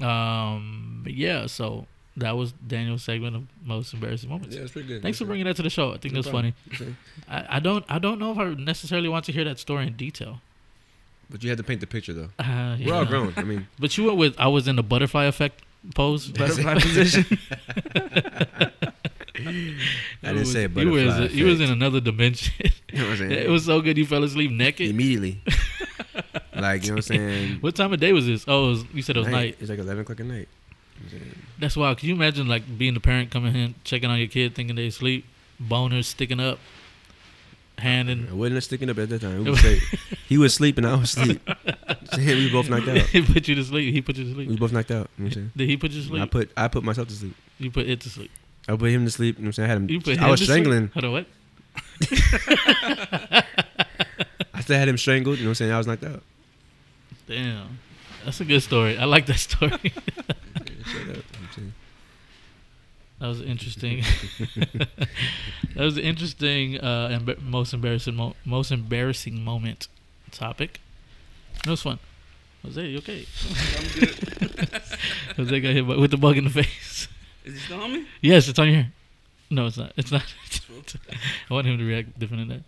[SPEAKER 1] um, but yeah, so that was Daniel's segment of most embarrassing moments.
[SPEAKER 7] that's pretty good.
[SPEAKER 1] Thanks for bringing that to the show. I think
[SPEAKER 7] No
[SPEAKER 1] that's
[SPEAKER 7] problem.
[SPEAKER 1] funny. I, I don't I don't know if I necessarily want to hear that story in detail.
[SPEAKER 7] But you had to paint the picture though.
[SPEAKER 1] Uh,
[SPEAKER 7] We're all
[SPEAKER 1] yeah.
[SPEAKER 7] grown. I mean,
[SPEAKER 1] But you went with I was in the butterfly effect pose.
[SPEAKER 3] Butterfly position.
[SPEAKER 7] I didn't say
[SPEAKER 1] You was
[SPEAKER 7] butterfly
[SPEAKER 1] you was in
[SPEAKER 7] effect.
[SPEAKER 1] another dimension.
[SPEAKER 7] you know what I'm saying?
[SPEAKER 1] it was so good you fell asleep naked.
[SPEAKER 7] immediately. like you know what I'm saying?
[SPEAKER 1] What time of day was this? Oh, it was, you said it was night.
[SPEAKER 7] It's like 11 o'clock at night.
[SPEAKER 1] That's wild. Can you imagine like being the parent coming in, checking on your kid, thinking they asleep, boners sticking up, hand
[SPEAKER 7] I
[SPEAKER 1] in.
[SPEAKER 7] wasn't sticking up at that time. It was like, he was sleeping. I was asleep. So, yeah, we both knocked out.
[SPEAKER 1] he put you to sleep. He put you to
[SPEAKER 7] We
[SPEAKER 1] sleep.
[SPEAKER 7] both knocked out. You know what I'm saying?
[SPEAKER 1] Did he put you to sleep?
[SPEAKER 7] I put I put myself to sleep.
[SPEAKER 1] you put it to sleep.
[SPEAKER 7] I put him to sleep. You know what I'm saying? I had him.
[SPEAKER 1] You put.
[SPEAKER 7] I
[SPEAKER 1] him
[SPEAKER 7] was
[SPEAKER 1] to sleep?
[SPEAKER 7] strangling.
[SPEAKER 1] Hold on, what?
[SPEAKER 7] I still had him strangled. You know what I'm saying? I was oh, knocked out.
[SPEAKER 1] Damn, that's a good story. I like that story.
[SPEAKER 7] Straight up, you know what I'm saying?
[SPEAKER 1] that was interesting. that was an interesting uh, embar- most embarrassing mo- most embarrassing moment topic. That was fun. Jose, you okay?
[SPEAKER 3] I'm good.
[SPEAKER 1] Jose got hit by, with the bug in the face.
[SPEAKER 3] Is it still on me?
[SPEAKER 1] Yes, it's on your. No, it's not. It's not. I want him to react different than that.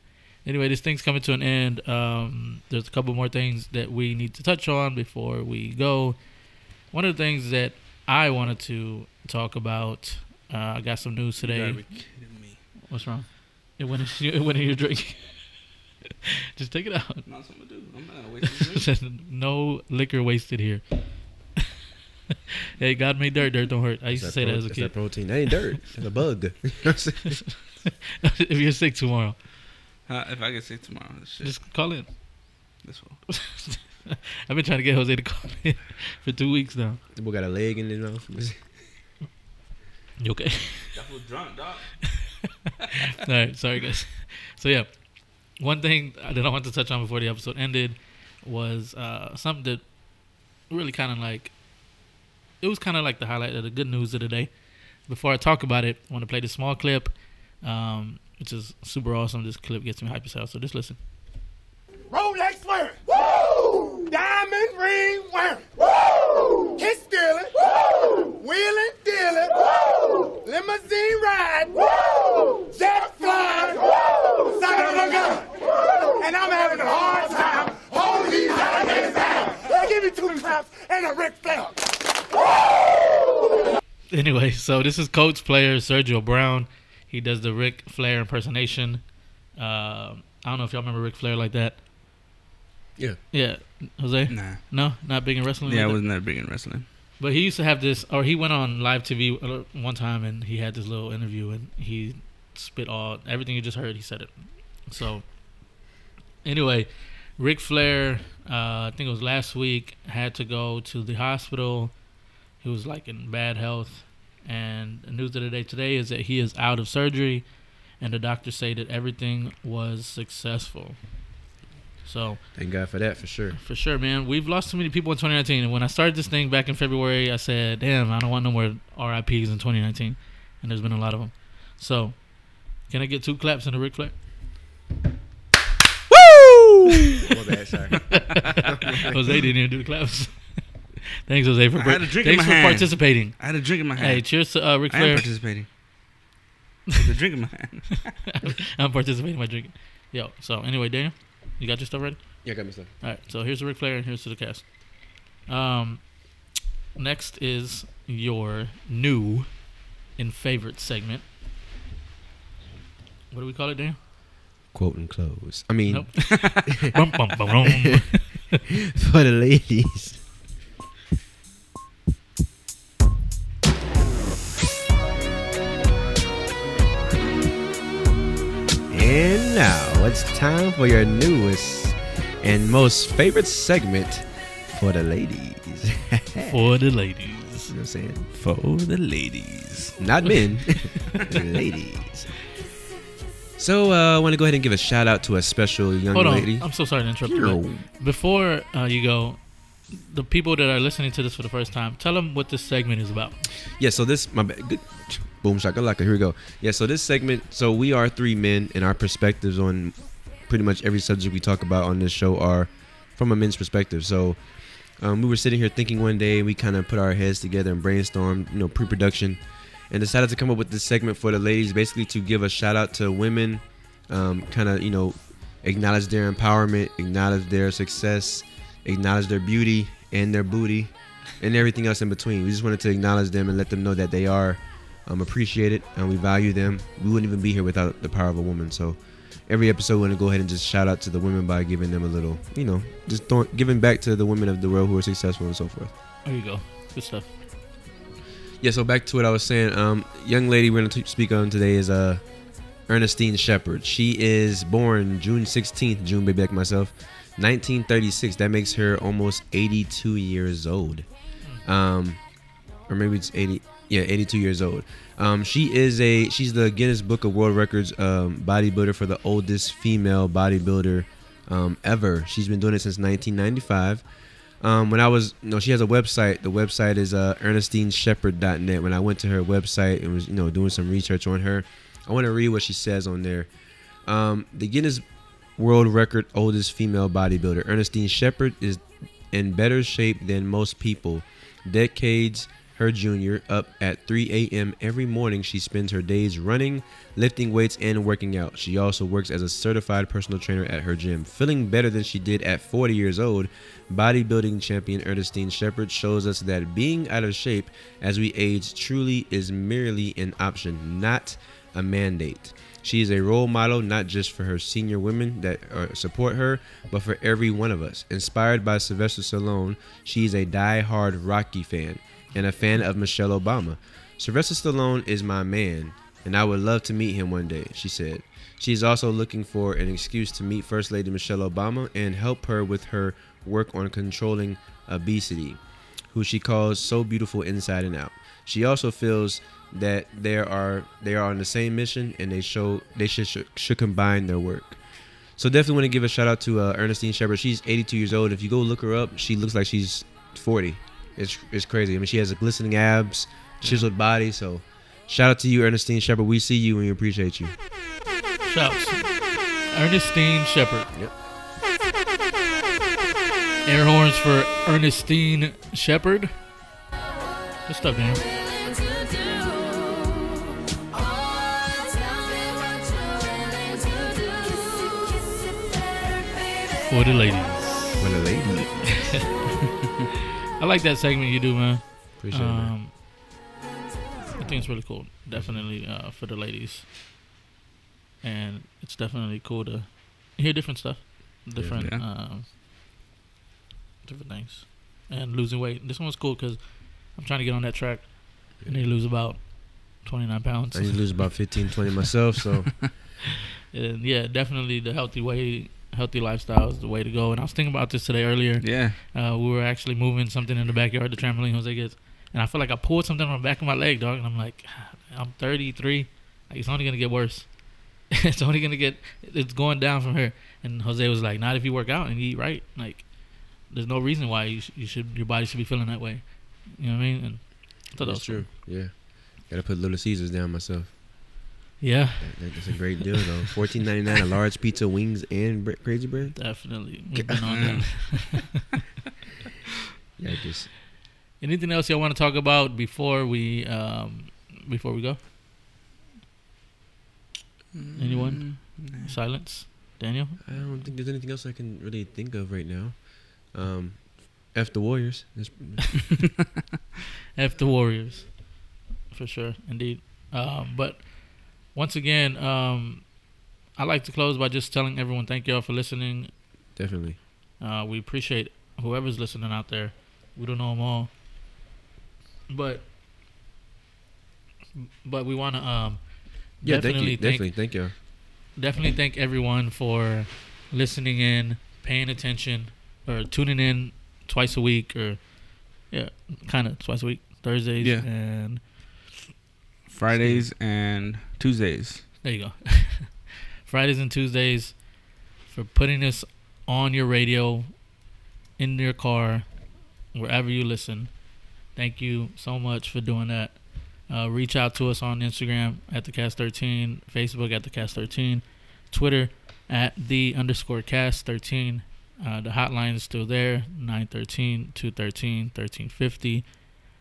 [SPEAKER 1] Anyway, this thing's coming to an end. Um, there's a couple more things that we need to touch on before we go. One of the things that I wanted to talk about, uh, I got some news
[SPEAKER 3] You
[SPEAKER 1] today.
[SPEAKER 3] gotta be kidding me.
[SPEAKER 1] What's wrong? It went. In, it went in your drink. Just take it out.
[SPEAKER 3] Not something to do. I'm not gonna waste this.
[SPEAKER 1] no liquor wasted here. hey, God made dirt. Dirt don't hurt. I used to
[SPEAKER 7] That's
[SPEAKER 1] say that
[SPEAKER 7] pro-
[SPEAKER 1] as a
[SPEAKER 7] that's
[SPEAKER 1] kid.
[SPEAKER 7] That protein. That ain't dirt. That's a bug. You know what I'm saying?
[SPEAKER 1] if you're sick tomorrow,
[SPEAKER 3] Uh, if I could say tomorrow, this shit.
[SPEAKER 1] just call in.
[SPEAKER 3] this one.
[SPEAKER 1] I've been trying to get Jose to call in for two weeks now.
[SPEAKER 7] That boy got a leg in his mouth.
[SPEAKER 1] You okay?
[SPEAKER 3] That was drunk, dog.
[SPEAKER 1] All right, sorry guys. So yeah, one thing that I wanted to touch on before the episode ended was uh, something that really kind of like it was kind of like the highlight of the good news of the day. Before I talk about it, I want to play this small clip, um, which is super awesome. This clip gets me hyped as hell, so just listen.
[SPEAKER 5] Rolex wearing. Woo! Diamond ring wearing. Woo! Kiss stealing. Woo! Wheeling dealing. Woo! Limousine riding. Woo! Jet flying. Woo! Son of a gun. And I'm having a hard time holding these alligators down. They give me two claps and a Ric Flair.
[SPEAKER 1] Anyway, so this is Colts player Sergio Brown. He does the Ric Flair impersonation. Um I don't know if y'all remember Ric Flair like that.
[SPEAKER 7] Yeah.
[SPEAKER 1] Yeah, Jose.
[SPEAKER 3] Nah.
[SPEAKER 1] No, not big in wrestling.
[SPEAKER 3] Yeah, I
[SPEAKER 1] like that?
[SPEAKER 3] wasn't that big in wrestling.
[SPEAKER 1] But he used to have this, or he went on live TV one time and he had this little interview and he spit all everything you just heard. He said it. So, anyway, Ric Flair, uh, I think it was last week, had to go to the hospital. He was like in bad health, and the news of the day today is that he is out of surgery, and the doctors say that everything was successful. So,
[SPEAKER 7] Thank God for that, for sure.
[SPEAKER 1] for sure, man. We've lost too many people in 2019. And when I started this thing back in February, I said, damn, I don't want no more RIPs in 2019. And there's been a lot of them. So, can I get two claps in the Ric Flair?
[SPEAKER 7] My bad, sorry.
[SPEAKER 1] Jose didn't even do the claps. Thanks, Jose, for,
[SPEAKER 3] I had a drink in
[SPEAKER 1] thanks
[SPEAKER 3] my
[SPEAKER 1] for
[SPEAKER 3] hand.
[SPEAKER 1] participating.
[SPEAKER 3] I had a drink in my hand.
[SPEAKER 1] Hey, cheers to uh, Ric
[SPEAKER 3] I am
[SPEAKER 1] Flair.
[SPEAKER 3] participating. With a drink in my hand.
[SPEAKER 1] I'm participating by drinking. Yo, so anyway, Daniel, you got your stuff ready?
[SPEAKER 4] Yeah, I got me stuff.
[SPEAKER 1] All right, so here's to Ric Flair and here's to the cast. Um, next is your new and favorite segment. What do we call it, Dan?
[SPEAKER 4] Quote and close. I mean,
[SPEAKER 1] Nope. bum, bum, bum, bum.
[SPEAKER 4] for the ladies. And now it's time for your newest and most favorite segment for the ladies. you know
[SPEAKER 1] For the ladies.
[SPEAKER 4] what I'm saying?
[SPEAKER 3] For the ladies.
[SPEAKER 4] Not men, ladies. So uh, I want to go ahead and give a shout out to a special young
[SPEAKER 1] Hold
[SPEAKER 4] lady.
[SPEAKER 1] on. I'm so sorry to interrupt you. but Before uh, you go, the people that are listening to this for the first time, tell them what this segment is about.
[SPEAKER 4] Yeah, so this my bad. Good. Boom shakalaka. Here we go. Yeah, so this segment. So we are three men, and our perspectives on pretty much every subject we talk about on this show are from a men's perspective. So um, we were sitting here thinking one day, and we kind of put our heads together and brainstormed, you know, pre-production, and decided to come up with this segment for the ladies, basically to give a shout out to women, um, kind of you know, acknowledge their empowerment, acknowledge their success, acknowledge their beauty and their booty, and everything else in between. We just wanted to acknowledge them and let them know that they are um, appreciated and we value them. We wouldn't even be here without the power of a woman. So every episode, we're going to go ahead and just shout out to the women by giving them a little, you know, just throwing, giving back to the women of the world who are successful and so forth.
[SPEAKER 1] There you go. Good stuff.
[SPEAKER 4] Yeah, so back to what I was saying. Um, young lady we're going to speak on today is uh, Ernestine Shepherd. She is born June 16th, June baby like myself, 1936. That makes her almost 82 years old. Um, or maybe it's 80. Yeah, 82 years old. Um, she is a she's the Guinness Book of World Records um, bodybuilder for the oldest female bodybuilder um, ever. She's been doing it since 1995. Um, when I was no, she has a website. The website is uh, ErnestineShepherd.net. When I went to her website and was you know doing some research on her, I want to read what she says on there. Um, the Guinness World Record oldest female bodybuilder, Ernestine Shepherd, is in better shape than most people. Decades her junior, up at 3 a.m. every morning, she spends her days running, lifting weights, and working out. She also works as a certified personal trainer at her gym. Feeling better than she did at 40 years old, bodybuilding champion Ernestine Shepherd shows us that being out of shape as we age truly is merely an option, not a mandate. She is a role model not just for her senior women that uh, support her, but for every one of us. Inspired by Sylvester Stallone, she is a die-hard Rocky fan and a fan of Michelle Obama. Sylvester Stallone is my man, and I would love to meet him one day, she said. She is also looking for an excuse to meet First Lady Michelle Obama and help her with her work on controlling obesity who she calls so beautiful inside and out. She also feels that there are they are on the same mission and they show they should should, should combine their work. So definitely want to give a shout out to uh, Ernestine Shepherd. She's 82 years old. If you go look her up, she looks like she's 40. It's it's crazy. I mean, she has a glistening abs, chiseled body. So shout out to you, Ernestine Shepherd. We see you and we appreciate you.
[SPEAKER 1] Shouts. Ernestine Shepherd.
[SPEAKER 4] Yep.
[SPEAKER 1] Air horns for Ernestine Shepherd. Good stuff, man. For the ladies.
[SPEAKER 4] What a lady.
[SPEAKER 1] I like that segment you do, man.
[SPEAKER 4] Appreciate it. man.
[SPEAKER 1] Um, I think it's really cool. Definitely uh, for the ladies. And it's definitely cool to hear different stuff, different,
[SPEAKER 3] Yeah.
[SPEAKER 1] um, different things, and losing weight. This one's cool because I'm trying to get on that track. I need to lose about 29 pounds.
[SPEAKER 4] I need to lose about 15, 20 myself. So
[SPEAKER 1] And yeah, definitely the healthy way, healthy lifestyle is the way to go. And I was thinking about this today earlier.
[SPEAKER 3] Yeah.
[SPEAKER 1] Uh, we were actually moving something in the backyard, the trampoline Jose gets, and I feel like I pulled something on the back of my leg, dog. And I'm like, "Ah, I'm 33. Like it's only gonna get worse. it's only gonna get. It's going down from here. And Jose was like, not if you work out and you eat right. Like there's no reason why you, sh- you should your body should be feeling that way. You know what I mean? And I thought that
[SPEAKER 4] that's
[SPEAKER 1] was
[SPEAKER 4] true. Yeah. Gotta put Little Caesars down myself.
[SPEAKER 1] Yeah,
[SPEAKER 4] That- That's a great deal though. Fourteen ninety nine, a large pizza, wings, and bre- crazy bread.
[SPEAKER 1] definitely. We've been on that.
[SPEAKER 4] Yeah, just
[SPEAKER 1] Anything else y'all want to talk about before we um before we go? Anyone? Silence. Daniel?
[SPEAKER 7] I don't think there's anything else I can really think of right now. Um, F the Warriors. That's-
[SPEAKER 1] F the Warriors, for sure, indeed. Um, but once again, um, I like to close by just telling everyone thank y'all for listening.
[SPEAKER 7] definitely.
[SPEAKER 1] Uh, we appreciate whoever's listening out there. We don't know them all, but but we want to um,
[SPEAKER 7] Yeah,
[SPEAKER 1] definitely
[SPEAKER 7] thank you. Definitely, thank you.
[SPEAKER 1] definitely thank everyone for listening in, paying attention, or tuning in twice a week, or yeah, kind of twice a week, Thursdays
[SPEAKER 3] Yeah.
[SPEAKER 1] and
[SPEAKER 3] Mm. Fridays and Tuesdays.
[SPEAKER 1] There you go. Fridays and Tuesdays for putting this on your radio, in your car, wherever you listen. Thank you so much for doing that. Uh, reach out to us on Instagram at the cast 13, Facebook at the cast 13, Twitter at the underscore cast 13. Uh, the hotline is still there 913 213 1350.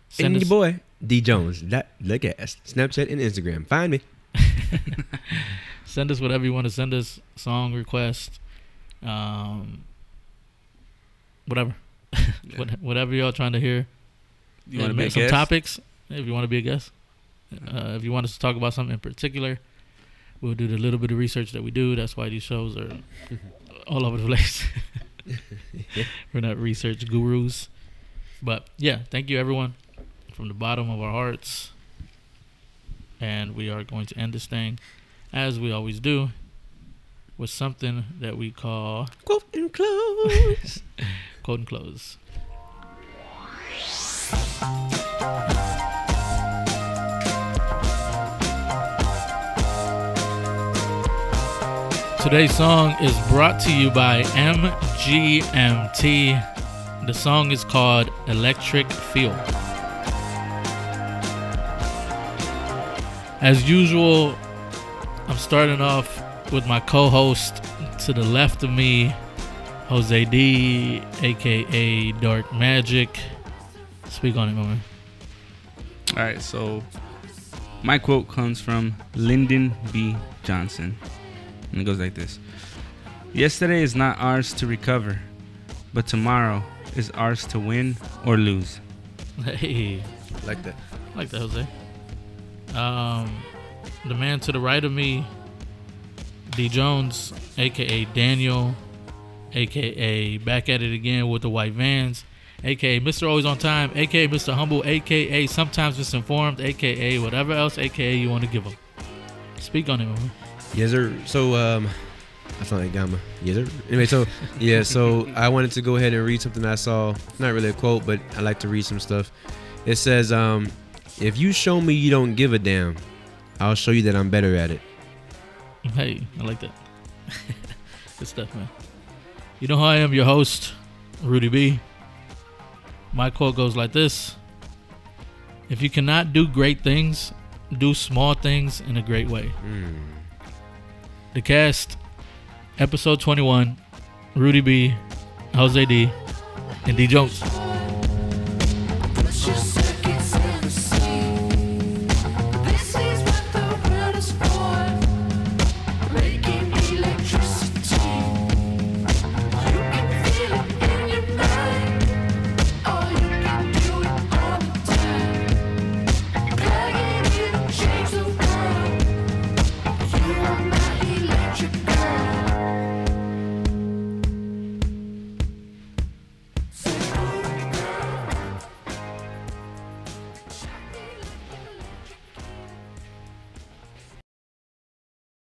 [SPEAKER 1] Send
[SPEAKER 7] and
[SPEAKER 1] us-
[SPEAKER 7] your boy D Jones. That look at us. Snapchat and Instagram. Find me.
[SPEAKER 1] send us whatever you want to send us song request um whatever What- whatever y'all trying to hear And
[SPEAKER 3] You want to
[SPEAKER 1] ma-
[SPEAKER 3] make
[SPEAKER 1] some
[SPEAKER 3] guess?
[SPEAKER 1] topics if you want to be a guest uh, if you want us to talk about something in particular we'll do the little bit of research that we do that's why these shows are all over the place we're not research gurus but yeah thank you everyone from the bottom of our hearts and we are going to end this thing as we always do with something that we call
[SPEAKER 7] Quote and close.
[SPEAKER 1] quote and close Today's song is brought to you by MGMT. The song is called Electric Feel. As usual, I'm starting off with my co host to the left of me, Jose D, aka Dark Magic. Speak on it, my man.
[SPEAKER 3] All right, so my quote comes from Lyndon B. Johnson. And it goes like this Yesterday is not ours to recover, but tomorrow is ours to win or lose.
[SPEAKER 1] Hey.
[SPEAKER 7] like that.
[SPEAKER 1] I like that, Jose. Um, the man to the right of me, D Jones, aka Daniel, aka Back at It Again with the White Vans, aka Mr. Always on Time, aka Mr. Humble, aka Sometimes Misinformed, aka whatever else, aka you want to give him. Speak on it, man.
[SPEAKER 7] Yes, sir. So, um, I sound like Gamma. Yes, sir. Anyway, so yeah, so I wanted to go ahead and read something I saw. Not really a quote, but I like to read some stuff. It says, um, "If you show me you don't give a damn, I'll show you that I'm better at it."
[SPEAKER 1] Hey, I like that. Good stuff, man. You know how I am, your host, Rudy B. My quote goes like this If you cannot do great things, do small things in a great way. The cast, episode 21, Rudy B, Jose D, and D Jones.
[SPEAKER 6] What you say?